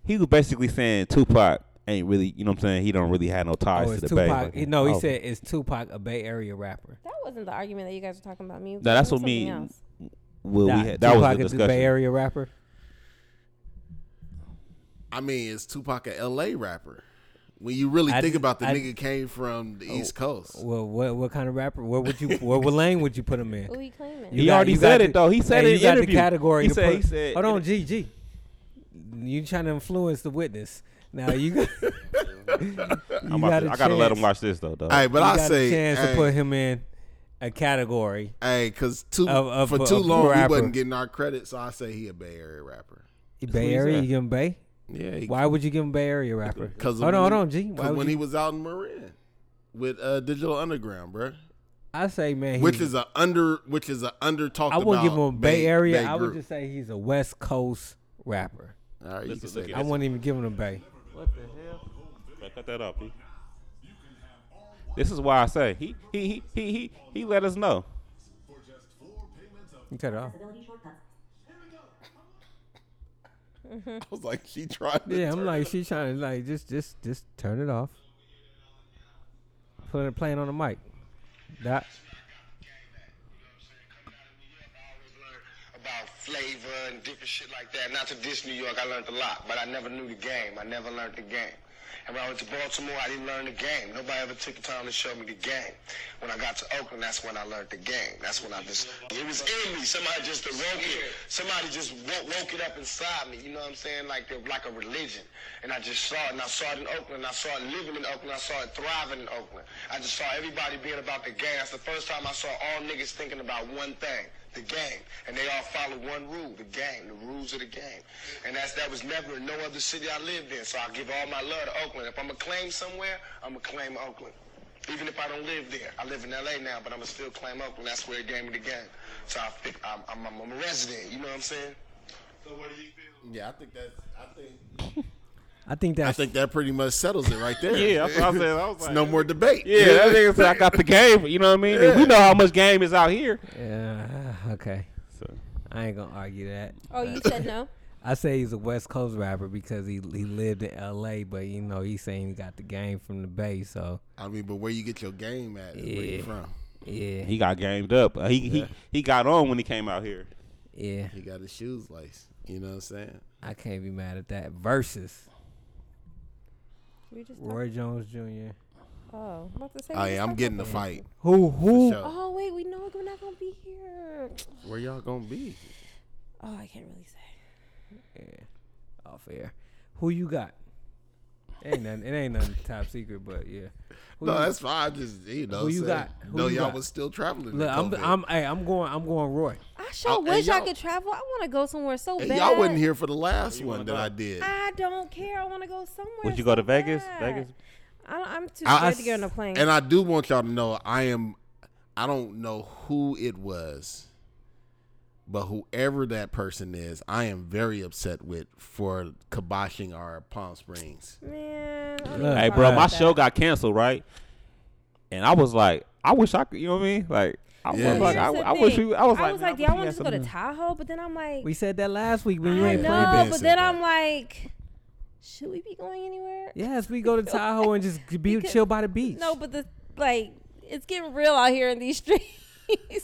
Speaker 2: he was basically saying Tupac ain't really, you know what I'm saying? He don't really have no ties
Speaker 1: Oh,
Speaker 2: to
Speaker 1: it's
Speaker 2: the Bay.
Speaker 1: Tupac.
Speaker 2: Like,
Speaker 1: No, he
Speaker 2: oh.
Speaker 1: said it's Tupac, a Bay Area rapper.
Speaker 4: That wasn't the argument that you guys were talking about. Me.
Speaker 2: No, that's what me.
Speaker 4: mean.
Speaker 2: Well, we
Speaker 1: Nah,
Speaker 2: had, that was
Speaker 1: Tupac
Speaker 2: the
Speaker 1: is the Bay
Speaker 2: discussion.
Speaker 1: Area rapper.
Speaker 3: I mean, is Tupac a LA rapper? When you really
Speaker 1: I
Speaker 3: think
Speaker 1: just-
Speaker 3: about the
Speaker 1: I- Oh,
Speaker 3: nigga came from the East Coast.
Speaker 1: Well, what what kind of rapper? What would you? what, what lane would you put him in?
Speaker 4: Who he claiming?
Speaker 1: You
Speaker 2: He
Speaker 1: got-
Speaker 2: already
Speaker 1: you
Speaker 2: said
Speaker 1: got
Speaker 2: it
Speaker 1: the-
Speaker 2: though. He said
Speaker 1: hey,
Speaker 2: it
Speaker 1: you
Speaker 2: in
Speaker 1: got
Speaker 2: interview.
Speaker 1: the category.
Speaker 2: He
Speaker 1: to
Speaker 2: said.
Speaker 1: put-
Speaker 2: he said.
Speaker 1: Hold on, GG. You trying to influence the witness? Now you. got- you
Speaker 2: I'm
Speaker 1: got
Speaker 2: about to,
Speaker 1: a
Speaker 2: I gotta let
Speaker 1: chance-
Speaker 2: him watch this though. Though.
Speaker 3: All right,
Speaker 1: You
Speaker 3: but I
Speaker 1: got
Speaker 3: say,
Speaker 1: a chance
Speaker 3: hey,
Speaker 1: to put him in a category.
Speaker 3: hey, cause too
Speaker 1: Of- of-
Speaker 3: for
Speaker 1: of
Speaker 3: too long
Speaker 1: rapper.
Speaker 3: we wasn't getting our credit, so I say he a Bay Area rapper.
Speaker 2: what
Speaker 1: Bay
Speaker 2: he
Speaker 1: Area,
Speaker 2: said.
Speaker 1: you give him Bay?
Speaker 3: Yeah, he,
Speaker 1: Why would you give him Bay Area rapper?
Speaker 3: Because
Speaker 1: hold on, hold on, G. Why
Speaker 3: Because
Speaker 1: would
Speaker 3: when
Speaker 1: you-
Speaker 3: he was out in Marin with uh, Digital Underground, bruh.
Speaker 1: I say, man,
Speaker 3: which
Speaker 1: he's-
Speaker 3: is a under which is a under talked
Speaker 1: I wouldn't give him
Speaker 3: about
Speaker 1: a Bay, Area.
Speaker 3: Bay
Speaker 1: I would
Speaker 3: group.
Speaker 1: just say he's a West Coast rapper.
Speaker 3: All right, you can
Speaker 2: Listen,
Speaker 3: say
Speaker 2: look
Speaker 3: that.
Speaker 2: at
Speaker 1: I wouldn't even give him a Bay.
Speaker 2: What the hell? cut that off, P. This is why I say he he he he he, he let us know.
Speaker 1: You cut it off.
Speaker 3: I was like, she tried. To
Speaker 1: Yeah, I'm
Speaker 3: turn
Speaker 1: like
Speaker 3: it.
Speaker 1: she trying to like just just just turn it off. Put it playing on the mic. That
Speaker 5: about flavor and different shit like that. Not to diss New York, I learned a lot, but I never knew the game. I never learned the game. And when I went to Baltimore, I didn't learn the game. Nobody ever took the time to show me the game. When I got to Oakland, that's when I learned the game. That's when I just, it was in me. Somebody just awoke it. Somebody just woke, woke it up inside me. You know what I'm saying? Like the, like a religion. And I just saw it. And I saw it in Oakland. I saw it living in Oakland. I saw it thriving in Oakland. I just saw everybody being about the game. That's the first time I saw all niggas thinking about one thing. the game. And they all follow one rule, the game, the rules of the game. And that's that was never in no other city I lived in. So I give all my love to Oakland. If I'm gonna claim somewhere, I'm gonna claim Oakland. Even if I don't live there, I live in LA now, but I'm gonna still claim Oakland. That's where it gave me the game. So I, fi- I'm, I'm, I'm, I'm a resident. You know what I'm saying? So what do you feel?
Speaker 3: Yeah, I think that's. I think.
Speaker 1: I think that's
Speaker 3: I think that pretty much settles it right there.
Speaker 2: Yeah, that's what I said. I was
Speaker 3: It's
Speaker 2: like-
Speaker 3: no more debate.
Speaker 2: Yeah, that nigga said I got the game. You know what I mean? And We know how much game is out here.
Speaker 1: yeah. Okay,
Speaker 2: So,
Speaker 1: I ain't gonna argue that.
Speaker 4: Oh, you said no.
Speaker 1: I say he's a West Coast rapper because he he lived in L.A., but you know he's saying he got the game from the Bay. So
Speaker 3: I mean, but where you get your game at? Is Where
Speaker 1: Yeah.
Speaker 3: you from?
Speaker 1: yeah,
Speaker 2: he got gamed up. Uh, He he he got on when he came out here.
Speaker 1: yeah,
Speaker 3: He got his shoes laced. You know what I'm saying?
Speaker 1: I can't be mad at that. Versus
Speaker 4: We just.
Speaker 1: Roy Jones Jr.
Speaker 4: Oh, I'm about to say.
Speaker 3: Oh
Speaker 4: we
Speaker 3: yeah,
Speaker 4: just
Speaker 3: I'm
Speaker 4: talked
Speaker 3: getting the
Speaker 4: about that.
Speaker 3: fight.
Speaker 1: Who
Speaker 3: For
Speaker 1: who?
Speaker 3: sure.
Speaker 4: Oh wait, we know we're not gonna be here.
Speaker 3: Where y'all gonna be?
Speaker 4: Oh, I can't really say.
Speaker 1: Off air. Who you got? Ain't nothing. It ain't nothing top secret, but yeah. Who
Speaker 3: No,
Speaker 1: you-
Speaker 3: that's fine. I just you know,
Speaker 1: Who you
Speaker 3: say,
Speaker 1: got? Who
Speaker 3: no,
Speaker 1: you
Speaker 3: y'all
Speaker 1: got?
Speaker 3: was still traveling.
Speaker 1: Look, I'm I'm hey, I'm going I'm going Roy.
Speaker 4: I sure
Speaker 3: Oh, and
Speaker 4: wish I
Speaker 3: y'all-
Speaker 4: could travel. I want to go somewhere so
Speaker 3: and
Speaker 4: bad.
Speaker 3: y'all wasn't here for the last
Speaker 2: You
Speaker 3: one
Speaker 2: wanna
Speaker 3: that I
Speaker 2: go?
Speaker 3: did.
Speaker 4: I don't care. I want to go somewhere.
Speaker 2: Would you go
Speaker 4: so
Speaker 2: to Vegas?
Speaker 4: bad.
Speaker 2: Vegas?
Speaker 4: I don't, I'm too
Speaker 3: I-
Speaker 4: scared
Speaker 3: I
Speaker 4: to get on a
Speaker 3: s-
Speaker 4: plane.
Speaker 3: And I do want y'all to know I am I don't know who it was, but whoever that person is, I am very upset with for kiboshing our Palm Springs.
Speaker 4: Man, I don't
Speaker 1: Look,
Speaker 4: even
Speaker 2: Hey,
Speaker 4: talk
Speaker 2: bro, my
Speaker 4: about
Speaker 2: show
Speaker 4: that.
Speaker 2: got canceled, right? And I was like, I wish I could. You know what I mean? Like, I
Speaker 3: Yeah.
Speaker 2: was like, I,
Speaker 4: Here's the
Speaker 2: I wish
Speaker 4: thing.
Speaker 2: you. I was like,
Speaker 4: I was
Speaker 2: man,
Speaker 4: like,
Speaker 2: I
Speaker 4: y'all
Speaker 2: wish
Speaker 4: want
Speaker 2: we had
Speaker 4: to just go to
Speaker 2: something-
Speaker 4: Tahoe, but then I'm like,
Speaker 1: We said that last week when you
Speaker 4: I
Speaker 1: ain't
Speaker 3: playing
Speaker 4: know,
Speaker 3: bass
Speaker 4: but
Speaker 3: in
Speaker 4: then
Speaker 3: that.
Speaker 4: I'm like, should we be going anywhere?
Speaker 1: Yes, we go to Tahoe and just be
Speaker 4: Because-
Speaker 1: chill by the beach.
Speaker 4: No, but the like, it's getting real out here in these streets.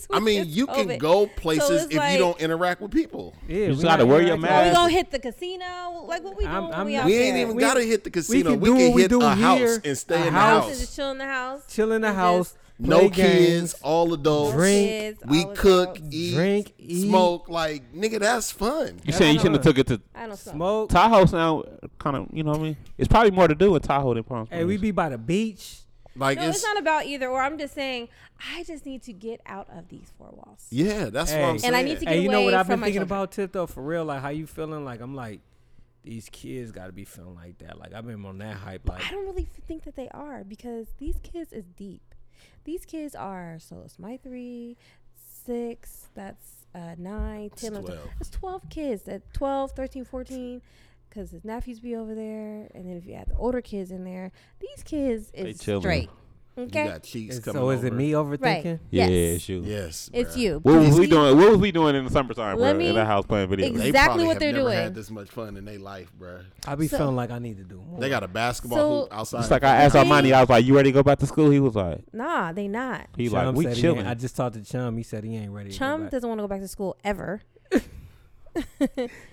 Speaker 3: I
Speaker 4: with
Speaker 3: mean,
Speaker 4: this
Speaker 3: you can
Speaker 4: COVID.
Speaker 3: go places
Speaker 4: it's
Speaker 3: if
Speaker 4: like-
Speaker 3: you don't interact with people.
Speaker 1: yeah,
Speaker 2: just
Speaker 1: we
Speaker 2: gotta
Speaker 1: not
Speaker 2: wear
Speaker 1: here
Speaker 2: your
Speaker 1: like
Speaker 4: Are we
Speaker 1: that.
Speaker 2: mask.
Speaker 4: gonna hit the casino? Like, what we doing?
Speaker 1: I'm-
Speaker 4: when
Speaker 1: I'm
Speaker 4: we
Speaker 1: not-
Speaker 4: out
Speaker 3: We
Speaker 4: there?
Speaker 3: ain't even
Speaker 1: We-
Speaker 3: gotta hit the casino. We
Speaker 1: can
Speaker 3: can,
Speaker 1: do what we
Speaker 3: hit
Speaker 1: do
Speaker 3: a house
Speaker 1: here.
Speaker 3: and stay
Speaker 1: A
Speaker 3: in the
Speaker 1: house.
Speaker 3: house.
Speaker 4: is just chill in the house.
Speaker 1: chill in the
Speaker 4: and just
Speaker 1: house.
Speaker 3: No
Speaker 1: play
Speaker 3: kids,
Speaker 1: games,
Speaker 3: all adults.
Speaker 1: drink,
Speaker 4: kids,
Speaker 3: we
Speaker 4: all
Speaker 3: cook,
Speaker 4: adults.
Speaker 3: eat,
Speaker 1: Drink, eat.
Speaker 3: smoke. Like nigga, that's fun.
Speaker 2: You said you shouldn't have took it to
Speaker 4: I don't smoke.
Speaker 1: smoke.
Speaker 2: Tahoe. Sound kind of. You know what I mean? It's probably more to do in Tahoe than Palm Springs.
Speaker 1: Hey, we be by the beach.
Speaker 3: Like
Speaker 4: No,
Speaker 3: it's,
Speaker 4: it's not about either or. I'm just saying, I just need to get out of these four walls.
Speaker 3: yeah, that's
Speaker 1: Hey.
Speaker 3: what I'm
Speaker 1: And
Speaker 3: saying.
Speaker 4: And I need to get
Speaker 1: Hey, you
Speaker 4: away
Speaker 1: know what I've
Speaker 4: from
Speaker 1: been
Speaker 4: my
Speaker 1: thinking
Speaker 4: children.
Speaker 1: about, Tip? Though, for real, like how you feeling? Like I'm like, these kids got to be feeling like that. Like I've been on that hype. Like
Speaker 4: I don't really f- think that they are because these kids is deep. These kids are so it's my three, six, that's uh, nine, ten. It's 12.
Speaker 3: 12.
Speaker 4: It's 12 kids that 12, 13, 14. Because his nephews be over there, and then if you add the older kids in there, these kids is
Speaker 2: chillin'.
Speaker 4: straight. Okay,
Speaker 3: You got cheeks
Speaker 1: and
Speaker 3: coming.
Speaker 1: so is it
Speaker 3: over.
Speaker 1: me overthinking?
Speaker 4: right?
Speaker 2: Yeah,
Speaker 4: Yes.
Speaker 2: shoot.
Speaker 3: Yes,
Speaker 4: it's
Speaker 3: bruh.
Speaker 4: you.
Speaker 2: What was we
Speaker 4: Please.
Speaker 2: doing? What was we doing in the summertime,
Speaker 4: Let
Speaker 2: bro?
Speaker 4: me-
Speaker 2: In the house playing video.
Speaker 4: Ex-
Speaker 3: They
Speaker 4: Exactly
Speaker 3: probably
Speaker 4: what
Speaker 3: have
Speaker 4: they're
Speaker 3: never
Speaker 4: doing.
Speaker 3: Had this much fun in their life, bruh.
Speaker 1: I be
Speaker 4: So-
Speaker 1: feeling like I need to do more.
Speaker 3: They got a basketball
Speaker 4: So-
Speaker 3: hoop outside.
Speaker 2: It's like I asked
Speaker 4: See?
Speaker 2: Armani. I was like, "You ready to go back to school?" He was like,
Speaker 4: Nah, they not.
Speaker 2: "He
Speaker 1: Chum
Speaker 2: like we
Speaker 1: said he ain't- I
Speaker 2: chilling."
Speaker 1: just talked to Chum. He said he ain't ready. to
Speaker 4: Chum
Speaker 1: go back.
Speaker 4: doesn't want to go back to school ever.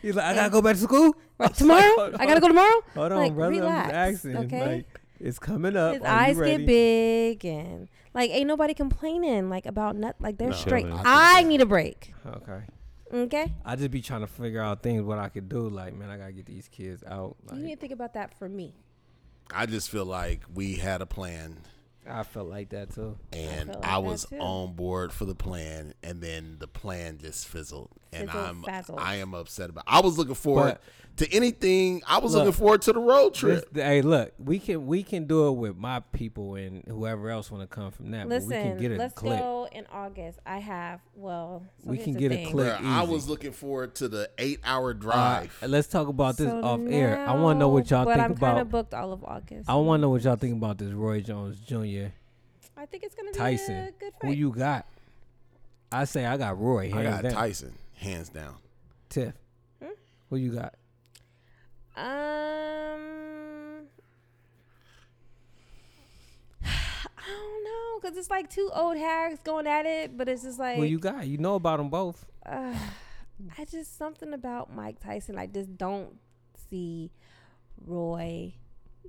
Speaker 1: He's like, I gotta go back to school I was
Speaker 4: Right,
Speaker 1: like,
Speaker 4: tomorrow?
Speaker 1: hold
Speaker 4: I gotta go
Speaker 1: on.
Speaker 4: tomorrow.
Speaker 1: Hold on,
Speaker 4: like,
Speaker 1: brother.
Speaker 4: Relax,
Speaker 1: I'm just asking.
Speaker 4: okay.
Speaker 1: Like, it's coming up.
Speaker 4: His
Speaker 1: Are you
Speaker 4: eyes
Speaker 1: ready?
Speaker 4: get big and like ain't nobody complaining like about nothing. Like they're
Speaker 2: No.
Speaker 4: straight.
Speaker 2: Chilling.
Speaker 4: I need a break.
Speaker 1: Okay.
Speaker 4: Okay.
Speaker 1: I just be trying to figure out things what I could do. Like, man, I gotta get these kids out.
Speaker 4: You need
Speaker 1: Like,
Speaker 4: to think about that for me.
Speaker 3: I just feel like we had a plan,
Speaker 1: I felt like that too.
Speaker 3: and I,
Speaker 4: felt like that
Speaker 3: was
Speaker 4: too.
Speaker 3: on board for the plan, and then the plan just fizzled, and
Speaker 4: Fizzled,
Speaker 3: I'm
Speaker 4: fazzled.
Speaker 3: I am upset about. I was looking forward to anything. I was
Speaker 1: Look,
Speaker 3: looking forward to the road
Speaker 1: This,
Speaker 3: trip.
Speaker 1: hey, look, we can we can do it with my people and whoever else want to come from that. but we can get
Speaker 4: Listen,
Speaker 1: a
Speaker 4: let's
Speaker 1: clip.
Speaker 4: go in August. I have well. So
Speaker 1: We
Speaker 4: here's
Speaker 1: can
Speaker 4: the
Speaker 1: get a
Speaker 4: thing.
Speaker 1: clip.
Speaker 3: Bruh, I
Speaker 1: easy.
Speaker 3: was looking forward to the eight-hour
Speaker 1: Uh,
Speaker 3: drive.
Speaker 1: let's talk about this
Speaker 4: So
Speaker 1: off air. I want to know
Speaker 4: now-
Speaker 1: what y'all
Speaker 4: but
Speaker 1: think
Speaker 4: I'm kinda
Speaker 1: about.
Speaker 4: booked all of August.
Speaker 1: I want to know what y'all think about this Roy Jones Jr.
Speaker 4: I think it's gonna be
Speaker 1: Tyson.
Speaker 4: a good
Speaker 1: Who
Speaker 4: fight.
Speaker 1: you got? I say I got Roy.
Speaker 3: I
Speaker 1: Hands
Speaker 3: got
Speaker 1: down.
Speaker 3: Tyson hands down.
Speaker 1: Tiff.
Speaker 4: Hmm?
Speaker 1: Who you got?
Speaker 4: Um, I don't know, cause it's like two old hags going at it, but it's just like
Speaker 1: Who you got? You know about them both.
Speaker 4: I just something about Mike Tyson. I just don't see Roy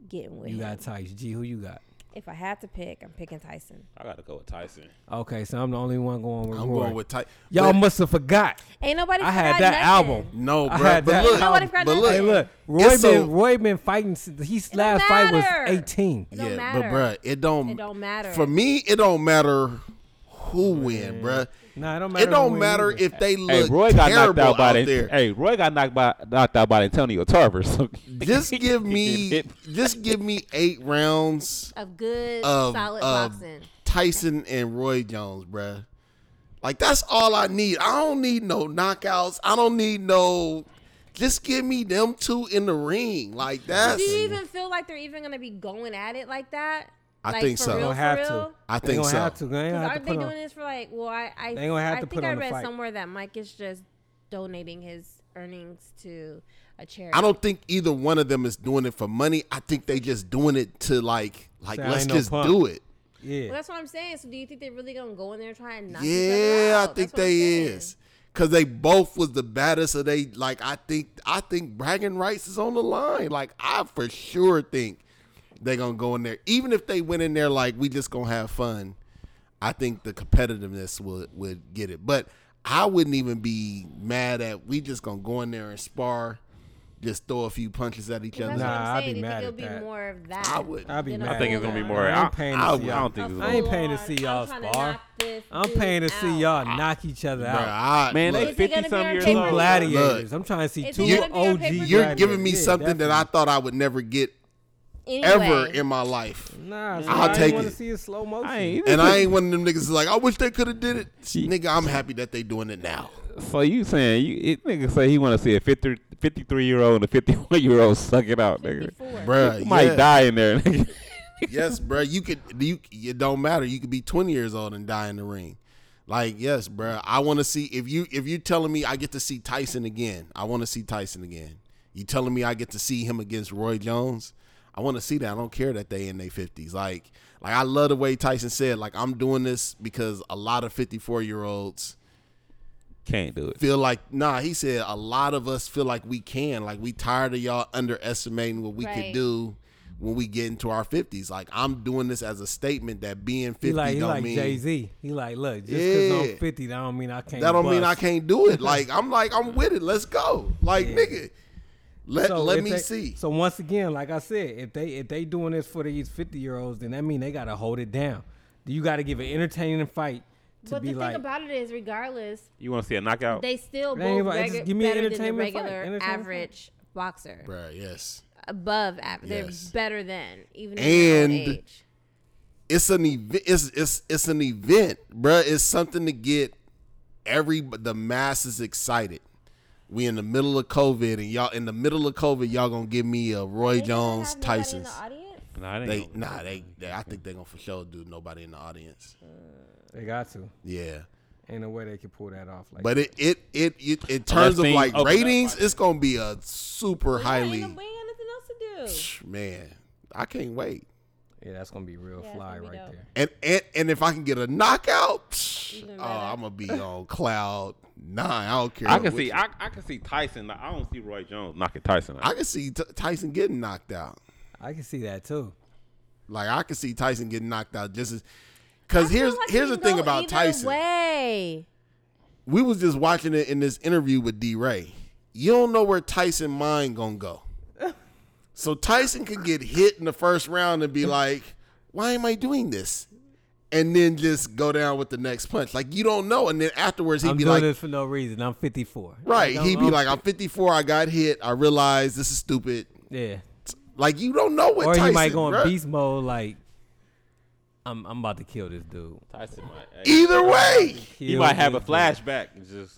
Speaker 4: getting with
Speaker 1: You
Speaker 4: him.
Speaker 1: got Tyson. G. Who you got?
Speaker 4: if I had to pick, I'm picking Tyson.
Speaker 2: I gotta go with Tyson.
Speaker 1: Okay, so I'm the only one going with
Speaker 3: I'm
Speaker 1: Roy.
Speaker 3: going with Tyson.
Speaker 1: Y'all must have forgot.
Speaker 4: Ain't nobody.
Speaker 1: I had
Speaker 4: forgot
Speaker 1: that
Speaker 4: nothing.
Speaker 1: album.
Speaker 3: No,
Speaker 1: I
Speaker 3: bro.
Speaker 1: had
Speaker 3: But
Speaker 1: that.
Speaker 3: look,
Speaker 4: Nobody forgot
Speaker 3: but
Speaker 4: nothing.
Speaker 3: look,
Speaker 1: Hey, look, Roy been
Speaker 3: It's so-
Speaker 1: Roy been fighting since his
Speaker 4: don't
Speaker 1: last fight was
Speaker 4: matter.
Speaker 1: 18.
Speaker 4: It don't
Speaker 3: yeah,
Speaker 4: matter.
Speaker 3: but bruh, it don't.
Speaker 4: It don't matter.
Speaker 3: For me, it don't matter who win, bruh.
Speaker 1: Nah, it don't matter.
Speaker 3: It don't
Speaker 1: when
Speaker 3: matter
Speaker 1: either.
Speaker 3: if they
Speaker 2: Hey,
Speaker 3: look
Speaker 2: Roy got knocked
Speaker 3: terrible
Speaker 2: out
Speaker 3: out,
Speaker 2: by the,
Speaker 3: there.
Speaker 2: Hey, Roy got knocked by knocked out by Antonio Tarver. So
Speaker 3: Just give me,
Speaker 2: It-
Speaker 3: just give me eight rounds
Speaker 6: of good,
Speaker 3: Of-
Speaker 6: solid
Speaker 3: of-
Speaker 6: boxing.
Speaker 3: Tyson and Roy Jones, bruh. Like that's all I need. I don't need no knockouts. I don't need no. Just give me them two in the ring. Like that's.
Speaker 4: Do you
Speaker 3: I
Speaker 4: even feel like they're even gonna be going at it like that?
Speaker 3: I
Speaker 4: like,
Speaker 3: think
Speaker 4: for
Speaker 3: so. They
Speaker 4: Real,
Speaker 3: gonna
Speaker 4: for
Speaker 1: have to.
Speaker 4: real?
Speaker 1: They
Speaker 3: think
Speaker 1: gonna
Speaker 3: so.
Speaker 1: have to. They gonna
Speaker 4: Because
Speaker 1: have to
Speaker 4: aren't they
Speaker 1: put
Speaker 4: doing
Speaker 1: on.
Speaker 4: this for like? Well, I I,
Speaker 1: They gonna have
Speaker 4: I
Speaker 1: to
Speaker 4: think
Speaker 1: put
Speaker 4: I
Speaker 1: on a
Speaker 4: read
Speaker 1: fight.
Speaker 4: somewhere that Mike is just donating his earnings to a charity.
Speaker 3: I don't think either one of them is doing it for money. I think they just doing it to like, like
Speaker 1: Say, I
Speaker 3: let's
Speaker 1: ain't no
Speaker 3: just
Speaker 1: punk.
Speaker 3: do it.
Speaker 4: Well,
Speaker 1: Yeah.
Speaker 4: that's what I'm saying. So do you think they're really gonna go in there and try and knock each other
Speaker 3: Yeah,
Speaker 4: out?
Speaker 3: I
Speaker 4: That's
Speaker 3: think
Speaker 4: what I'm
Speaker 3: they
Speaker 4: saying.
Speaker 3: is. Cause they both was the baddest of they like I think I think bragging rights is on the line. Like I for sure think they gonna go in there. Even if they went in there like we just gonna have fun, I think the competitiveness would would get it. But I wouldn't even be mad at we just gonna go in there and spar, just throw a few punches at each
Speaker 4: Well,
Speaker 3: other.
Speaker 4: That's
Speaker 1: Nah,
Speaker 4: what
Speaker 1: I'd
Speaker 4: I'm saying.
Speaker 1: be
Speaker 4: Do you
Speaker 1: mad
Speaker 4: think
Speaker 1: at
Speaker 4: it'll
Speaker 1: that.
Speaker 4: be more of that.
Speaker 3: I would.
Speaker 1: I'd be
Speaker 4: than a
Speaker 1: mad.
Speaker 2: I think it's gonna be
Speaker 4: full-on-
Speaker 2: more.
Speaker 1: I'm
Speaker 2: I,
Speaker 1: paying
Speaker 2: I,
Speaker 1: to see
Speaker 2: I
Speaker 1: y'all.
Speaker 2: don't think it's
Speaker 4: a
Speaker 2: gonna
Speaker 1: I ain't paying to
Speaker 4: full-on,
Speaker 1: see y'all
Speaker 4: I'm tryna
Speaker 1: spar.
Speaker 4: knock this
Speaker 1: I'm
Speaker 4: dude
Speaker 1: paying to see
Speaker 4: out.
Speaker 1: y'all knock each other
Speaker 3: Bruh,
Speaker 1: out.
Speaker 3: I-
Speaker 2: man,
Speaker 3: look,
Speaker 2: they
Speaker 4: Is he gonna
Speaker 2: fifty
Speaker 4: be
Speaker 2: some
Speaker 4: on
Speaker 2: years
Speaker 4: tape?
Speaker 1: Two
Speaker 4: Look,
Speaker 2: old.
Speaker 1: gladiators. I'm trying to see
Speaker 4: Is
Speaker 1: two
Speaker 4: he
Speaker 3: gonna
Speaker 1: OG
Speaker 3: be
Speaker 4: on pay-per-view?
Speaker 1: gladiators.
Speaker 3: you're giving me
Speaker 1: Yeah,
Speaker 3: something that I
Speaker 1: definitely.
Speaker 3: thought I would never get
Speaker 4: Anyway,
Speaker 3: ever in my life.
Speaker 1: Nah, so
Speaker 3: I'll
Speaker 1: I
Speaker 3: take
Speaker 1: want
Speaker 3: it.
Speaker 1: to see a slow motion.
Speaker 2: I ain't,
Speaker 3: And I ain't one of them niggas that's like, I wish they could have did it. Nigga, I'm happy that they doing it now.
Speaker 2: so you saying you it, nigga say he want to see a 50, 53 year old and a fifty one year old suck it out, nigga.
Speaker 4: before.
Speaker 3: Bruh,
Speaker 2: You might
Speaker 3: Uh, yeah.
Speaker 2: die in there. nigga.
Speaker 3: yes, bruh. You could you it don't matter. You could be 20 years old and die in the ring. Like, yes, bruh. I want to see if you if you telling me I get to see Tyson again. I want to see Tyson again. You telling me I get to see him against Roy Jones? I want to see that. I don't care that they in their 50s. Like, like I love the way Tyson said like I'm doing this because a lot of 54-year-olds
Speaker 2: Can't do it.
Speaker 3: feel like nah he said a lot of us feel like we can like we tired of y'all underestimating what we could
Speaker 6: Right.
Speaker 3: do when we get into our 50s like i'm doing this as a statement that being 50
Speaker 1: He like he
Speaker 3: don't
Speaker 1: like
Speaker 3: mean
Speaker 1: Jay Z. He like look just because
Speaker 3: Yeah.
Speaker 1: I'm 50, that don't mean I can't.
Speaker 3: that don't mean i
Speaker 1: bust.
Speaker 3: can't do it like i'm like i'm with it let's go like nigga let, let
Speaker 1: if
Speaker 3: me
Speaker 1: they-
Speaker 3: see
Speaker 1: So once again, like I said, if they if they doing this for these fifty year olds, then that mean they gotta hold it down. You gotta give an entertaining fight to
Speaker 6: But
Speaker 1: be
Speaker 6: the
Speaker 1: like.
Speaker 6: thing about it is, regardless,
Speaker 2: You want to see a knockout?
Speaker 6: they still
Speaker 1: It ain't
Speaker 6: both
Speaker 1: about- it
Speaker 6: regu-
Speaker 1: just give me an
Speaker 6: better than the
Speaker 1: entertainment fight,
Speaker 6: regular
Speaker 1: entertainment fight.
Speaker 6: average boxer.
Speaker 3: bruh yes
Speaker 6: Above average,
Speaker 3: Yes.
Speaker 6: they're better than even in their old
Speaker 3: And-
Speaker 6: age.
Speaker 3: it's an event. It's it's it's an event, bruh. It's something to get every the masses excited. We in the middle of COVID, and y'all in the middle of COVID, y'all gonna give me a Roy
Speaker 4: They don't
Speaker 3: Jones
Speaker 4: have nobody in
Speaker 3: Tyson.
Speaker 4: the audience?
Speaker 2: nah, it
Speaker 3: They
Speaker 2: ain't gonna-
Speaker 3: nah, they, they I think they gonna for sure do nobody in the audience.
Speaker 1: they got to.
Speaker 3: Yeah,
Speaker 1: Ain't no way they can pull that off. Like
Speaker 3: but it it it, it in terms of
Speaker 2: things
Speaker 3: like
Speaker 2: open up,
Speaker 3: ratings, it's gonna be a super
Speaker 4: Yeah, ain't
Speaker 3: highly
Speaker 4: no- we ain't got nothing else to do.
Speaker 3: man. I can't wait.
Speaker 1: yeah, that's gonna be real
Speaker 4: Yeah, it's
Speaker 1: fly
Speaker 4: gonna
Speaker 1: right
Speaker 4: be dope.
Speaker 1: there.
Speaker 3: And, and and if I can get a knockout,
Speaker 4: Even
Speaker 3: oh,
Speaker 4: better.
Speaker 3: I'm gonna be on cloud nine. I don't care.
Speaker 2: I can
Speaker 3: which
Speaker 2: see. I, I can see Tyson. I don't see Roy Jones knocking Tyson out.
Speaker 3: I can see T- Tyson getting knocked out.
Speaker 1: I can see that too.
Speaker 3: Like I can see Tyson getting knocked out just as because here's
Speaker 4: feel like
Speaker 3: here's
Speaker 4: we
Speaker 3: the
Speaker 4: can
Speaker 3: thing
Speaker 4: go
Speaker 3: about
Speaker 4: either
Speaker 3: Tyson.
Speaker 4: Way.
Speaker 3: We was just watching it in this interview with D. Ray. You don't know where Tyson mind gonna go. So Tyson could get hit in the first round and be like, "Why am I doing this?" And then just go down with the next punch. Like you don't know. And then afterwards he'd
Speaker 1: I'm
Speaker 3: be
Speaker 1: doing
Speaker 3: like,
Speaker 1: this for no reason. I'm 54.
Speaker 3: "Right."
Speaker 1: I'm-
Speaker 3: He'd be
Speaker 1: I'm-
Speaker 3: like, "I'm 54. I got hit. I realized this is stupid."
Speaker 1: yeah.
Speaker 3: Like you don't know what.
Speaker 1: Or
Speaker 3: Tyson,
Speaker 1: he might go in
Speaker 3: bruh.
Speaker 1: beast mode. Like, I'm I'm about to kill this dude.
Speaker 2: Tyson might.
Speaker 3: Either way.
Speaker 2: He
Speaker 1: Kill
Speaker 2: might have a
Speaker 1: this dude.
Speaker 2: flashback. and Just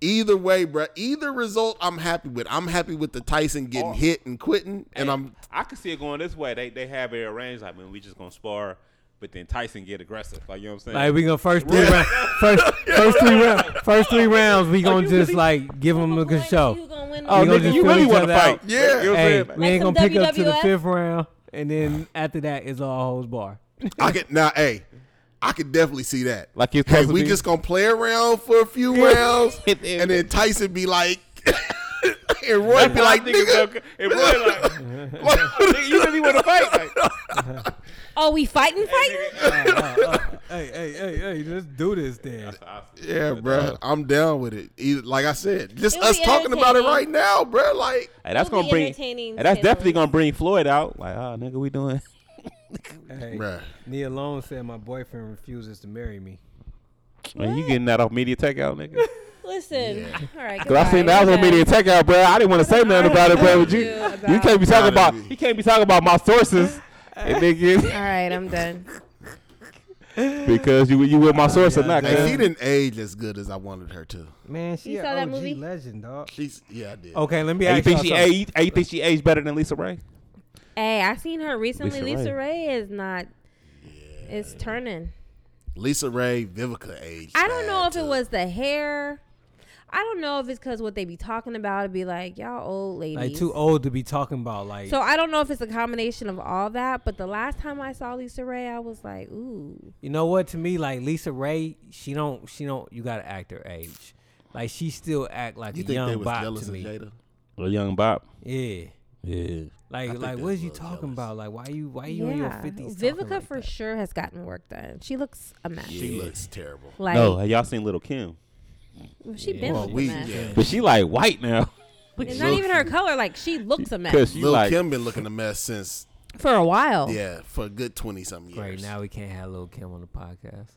Speaker 3: Either way, bruh, Either result, I'm happy with. I'm happy with the Tyson getting hit and quitting, and I'm
Speaker 2: I could see it going this way. They they have it arranged. Like, man, we just gonna spar, but then Tyson get aggressive. Like, you know what I'm saying?
Speaker 1: Like we gonna first three rounds, first first three rounds, first three rounds. We
Speaker 4: Oh,
Speaker 1: gonna just like give them a good show.
Speaker 4: Who gonna win
Speaker 1: Oh,
Speaker 4: the-
Speaker 1: we gonna
Speaker 2: nigga,
Speaker 1: just
Speaker 2: you
Speaker 1: feel
Speaker 2: really
Speaker 1: each
Speaker 2: want to
Speaker 1: other
Speaker 2: fight?
Speaker 1: out.
Speaker 3: Yeah.
Speaker 2: Like, you know what I'm
Speaker 1: Hey,
Speaker 2: saying?
Speaker 1: we ain't
Speaker 4: some
Speaker 1: gonna pick up to the
Speaker 4: WWF?
Speaker 1: fifth round, and then after that is all hoes bar.
Speaker 3: I could now. Hey, I could definitely see that.
Speaker 2: Like you're
Speaker 3: hey,
Speaker 2: supposed to
Speaker 3: we
Speaker 2: be-
Speaker 3: just gonna play around for a few rounds, and then Tyson be like, and Roy
Speaker 2: That's
Speaker 3: be
Speaker 2: how
Speaker 3: like,
Speaker 2: niggas
Speaker 3: nigga,
Speaker 2: go- and Roy like, nigga, you really want to fight? Like,
Speaker 4: Oh, we fighting, fighting?
Speaker 1: hey, hey, hey, hey, let's do this then.
Speaker 3: yeah, bruh, I'm down with it. Either, like I said, just
Speaker 4: It'll
Speaker 3: us
Speaker 4: be
Speaker 3: talking about it
Speaker 4: entertaining.
Speaker 3: right now, bruh. Like,
Speaker 2: Hey, that's
Speaker 4: It'll
Speaker 2: gonna
Speaker 4: be
Speaker 2: bring.
Speaker 4: entertaining
Speaker 2: Hey, that's
Speaker 4: schedules.
Speaker 2: definitely gonna bring Floyd out. Like, ah, nigga, we doing?
Speaker 1: Hey,
Speaker 3: bruh,
Speaker 1: Nia Long said my boyfriend refuses to marry me.
Speaker 2: Man, you getting that off media takeout, nigga?
Speaker 7: Listen, all right.
Speaker 2: Cause I seen that was on media takeout, bro. I didn't want to say nothing about it, bro. But you, you can't be talking about, you can't be talking about my sources, and
Speaker 4: All
Speaker 2: nigga,
Speaker 4: right, I'm done.
Speaker 2: because you you with my source or not,
Speaker 3: Like,
Speaker 2: cuz.
Speaker 3: she didn't age as good as I wanted her to.
Speaker 1: Man, she
Speaker 4: You
Speaker 1: a
Speaker 4: saw that
Speaker 1: OG
Speaker 4: movie?
Speaker 1: legend, dog.
Speaker 3: She's yeah, I did.
Speaker 1: Okay, let me
Speaker 2: Hey,
Speaker 1: ask
Speaker 2: you
Speaker 1: you
Speaker 2: think she
Speaker 1: something.
Speaker 3: E?
Speaker 2: aged? Hey, you think she aged better than Lisa Ray?
Speaker 4: Hey, I seen her recently.
Speaker 2: Lisa
Speaker 4: Lisa,
Speaker 2: Ray.
Speaker 4: Ray. is not. It's turning.
Speaker 3: Lisa Ray, Vivica aged.
Speaker 4: I don't know
Speaker 3: bad,
Speaker 4: if it
Speaker 3: too.
Speaker 4: was the hair. I don't know if it's because what they be talking about. It'd be like y'all old ladies.
Speaker 1: Like too old to be talking about like
Speaker 4: So I don't know if it's a combination of all that. But the last time I saw Lisa Ray, I was like, ooh,
Speaker 1: You know what? To me, like Lisa Ray, she don't, she don't. You gotta act her age. Like she still act like
Speaker 3: You
Speaker 1: a
Speaker 3: think they
Speaker 1: young
Speaker 3: was
Speaker 1: bop
Speaker 3: jealous
Speaker 1: to
Speaker 3: of
Speaker 1: me.
Speaker 3: Jada?
Speaker 2: A young Bob.
Speaker 1: Yeah.
Speaker 2: Yeah.
Speaker 1: Like,
Speaker 3: think
Speaker 1: like,
Speaker 3: they
Speaker 1: what is
Speaker 3: was
Speaker 1: you
Speaker 3: a little
Speaker 1: talking
Speaker 3: jealous.
Speaker 1: about? Like, why you, why you in your
Speaker 4: yeah.
Speaker 1: fifties?
Speaker 4: Vivica
Speaker 1: like
Speaker 4: for
Speaker 1: that?
Speaker 4: sure has gotten work done. She looks a mess.
Speaker 3: She looks terrible.
Speaker 4: Like
Speaker 2: No, have y'all seen Little Kim?
Speaker 4: she been
Speaker 3: Well,
Speaker 4: looking
Speaker 3: we
Speaker 4: a mess.
Speaker 3: yeah.
Speaker 2: But she like white now.
Speaker 4: It's not even her color. Like she looks a
Speaker 2: Cause
Speaker 4: mess
Speaker 2: she
Speaker 3: Lil
Speaker 2: like
Speaker 3: Kim been looking a mess since
Speaker 4: for a while.
Speaker 3: yeah for a good twenty something years.
Speaker 1: Great. Now we can't have Lil Kim on the podcast.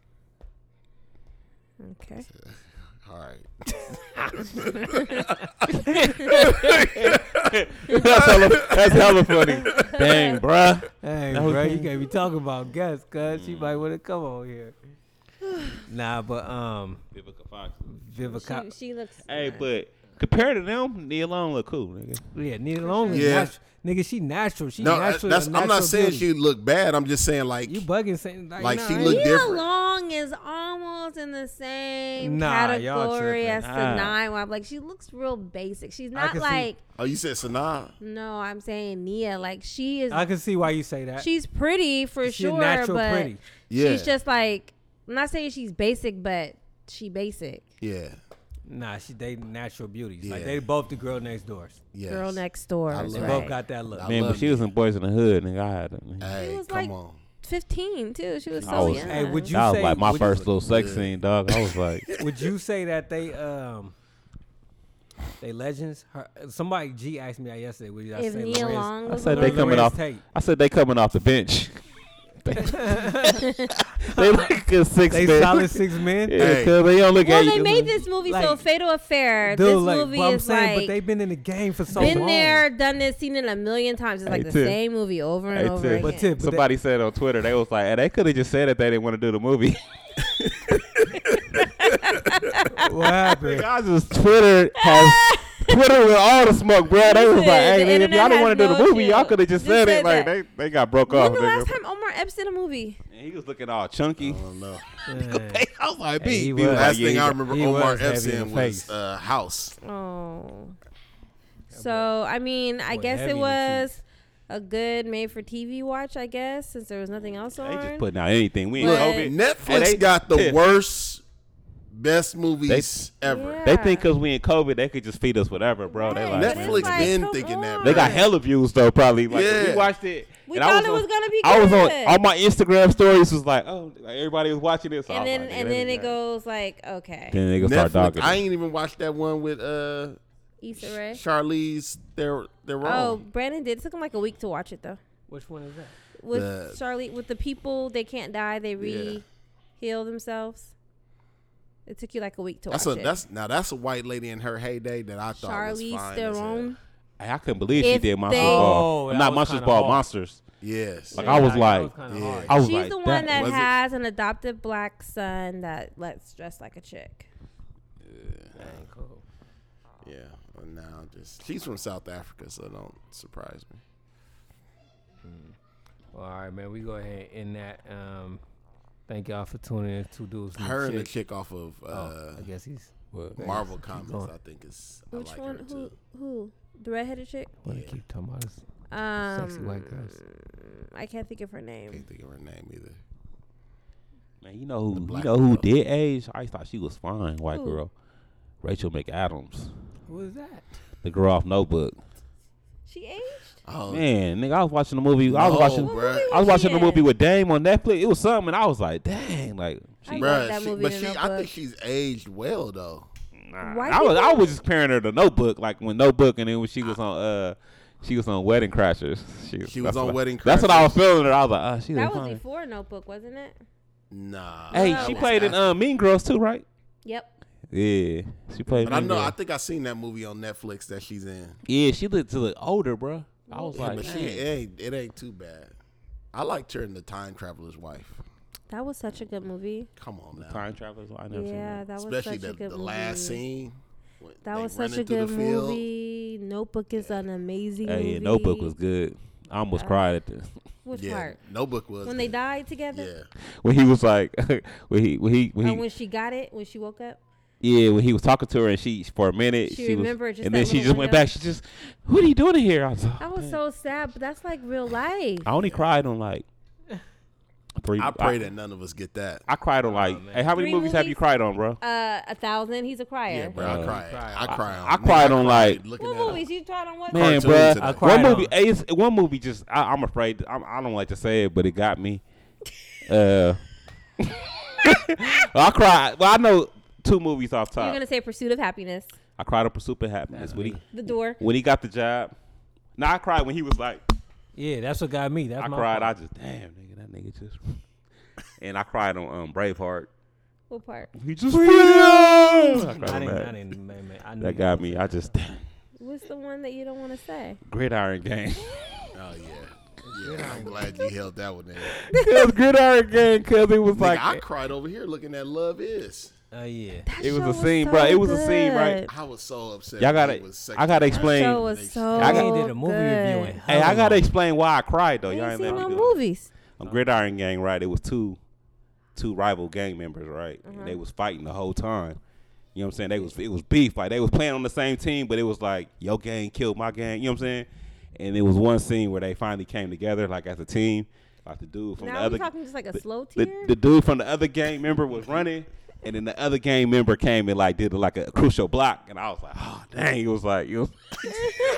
Speaker 4: Okay.
Speaker 3: all right.
Speaker 2: that's hella, that's hella funny. Dang, bruh.
Speaker 1: Hey,
Speaker 2: Lil
Speaker 1: bro, you
Speaker 2: Kim.
Speaker 1: can't be talking about guests, cause
Speaker 3: Mm.
Speaker 1: she might want to come on here. nah, but um,
Speaker 2: Vivica Fox.
Speaker 1: Vivica,
Speaker 4: She, she looks.
Speaker 2: Hey, but compared to them, Nia Long look cool, nigga.
Speaker 1: yeah, Nia Long,
Speaker 3: Yeah.
Speaker 1: yeah, nigga, she natural. She
Speaker 3: No, uh,
Speaker 1: natural.
Speaker 3: that's,
Speaker 1: a
Speaker 3: I'm
Speaker 1: natural
Speaker 3: not saying
Speaker 1: beauty.
Speaker 3: she looked bad. I'm just saying like
Speaker 1: You bugging saying like,
Speaker 3: Like,
Speaker 1: nah,
Speaker 3: she
Speaker 1: I ain't
Speaker 3: look
Speaker 4: Nia
Speaker 3: different.
Speaker 4: Long is almost in the same
Speaker 1: Nah, y'all
Speaker 4: category
Speaker 1: tripping.
Speaker 4: as
Speaker 2: Ah.
Speaker 4: Sinai. Where I'm like, she looks real basic. She's not
Speaker 1: can see-
Speaker 4: like.
Speaker 3: oh you said Sanaa.
Speaker 4: No, I'm saying Nia. Like she is.
Speaker 1: I can see why you say that.
Speaker 4: she's pretty for
Speaker 1: She a
Speaker 4: sure,
Speaker 1: natural
Speaker 4: but
Speaker 1: pretty.
Speaker 3: Yeah.
Speaker 4: she's just like. I'm not saying she's basic, but she basic.
Speaker 3: Yeah,
Speaker 1: Nah, she they natural beauties. Like
Speaker 3: Yeah.
Speaker 1: they both the girl next doors.
Speaker 3: yeah.
Speaker 4: Girl next door.
Speaker 3: I
Speaker 4: is
Speaker 1: They
Speaker 3: love-
Speaker 4: right.
Speaker 1: both got that look.
Speaker 3: I
Speaker 2: Man,
Speaker 3: love Uh,
Speaker 2: but she was in Boys in the Hood, nigga. I had that, nigga.
Speaker 3: Hey,
Speaker 4: was
Speaker 3: come
Speaker 4: like-
Speaker 3: on.
Speaker 4: 15 too. She was
Speaker 2: I
Speaker 4: so
Speaker 2: was-
Speaker 4: young.
Speaker 1: Hey, would you
Speaker 2: That was
Speaker 1: say
Speaker 2: like my
Speaker 1: would
Speaker 2: first little sex
Speaker 3: Yeah.
Speaker 2: scene, dog. I was like,
Speaker 1: You, would you say that they um they legends? Her, somebody G asked me that yesterday. Would you I
Speaker 4: if
Speaker 1: say
Speaker 4: Nia
Speaker 1: Lorenz-
Speaker 4: Long
Speaker 2: I
Speaker 4: was
Speaker 2: said they
Speaker 1: Lorenz
Speaker 2: coming off.
Speaker 1: Tate.
Speaker 2: I said they coming off the bench. they, they like a six.
Speaker 1: They
Speaker 2: man.
Speaker 1: solid six men.
Speaker 2: Yeah,
Speaker 3: Hey.
Speaker 2: cause they don't look
Speaker 4: Well,
Speaker 2: at
Speaker 4: they
Speaker 2: you.
Speaker 4: made this movie so
Speaker 1: Like,
Speaker 4: Fatal Affair.
Speaker 1: Dude,
Speaker 4: this
Speaker 1: like,
Speaker 4: movie
Speaker 1: but I'm
Speaker 4: is
Speaker 1: saying,
Speaker 4: like
Speaker 1: but they've been in the game for so
Speaker 4: been
Speaker 1: long.
Speaker 4: there, done this, seen it a million times. It's like
Speaker 2: Hey,
Speaker 4: the
Speaker 2: Tiff.
Speaker 4: same movie over and
Speaker 2: Hey,
Speaker 4: over
Speaker 2: Tiff.
Speaker 4: again.
Speaker 1: But Tiff, but they-
Speaker 2: Somebody said on Twitter they was like, hey, they could have just said that they didn't want to do the movie.
Speaker 1: what happened?
Speaker 2: I just Twitter has Twitter with all the smoke, bro. They was like,
Speaker 4: Listen,
Speaker 2: hey,
Speaker 4: the
Speaker 2: nigga, if y'all
Speaker 4: internet
Speaker 2: didn't want
Speaker 4: has
Speaker 2: to do the
Speaker 4: no
Speaker 2: movie, y'all
Speaker 4: chill.
Speaker 2: could have just
Speaker 4: Just
Speaker 2: said it.
Speaker 4: said
Speaker 2: Like they,
Speaker 4: that.
Speaker 2: they got broke
Speaker 4: when
Speaker 2: off.
Speaker 4: the
Speaker 2: nigga. Oh,
Speaker 4: last time Omar Epps did a movie?
Speaker 2: And he was looking all chunky.
Speaker 3: I don't know.
Speaker 1: Yeah.
Speaker 2: I was like,
Speaker 1: Hey, he
Speaker 2: B,
Speaker 1: was-
Speaker 3: Last
Speaker 2: yeah,
Speaker 3: thing
Speaker 2: he
Speaker 3: I
Speaker 2: was-
Speaker 3: remember
Speaker 1: he
Speaker 3: Omar
Speaker 1: was heavy
Speaker 3: Epps
Speaker 1: in the
Speaker 3: in was
Speaker 1: face.
Speaker 3: uh, House.
Speaker 4: Oh. So I mean, I
Speaker 1: Boy,
Speaker 4: guess
Speaker 1: heavy
Speaker 4: it
Speaker 1: in the
Speaker 4: was a good made-for-TV watch. I guess since there was nothing else
Speaker 2: They
Speaker 4: on.
Speaker 2: just putting out anything. We ain't
Speaker 4: Look,
Speaker 2: COVID.
Speaker 3: Netflix
Speaker 2: And they-
Speaker 3: got the
Speaker 2: Yeah.
Speaker 3: worst, best movies ever.
Speaker 4: Yeah.
Speaker 2: They think because we in COVID, they could just feed us whatever, bro. They
Speaker 4: Right,
Speaker 2: like,
Speaker 4: but
Speaker 2: man,
Speaker 3: Netflix
Speaker 4: it's
Speaker 3: been
Speaker 4: come
Speaker 3: thinking that,
Speaker 4: on.
Speaker 2: They got hella views though, probably. Like
Speaker 3: Yeah.
Speaker 2: we watched it.
Speaker 4: We
Speaker 2: and I
Speaker 4: thought it
Speaker 2: on-
Speaker 4: was gonna be
Speaker 2: I was on
Speaker 4: good.
Speaker 2: all my Instagram stories was like, oh, like everybody was watching this. So I
Speaker 4: And
Speaker 2: was
Speaker 4: then
Speaker 2: like,
Speaker 4: and
Speaker 2: nigga,
Speaker 4: then
Speaker 2: they
Speaker 4: it
Speaker 2: got-
Speaker 4: goes like, okay,
Speaker 2: Then they go start
Speaker 3: Netflix.
Speaker 2: dogging.
Speaker 3: I
Speaker 2: us.
Speaker 3: ain't even watched that one with uh
Speaker 4: Issa Rae.
Speaker 3: Charlize. They're they're
Speaker 4: Oh,
Speaker 3: wrong.
Speaker 4: Brandon did. It took him like a week to watch it though.
Speaker 1: Which one is that?
Speaker 4: with
Speaker 3: The-
Speaker 4: Charlie with the people they can't die they re
Speaker 3: Yeah.
Speaker 4: heal themselves. It took you like a week to
Speaker 3: that's a
Speaker 4: watch it.
Speaker 3: that's now that's a white lady in her heyday that I thought was
Speaker 4: Charlize
Speaker 3: fine. as hell.
Speaker 4: Theron.
Speaker 2: Hey, I couldn't believe she
Speaker 4: If
Speaker 2: did Monsters
Speaker 4: they-
Speaker 2: Ball.
Speaker 1: Oh,
Speaker 2: I'm
Speaker 1: that
Speaker 2: not
Speaker 1: was
Speaker 2: Monsters
Speaker 1: kinda
Speaker 2: Ball
Speaker 1: hard.
Speaker 2: Monsters.
Speaker 3: Yes.
Speaker 2: Like I was
Speaker 1: that
Speaker 2: like,
Speaker 1: kinda
Speaker 3: Yeah.
Speaker 1: hard.
Speaker 2: I was
Speaker 4: She's
Speaker 2: like,
Speaker 4: the one that,
Speaker 3: Was it-
Speaker 4: has an adopted black son that lets dress like a chick.
Speaker 3: yeah. Well, Now just she's from South Africa, so don't surprise me.
Speaker 1: Well, all right, man. We go ahead and end that. Um, thank y'all for tuning in. Two dudes. and a
Speaker 3: Her and the
Speaker 1: chick.
Speaker 3: chick off of uh,
Speaker 1: Oh, I guess he's.
Speaker 3: Marvel Comics, I think is I
Speaker 4: Which
Speaker 3: like her
Speaker 4: one? Who?
Speaker 3: too.
Speaker 4: Who? The redheaded chick.
Speaker 1: Want to keep talking about this
Speaker 4: Um,
Speaker 1: sexy white girls?
Speaker 4: Mm, I can't think of her
Speaker 3: I
Speaker 4: name.
Speaker 3: can't think of her name either.
Speaker 2: man, you know who? You
Speaker 3: black
Speaker 2: know who
Speaker 3: girl.
Speaker 2: did age? I thought she was fine, white
Speaker 4: Who?
Speaker 2: girl. Rachel McAdams,
Speaker 1: Who is that?
Speaker 2: the girl off Notebook.
Speaker 4: She aged.
Speaker 3: Oh
Speaker 2: Man, nigga, I was watching the movie. I was
Speaker 3: no,
Speaker 2: watching.
Speaker 3: bruh.
Speaker 4: movie
Speaker 2: I was
Speaker 4: was she
Speaker 2: watching the movie
Speaker 4: in?
Speaker 2: with Dame on Netflix. It was something, and I was like, dang, like. She,
Speaker 4: I
Speaker 3: Bruh,
Speaker 4: like that
Speaker 3: she-
Speaker 4: movie
Speaker 3: but
Speaker 4: in
Speaker 3: she,
Speaker 4: her
Speaker 3: I
Speaker 4: book.
Speaker 3: think she's aged well though.
Speaker 2: Nah,
Speaker 4: White
Speaker 2: I was I
Speaker 4: people-
Speaker 2: was just comparing her to Notebook, like when Notebook, and then when she was on uh, she was on Wedding Crashers. She,
Speaker 3: She was
Speaker 2: that's
Speaker 3: on
Speaker 2: what I-
Speaker 3: Wedding
Speaker 2: That's what I was
Speaker 3: Crashers.
Speaker 2: feeling. Her, I was like, oh, she
Speaker 4: That
Speaker 2: was
Speaker 4: was Oh,
Speaker 2: fine.
Speaker 4: before Notebook, wasn't it?
Speaker 3: Nah.
Speaker 2: Hey,
Speaker 3: that
Speaker 2: she
Speaker 3: was
Speaker 2: played in
Speaker 3: nasty.
Speaker 2: uh, Mean Girls too, right?
Speaker 4: Yep.
Speaker 2: Yeah, she played.
Speaker 3: But I
Speaker 2: Mean
Speaker 3: know. I
Speaker 2: Girls.
Speaker 3: think I seen that movie on Netflix that she's in.
Speaker 2: yeah, she looked to look older, bro. I was
Speaker 3: Yeah,
Speaker 2: like,
Speaker 3: but she,
Speaker 2: "Dang."
Speaker 3: it ain't it ain't too bad. I liked her in the Time Traveler's Wife.
Speaker 4: That was such a good movie.
Speaker 3: Come on now,
Speaker 2: time travelers. I never seen
Speaker 4: Yeah,
Speaker 2: that.
Speaker 4: that was
Speaker 3: especially
Speaker 4: such a
Speaker 3: the,
Speaker 4: good
Speaker 3: the
Speaker 4: movie.
Speaker 3: last scene. when
Speaker 4: That
Speaker 3: they
Speaker 4: was such
Speaker 3: running
Speaker 4: a
Speaker 3: through
Speaker 4: good
Speaker 3: the field.
Speaker 4: movie. Notebook is an amazing
Speaker 2: Hey,
Speaker 4: movie.
Speaker 2: yeah, Notebook was good. I almost cried at this
Speaker 4: Which
Speaker 3: Yeah,
Speaker 4: part?
Speaker 3: Notebook was
Speaker 4: When they
Speaker 3: good.
Speaker 4: died together?
Speaker 3: Yeah,
Speaker 2: when he was like, when he, when he, when
Speaker 4: Or
Speaker 2: he,
Speaker 4: when she got it, when she woke up?
Speaker 2: yeah, when he was talking to her and she for a minute,
Speaker 4: She
Speaker 2: she, was,
Speaker 4: remembered just
Speaker 2: and
Speaker 4: that
Speaker 2: then she
Speaker 4: little
Speaker 2: just went
Speaker 4: window.
Speaker 2: back. She just, what are you doing in here? I was, like,
Speaker 4: I was so sad, but that's like real life.
Speaker 2: I only cried on like three.
Speaker 3: I pray that none of us get that.
Speaker 2: I cried on like, hey, how many
Speaker 4: Three
Speaker 2: movies, have you
Speaker 4: movies?
Speaker 2: cried on, bro?
Speaker 4: Uh, a thousand. He's a crier.
Speaker 3: Yeah, bro,
Speaker 2: Uh,
Speaker 3: I cried. I
Speaker 2: I-
Speaker 3: cried.
Speaker 2: I cried on, like-
Speaker 3: looking
Speaker 8: What
Speaker 3: at her.
Speaker 8: movies you tried on what?
Speaker 2: Man,
Speaker 3: Cartoons
Speaker 2: bro,
Speaker 3: and I
Speaker 2: one
Speaker 1: cried
Speaker 2: movie,
Speaker 1: on.
Speaker 2: hey, it's, one movie just, I, I'm afraid, I'm, I don't like to say it, but it got me. Uh, I cried. Well, I know two movies off top.
Speaker 4: You're gonna say Pursuit of Happiness,
Speaker 2: I cried on Pursuit of Happiness when he
Speaker 4: The Door.
Speaker 2: when he got the job. Now I cried when he was like,
Speaker 1: Yeah, that's what got me. That's
Speaker 2: I
Speaker 1: my
Speaker 2: cried. I
Speaker 1: fault.
Speaker 2: just damn nigga, that nigga just. And I cried on um, Braveheart.
Speaker 4: What part?
Speaker 2: He just freedom. I cried
Speaker 1: I
Speaker 2: on
Speaker 1: didn't. I
Speaker 2: that.
Speaker 1: didn't. Man, man, I knew
Speaker 2: That
Speaker 1: you.
Speaker 2: got me. I just damn,
Speaker 4: What's the one that you don't want to say?
Speaker 2: gridiron gang.
Speaker 3: Oh yeah, yeah. I'm glad you held that one in.
Speaker 2: Cause gridiron gang, cause it was
Speaker 3: Like
Speaker 2: like
Speaker 3: I cried over here looking at Love Is.
Speaker 1: Oh yeah.
Speaker 4: That
Speaker 2: It was
Speaker 4: show
Speaker 2: a scene, bruh. It was a scene, right?
Speaker 4: good.
Speaker 3: I was so upset.
Speaker 2: y'all
Speaker 3: when
Speaker 2: gotta.
Speaker 3: it was
Speaker 2: I gotta
Speaker 3: sexual.
Speaker 4: That
Speaker 2: explain.
Speaker 4: show was so.
Speaker 1: I ain't did a movie
Speaker 4: good.
Speaker 1: review. in
Speaker 2: hey, I
Speaker 1: hella
Speaker 2: gotta
Speaker 1: long.
Speaker 2: explain why I cried though. Oh,
Speaker 4: I
Speaker 2: Y'all
Speaker 4: ain't
Speaker 2: ain't let
Speaker 4: seen
Speaker 2: me do
Speaker 4: no
Speaker 2: it.
Speaker 4: movies.
Speaker 2: on Gridiron Gang, right? It was two two rival gang members, right?
Speaker 4: Uh-huh.
Speaker 2: And they was fighting the whole time. You know what I'm saying? They was it was beef. Like they was playing on the same team, but it was like your gang killed my gang. You know what I'm saying? And it was one scene where they finally came together, like as a team. Like the dude from the
Speaker 4: Now
Speaker 2: other
Speaker 4: we're talking just like a
Speaker 2: the,
Speaker 4: slow
Speaker 2: the-
Speaker 4: tier.
Speaker 2: the dude from the other gang member was running, and then the other gang member came and like did like a crucial block, and I was like, oh dang, it was like you, know,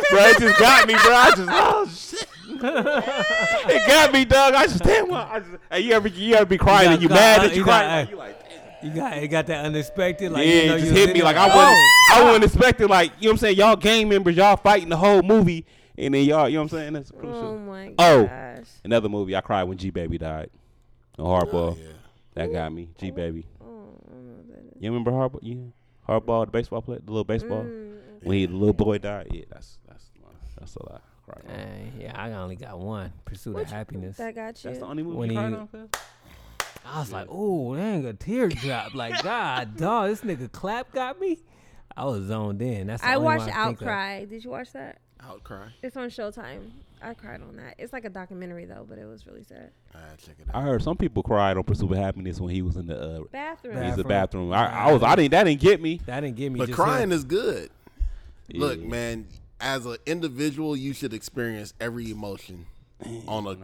Speaker 2: bro, it just got me, bro. I just oh shit, it got me, dog. I just damn, well, I just hey, you ever you ever be crying
Speaker 1: got
Speaker 2: and you
Speaker 1: caught,
Speaker 2: mad
Speaker 1: huh?
Speaker 2: that you
Speaker 1: You got-
Speaker 2: crying, like,
Speaker 1: hey.
Speaker 2: you like. damn.
Speaker 1: You got. It got that unexpected. Like
Speaker 2: Yeah,
Speaker 1: you know,
Speaker 2: it
Speaker 1: you
Speaker 2: just
Speaker 1: was
Speaker 2: hit
Speaker 1: in
Speaker 2: me
Speaker 1: there,
Speaker 2: like I wasn't.
Speaker 1: oh,
Speaker 2: I wasn't expecting like you know what I'm saying. Y'all gang members, y'all fighting the whole movie, and then y'all, you know what I'm saying. That's
Speaker 1: Mm.
Speaker 2: crucial.
Speaker 4: oh my gosh.
Speaker 2: Oh. Another movie I cried when G Baby died. The Hardball.
Speaker 3: Yeah.
Speaker 2: That got me. G Baby.
Speaker 4: Oh, I don't know what that is.
Speaker 2: You remember Hardball? Yeah. Hardball, the baseball player, the little baseball.
Speaker 4: Mm-hmm.
Speaker 2: When he, the little boy died. Yeah, that's that's my, that's a lot. Cried on.
Speaker 1: Dang, yeah, I only got one. Pursuit of happiness.
Speaker 4: That got you.
Speaker 2: That's the only movie
Speaker 1: When
Speaker 2: you cried
Speaker 1: he-
Speaker 2: on, cuz?
Speaker 1: I was like, oh, dang, a teardrop. Like, God, dog, this nigga clap got me. I was zoned in. That's the
Speaker 4: I
Speaker 1: only
Speaker 4: watched
Speaker 1: one I think of.
Speaker 4: Outcry. Did you watch that?
Speaker 3: Outcry.
Speaker 4: It's on Showtime. I cried on that. It's like a documentary though, but it was really sad.
Speaker 3: All right, check it out.
Speaker 2: I heard some people cried on Pursuit of Happiness when he was in the uh,
Speaker 4: Bathroom.
Speaker 2: he's
Speaker 1: Bath-
Speaker 2: the
Speaker 1: Bathroom.
Speaker 2: bathroom. I, I was I didn't that didn't get me.
Speaker 1: That didn't give me.
Speaker 3: But
Speaker 1: just
Speaker 3: crying
Speaker 1: him.
Speaker 3: is good. Look,
Speaker 2: Yeah.
Speaker 3: man, as an individual, you should experience every emotion on a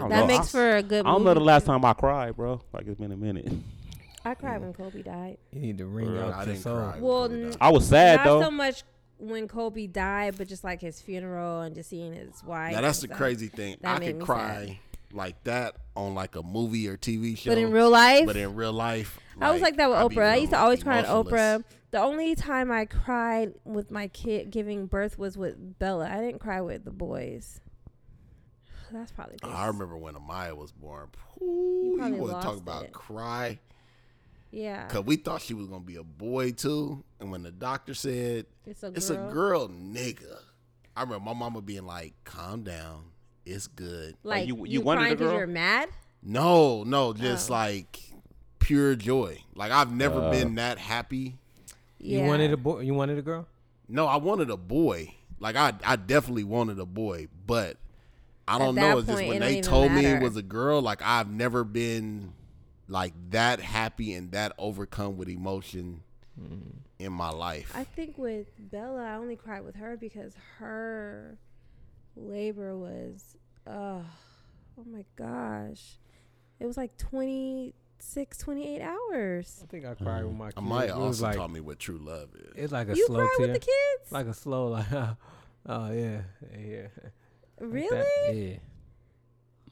Speaker 2: I don't
Speaker 4: that
Speaker 2: know.
Speaker 4: makes for a
Speaker 2: I
Speaker 4: good.
Speaker 2: don't know
Speaker 4: movie.
Speaker 2: the last time I cried, bro. Like it's been a minute.
Speaker 4: I cried when Kobe died.
Speaker 1: You need to ring
Speaker 3: Bro, I
Speaker 1: out your
Speaker 3: didn't
Speaker 1: soul.
Speaker 3: cry.
Speaker 4: Well,
Speaker 3: Mm. Kobe died.
Speaker 2: I was sad
Speaker 4: Not
Speaker 2: though.
Speaker 4: so much when Kobe died, but just like his funeral and just seeing his wife.
Speaker 3: Now that's the
Speaker 4: and stuff.
Speaker 3: crazy thing.
Speaker 4: That
Speaker 3: I
Speaker 4: made
Speaker 3: could
Speaker 4: me
Speaker 3: cry like that on like a movie or TV show.
Speaker 4: But in real life,
Speaker 3: But in real life,
Speaker 4: I was like that with
Speaker 3: I'd be
Speaker 4: Oprah. I used to always cry at
Speaker 3: emotionless.
Speaker 4: Oprah. The only time I cried with my kid giving birth was with Bella. I didn't cry with the boys. That's probably.
Speaker 3: Oh,
Speaker 4: Cause,
Speaker 3: I remember when Amaya was born. Ooh, you
Speaker 4: probably
Speaker 3: want to talk
Speaker 4: lost
Speaker 3: about
Speaker 4: it.
Speaker 3: cry?
Speaker 4: Yeah.
Speaker 3: Cause we thought she was gonna be a boy too, and when the doctor said
Speaker 4: It's a
Speaker 3: it's a
Speaker 4: girl."
Speaker 3: girl, nigga, I remember my mama being like, "Calm down, it's good."
Speaker 4: Like
Speaker 2: Oh, you-
Speaker 4: you,
Speaker 2: you wanted
Speaker 4: crying
Speaker 2: a
Speaker 4: because
Speaker 2: girl?
Speaker 4: you're mad.
Speaker 3: No, no, just
Speaker 4: Oh.
Speaker 3: like pure joy. Like I've never been that happy.
Speaker 1: You wanted a boy. You wanted a girl.
Speaker 3: No, I wanted a boy. Like I, I definitely wanted a boy, but I don't
Speaker 4: that
Speaker 3: know. It's just
Speaker 4: point,
Speaker 3: when
Speaker 4: it don't
Speaker 3: they
Speaker 4: even
Speaker 3: told me it
Speaker 4: matter.
Speaker 3: was a girl, like I've never been like that happy and that overcome with emotion
Speaker 1: Mm.
Speaker 3: in my life.
Speaker 4: I think with Bella, I only cried with her because her labor was, uh, oh my gosh. It was like 26, 28 hours.
Speaker 1: I think I cried with my.
Speaker 3: Amaya
Speaker 1: kids. It was
Speaker 3: also
Speaker 1: like
Speaker 3: taught me what true love is.
Speaker 1: it's like a
Speaker 4: you
Speaker 1: slow
Speaker 4: cried
Speaker 1: tear.
Speaker 4: with the kids?
Speaker 1: Like a slow like. oh yeah, yeah.
Speaker 4: really?
Speaker 1: That- yeah.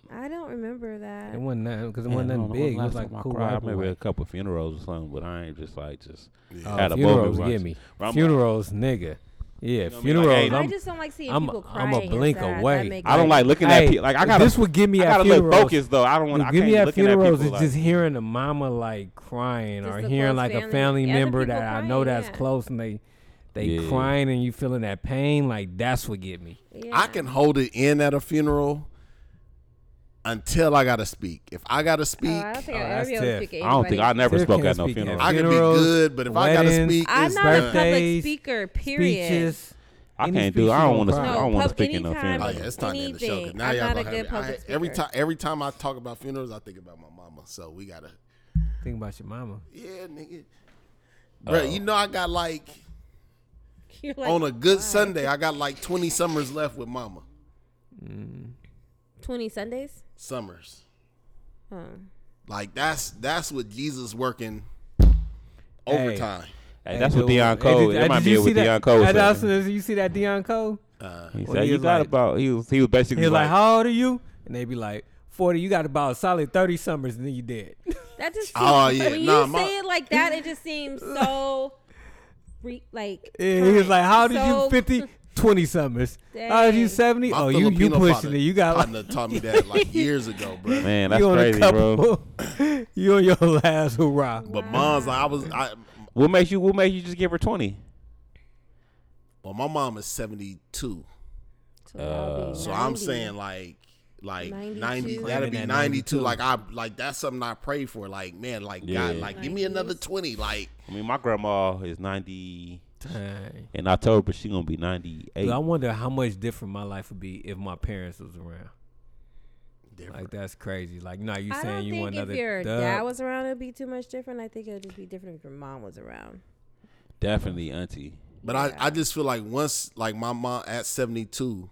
Speaker 4: I don't remember
Speaker 1: It
Speaker 4: that.
Speaker 1: wasn't nothing because it
Speaker 2: Yeah,
Speaker 1: wasn't
Speaker 2: I don't
Speaker 1: nothing
Speaker 2: know,
Speaker 1: big. It
Speaker 2: last
Speaker 1: was like
Speaker 2: time
Speaker 1: a
Speaker 2: I
Speaker 1: cool.
Speaker 2: cried,
Speaker 1: rapper
Speaker 2: maybe
Speaker 1: one.
Speaker 2: a couple funerals or something, but I ain't just like just
Speaker 1: Oh,
Speaker 2: had a moment.
Speaker 1: funerals
Speaker 2: where I
Speaker 1: get
Speaker 2: just-
Speaker 1: me.
Speaker 2: where I'm like,
Speaker 1: Funerals, nigga. Yeah,
Speaker 2: what I mean? Like,
Speaker 1: funerals.
Speaker 2: hey,
Speaker 1: I'm,
Speaker 4: I just don't like seeing
Speaker 1: I'm a-
Speaker 4: people
Speaker 1: I'm
Speaker 4: crying.
Speaker 1: a blink
Speaker 4: and sad.
Speaker 1: away.
Speaker 4: That make
Speaker 2: I don't
Speaker 4: me-
Speaker 2: like looking
Speaker 1: hey,
Speaker 2: at people. Like I gotta,
Speaker 1: this would give me
Speaker 2: I
Speaker 1: at
Speaker 2: gotta look
Speaker 1: funerals.
Speaker 2: focused though. I don't want.
Speaker 1: What
Speaker 2: I
Speaker 1: give
Speaker 2: can't
Speaker 1: me
Speaker 2: be
Speaker 1: at
Speaker 2: looking at
Speaker 1: funerals
Speaker 2: people.
Speaker 1: is
Speaker 2: Like,
Speaker 1: just hearing the mama like crying
Speaker 4: Just
Speaker 1: or
Speaker 4: the
Speaker 1: hearing
Speaker 4: close
Speaker 1: like a
Speaker 4: family-
Speaker 1: family
Speaker 4: yeah, the
Speaker 1: member
Speaker 4: people
Speaker 1: that I
Speaker 4: crying,
Speaker 1: know that's
Speaker 4: yeah.
Speaker 1: close and they they
Speaker 2: Yeah.
Speaker 1: crying and you feeling that pain. Like that's what get me.
Speaker 4: Yeah.
Speaker 3: I can hold it in at a funeral until I gotta speak. If I gotta
Speaker 4: Oh,
Speaker 3: speak,
Speaker 4: I don't think
Speaker 1: Oh,
Speaker 4: I'll
Speaker 1: that's
Speaker 4: ever be able
Speaker 1: tough.
Speaker 4: to speak.
Speaker 2: I don't think I never
Speaker 1: Tiff
Speaker 2: spoke
Speaker 1: can't
Speaker 2: at no
Speaker 1: speak at
Speaker 2: funeral.
Speaker 1: all.
Speaker 3: I can be
Speaker 1: Funerals,
Speaker 3: good, but if I gotta
Speaker 1: weddings,
Speaker 3: speak,
Speaker 4: I'm
Speaker 3: it's
Speaker 4: not a
Speaker 3: done.
Speaker 1: Birthdays,
Speaker 4: public speaker. Period.
Speaker 1: Speeches.
Speaker 2: I
Speaker 1: Any
Speaker 2: can't do.
Speaker 1: speech
Speaker 2: I
Speaker 1: you
Speaker 2: don't
Speaker 1: gonna
Speaker 2: want to.
Speaker 1: cry.
Speaker 2: I
Speaker 4: No,
Speaker 2: don't want to
Speaker 4: pub-
Speaker 2: speak in no
Speaker 4: anytime.
Speaker 2: funeral.
Speaker 3: Oh yeah, it's time to end the show. 'cause
Speaker 4: Anything.
Speaker 3: Now
Speaker 4: I'm
Speaker 3: y'all
Speaker 4: not
Speaker 3: gonna
Speaker 4: a good
Speaker 3: have me. I-
Speaker 4: public
Speaker 3: every
Speaker 4: speaker.
Speaker 3: time, every time I talk about funerals, I think about my mama. So we gotta,
Speaker 1: Think about your mama.
Speaker 3: yeah, nigga, bro.
Speaker 1: Oh.
Speaker 3: You know I got like
Speaker 4: You're like,
Speaker 3: on a good Sunday, I got like twenty summers left with mama.
Speaker 4: twenty Sundays.
Speaker 3: Summers,
Speaker 4: Huh.
Speaker 3: like that's that's what Jesus working overtime.
Speaker 2: Hey, that's
Speaker 1: Hey,
Speaker 2: what
Speaker 1: dude,
Speaker 2: Deion
Speaker 1: hey,
Speaker 2: Cole.
Speaker 1: did-
Speaker 2: It
Speaker 1: hey,
Speaker 2: might
Speaker 1: did
Speaker 2: be
Speaker 1: you
Speaker 2: with
Speaker 1: see
Speaker 2: Deion
Speaker 1: that-
Speaker 2: Cole.
Speaker 1: Hey, that's-
Speaker 2: said.
Speaker 1: You see that Deion Cole?
Speaker 2: He
Speaker 1: Well,
Speaker 2: said
Speaker 1: he
Speaker 2: you
Speaker 1: was
Speaker 2: got
Speaker 1: like-
Speaker 2: about. He was. He was basically
Speaker 1: He was like, "How old are you?" And they be like, "40." You got about a solid 30 summers, and then you dead.
Speaker 4: That just
Speaker 3: Oh,
Speaker 4: seems-
Speaker 3: yeah.
Speaker 4: When
Speaker 3: Nah,
Speaker 4: you
Speaker 3: my-
Speaker 4: say it like that, it just seems so. Re, like
Speaker 1: Yeah, he was
Speaker 4: current.
Speaker 1: like, "How did
Speaker 4: So-
Speaker 1: you 50, 20 summers? How did you
Speaker 4: Dang.
Speaker 1: 70?
Speaker 3: My
Speaker 1: Oh, you you
Speaker 3: Filipino
Speaker 1: pushing
Speaker 3: father-
Speaker 1: it. You got like
Speaker 3: partner taught me that like years ago, bro.
Speaker 2: "Man, that's
Speaker 1: you on
Speaker 2: crazy,
Speaker 1: a
Speaker 2: bro."
Speaker 1: couple. you on your last hurrah.
Speaker 3: But mom's like I was I
Speaker 2: What makes you? What makes you just give her twenty?
Speaker 3: well my mom is 72.
Speaker 4: So, that'll
Speaker 1: Uh,
Speaker 4: be
Speaker 3: So
Speaker 4: 90.
Speaker 3: I'm saying like like
Speaker 4: 92.
Speaker 3: 90
Speaker 4: Claiming
Speaker 3: that'd be
Speaker 1: that
Speaker 3: 92
Speaker 1: 92.
Speaker 3: like I like that's something I pray for like man like God
Speaker 2: Yeah.
Speaker 3: like give me another 20 like
Speaker 2: I mean, my grandma is ninety
Speaker 1: Dang.
Speaker 2: in October. She gonna be ninety eight.
Speaker 1: Dude, I wonder how much different my life would be if my parents was around. Like that's crazy. Like, nah, you
Speaker 4: I
Speaker 1: saying
Speaker 4: don't
Speaker 1: you
Speaker 4: think
Speaker 1: want
Speaker 4: if
Speaker 1: another?
Speaker 4: your
Speaker 1: dub?
Speaker 4: dad was around, it'd be too much different. I think it'd just be different if your mom was around.
Speaker 2: Definitely, auntie.
Speaker 3: but I I just feel like once like my mom at 72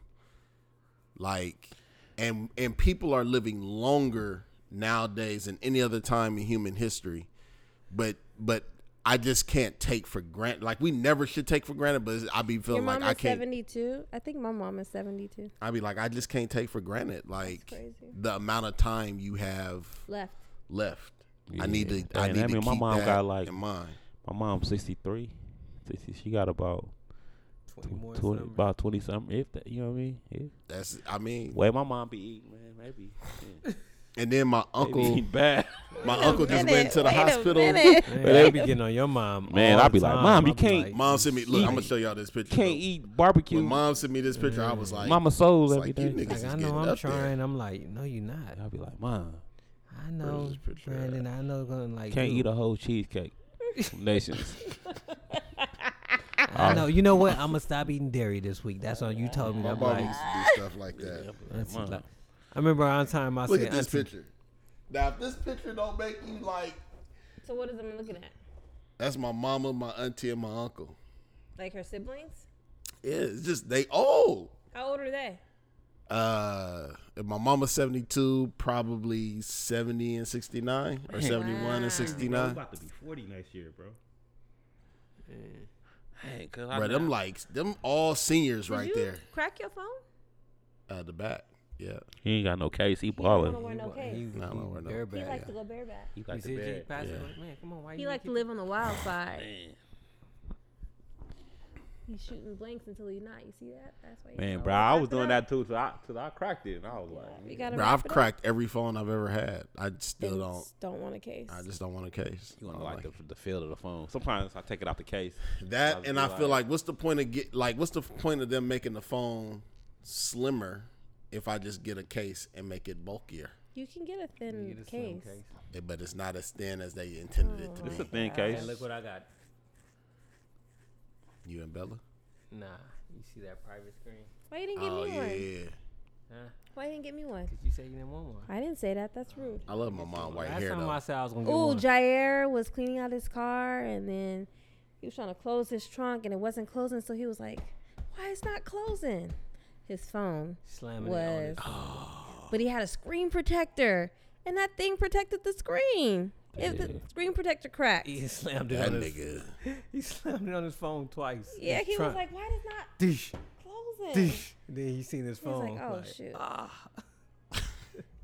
Speaker 3: like and and people are living longer nowadays than any other time in human history. But but I just can't take for granted. Like we never should take for granted, but I be
Speaker 4: Your
Speaker 3: feeling
Speaker 4: mom
Speaker 3: like I
Speaker 4: is
Speaker 3: can't.
Speaker 4: seventy two. I think my mom is seventy two.
Speaker 3: I be like I just can't take for granted. Like
Speaker 4: crazy.
Speaker 3: the amount of time you have
Speaker 4: Left.
Speaker 3: left.
Speaker 2: Yeah.
Speaker 3: I need to. I
Speaker 2: Dang,
Speaker 3: need
Speaker 2: that
Speaker 3: to
Speaker 2: mean
Speaker 3: keep
Speaker 2: my mom
Speaker 3: that
Speaker 2: got, like-
Speaker 3: in mind.
Speaker 2: My mom's 63. 60, she got about
Speaker 1: 20 more
Speaker 2: 20,
Speaker 1: summers.
Speaker 2: about 20 something. If that, you know what I mean? Yeah.
Speaker 3: That's. I mean,
Speaker 2: Way my mom be eating, man. Maybe. Yeah.
Speaker 3: and then my
Speaker 2: Maybe
Speaker 3: uncle.
Speaker 2: bad.
Speaker 3: My uncle just went to the hospital.
Speaker 4: minute.
Speaker 1: Man, they be getting on your mom.
Speaker 2: Man,
Speaker 1: all
Speaker 2: I
Speaker 1: the
Speaker 2: be like,
Speaker 1: time.
Speaker 2: "Mom, you
Speaker 1: I be
Speaker 2: can't-
Speaker 1: like,
Speaker 3: Mom sent me. Look,
Speaker 2: Eat.
Speaker 3: I'm gonna show y'all this picture.
Speaker 2: Can't
Speaker 3: bro.
Speaker 2: eat barbecue.
Speaker 3: When mom sent me this picture, I was like,
Speaker 2: Mama soul
Speaker 3: it's
Speaker 2: every
Speaker 3: like, you
Speaker 2: day.
Speaker 3: niggas
Speaker 1: Like
Speaker 3: is
Speaker 1: I know
Speaker 3: getting
Speaker 1: I'm
Speaker 3: up there.
Speaker 1: trying. I'm like, no, you're not.
Speaker 2: I'll be like, Mom,
Speaker 1: I know,
Speaker 3: this picture at?
Speaker 1: Brandon. I know. Going like,
Speaker 2: can't
Speaker 1: dude,
Speaker 2: eat a whole cheesecake. from Nations.
Speaker 1: I know. You know what? I'm gonna stop eating dairy this week. That's all you told me.
Speaker 3: My
Speaker 1: I'm
Speaker 3: mom
Speaker 1: like,
Speaker 3: used to do stuff like that.
Speaker 1: Auntie,
Speaker 2: Mom.
Speaker 1: like- I remember on time I
Speaker 3: Look
Speaker 1: said,
Speaker 3: at this
Speaker 1: Auntie,
Speaker 3: picture. Now, if this picture don't make you like,
Speaker 4: So what is I'm looking at?
Speaker 3: that's my mama, my auntie, and my uncle.
Speaker 4: Like her siblings?
Speaker 3: Yeah, it's just they old.
Speaker 4: How old are they?
Speaker 3: uh if my mama's 72 probably 70 and 69 or 71 and
Speaker 2: to
Speaker 3: 69
Speaker 2: be 40 next year, bro.
Speaker 3: bro them like them all seniors right
Speaker 4: Did you
Speaker 3: there
Speaker 4: Crack your phone?
Speaker 3: at the back yeah
Speaker 2: He ain't got no case. He
Speaker 4: I don't
Speaker 2: balling.
Speaker 4: wear no
Speaker 1: He,
Speaker 4: case.
Speaker 3: No, no, we're not.
Speaker 1: he,
Speaker 4: He
Speaker 1: he,
Speaker 4: likes to go bareback.
Speaker 2: He
Speaker 1: You
Speaker 2: got
Speaker 1: said
Speaker 2: the
Speaker 1: Jake
Speaker 2: bag.
Speaker 1: Bass like, man, come on, why
Speaker 4: He
Speaker 1: you
Speaker 4: likes to
Speaker 1: keep-
Speaker 4: live on the wild side. He's shooting blanks until he's not. You see that? That's why. you
Speaker 2: Man,
Speaker 4: gotta
Speaker 2: bro, I
Speaker 4: wrap
Speaker 2: was
Speaker 4: it
Speaker 2: doing
Speaker 4: up.
Speaker 2: that too till I, till I cracked it. And I was like,
Speaker 4: We gotta.
Speaker 3: bro
Speaker 4: wrap
Speaker 3: i've
Speaker 4: it up.
Speaker 3: cracked every phone i've ever had i still
Speaker 4: And
Speaker 3: don't
Speaker 4: Don't want a case.
Speaker 3: i just don't want a case
Speaker 2: You
Speaker 3: I
Speaker 2: want
Speaker 3: don't
Speaker 2: like
Speaker 3: like
Speaker 2: the, the feel of the phone. Sometimes I take it out the case.
Speaker 3: it. that and i feel like what's the point of get like what's the point of them making the phone slimmer if i just get a case and make it bulkier
Speaker 4: You can get a thin
Speaker 1: Get a slim
Speaker 4: case. Oh
Speaker 1: case.
Speaker 3: Eh, but it's not as thin as they intended it to
Speaker 4: Hmm.
Speaker 2: it's a
Speaker 3: be
Speaker 2: thin
Speaker 1: Hey,
Speaker 2: case.
Speaker 1: look what I got.
Speaker 3: you and bella
Speaker 1: Nah, you see that private screen?
Speaker 4: Why you didn't get
Speaker 3: oh
Speaker 4: me one?
Speaker 3: yeah
Speaker 1: Huh?
Speaker 4: Why you didn't get me one?
Speaker 1: Cause you said you didn't want one.
Speaker 4: I didn't say that. That's rude.
Speaker 3: i love my mom white
Speaker 1: Last
Speaker 3: hair
Speaker 1: time
Speaker 3: though
Speaker 1: I said I was gonna get
Speaker 4: Ooh,
Speaker 1: one.
Speaker 4: Jair was cleaning out his car and then he was trying to close his trunk and it wasn't closing, so he was like, "Why it's not closing?" His phone
Speaker 1: Slamming
Speaker 4: was,
Speaker 1: it on
Speaker 4: but he had a screen protector and that thing protected the screen. If the screen protector cracked,
Speaker 1: his, he slammed it
Speaker 3: That
Speaker 1: on his.
Speaker 3: nigga.
Speaker 1: He slammed it on his phone twice.
Speaker 4: yeah,
Speaker 1: His
Speaker 4: he was
Speaker 1: trunk.
Speaker 4: like, "Why it's not
Speaker 1: Dish,
Speaker 4: closing?"
Speaker 1: dish. Then he seen his
Speaker 4: He was
Speaker 1: phone.
Speaker 4: like, "Oh shoot!"
Speaker 1: Ah.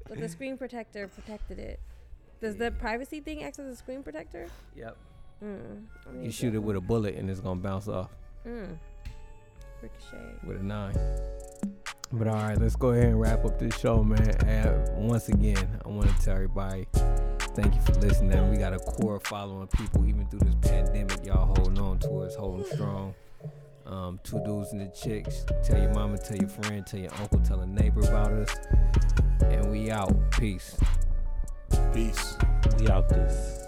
Speaker 4: But the screen protector protected it. Does the privacy thing act as a screen protector?
Speaker 1: Yep.
Speaker 4: Mm, I
Speaker 1: You
Speaker 4: need
Speaker 1: shoot it with a bullet and it's gonna bounce off.
Speaker 4: Mm.
Speaker 6: Ricochet.
Speaker 1: with a nine. But all right, let's go ahead and wrap up this show, man. And once again, I want to tell everybody, thank you for listening. We got a core following people, even through this pandemic. Y'all holding on to us, holding strong. Um, two dudes and the chicks. Tell your mama, tell your friend, tell your uncle, tell a neighbor about us. And we out. Peace.
Speaker 3: Peace.
Speaker 2: We out this.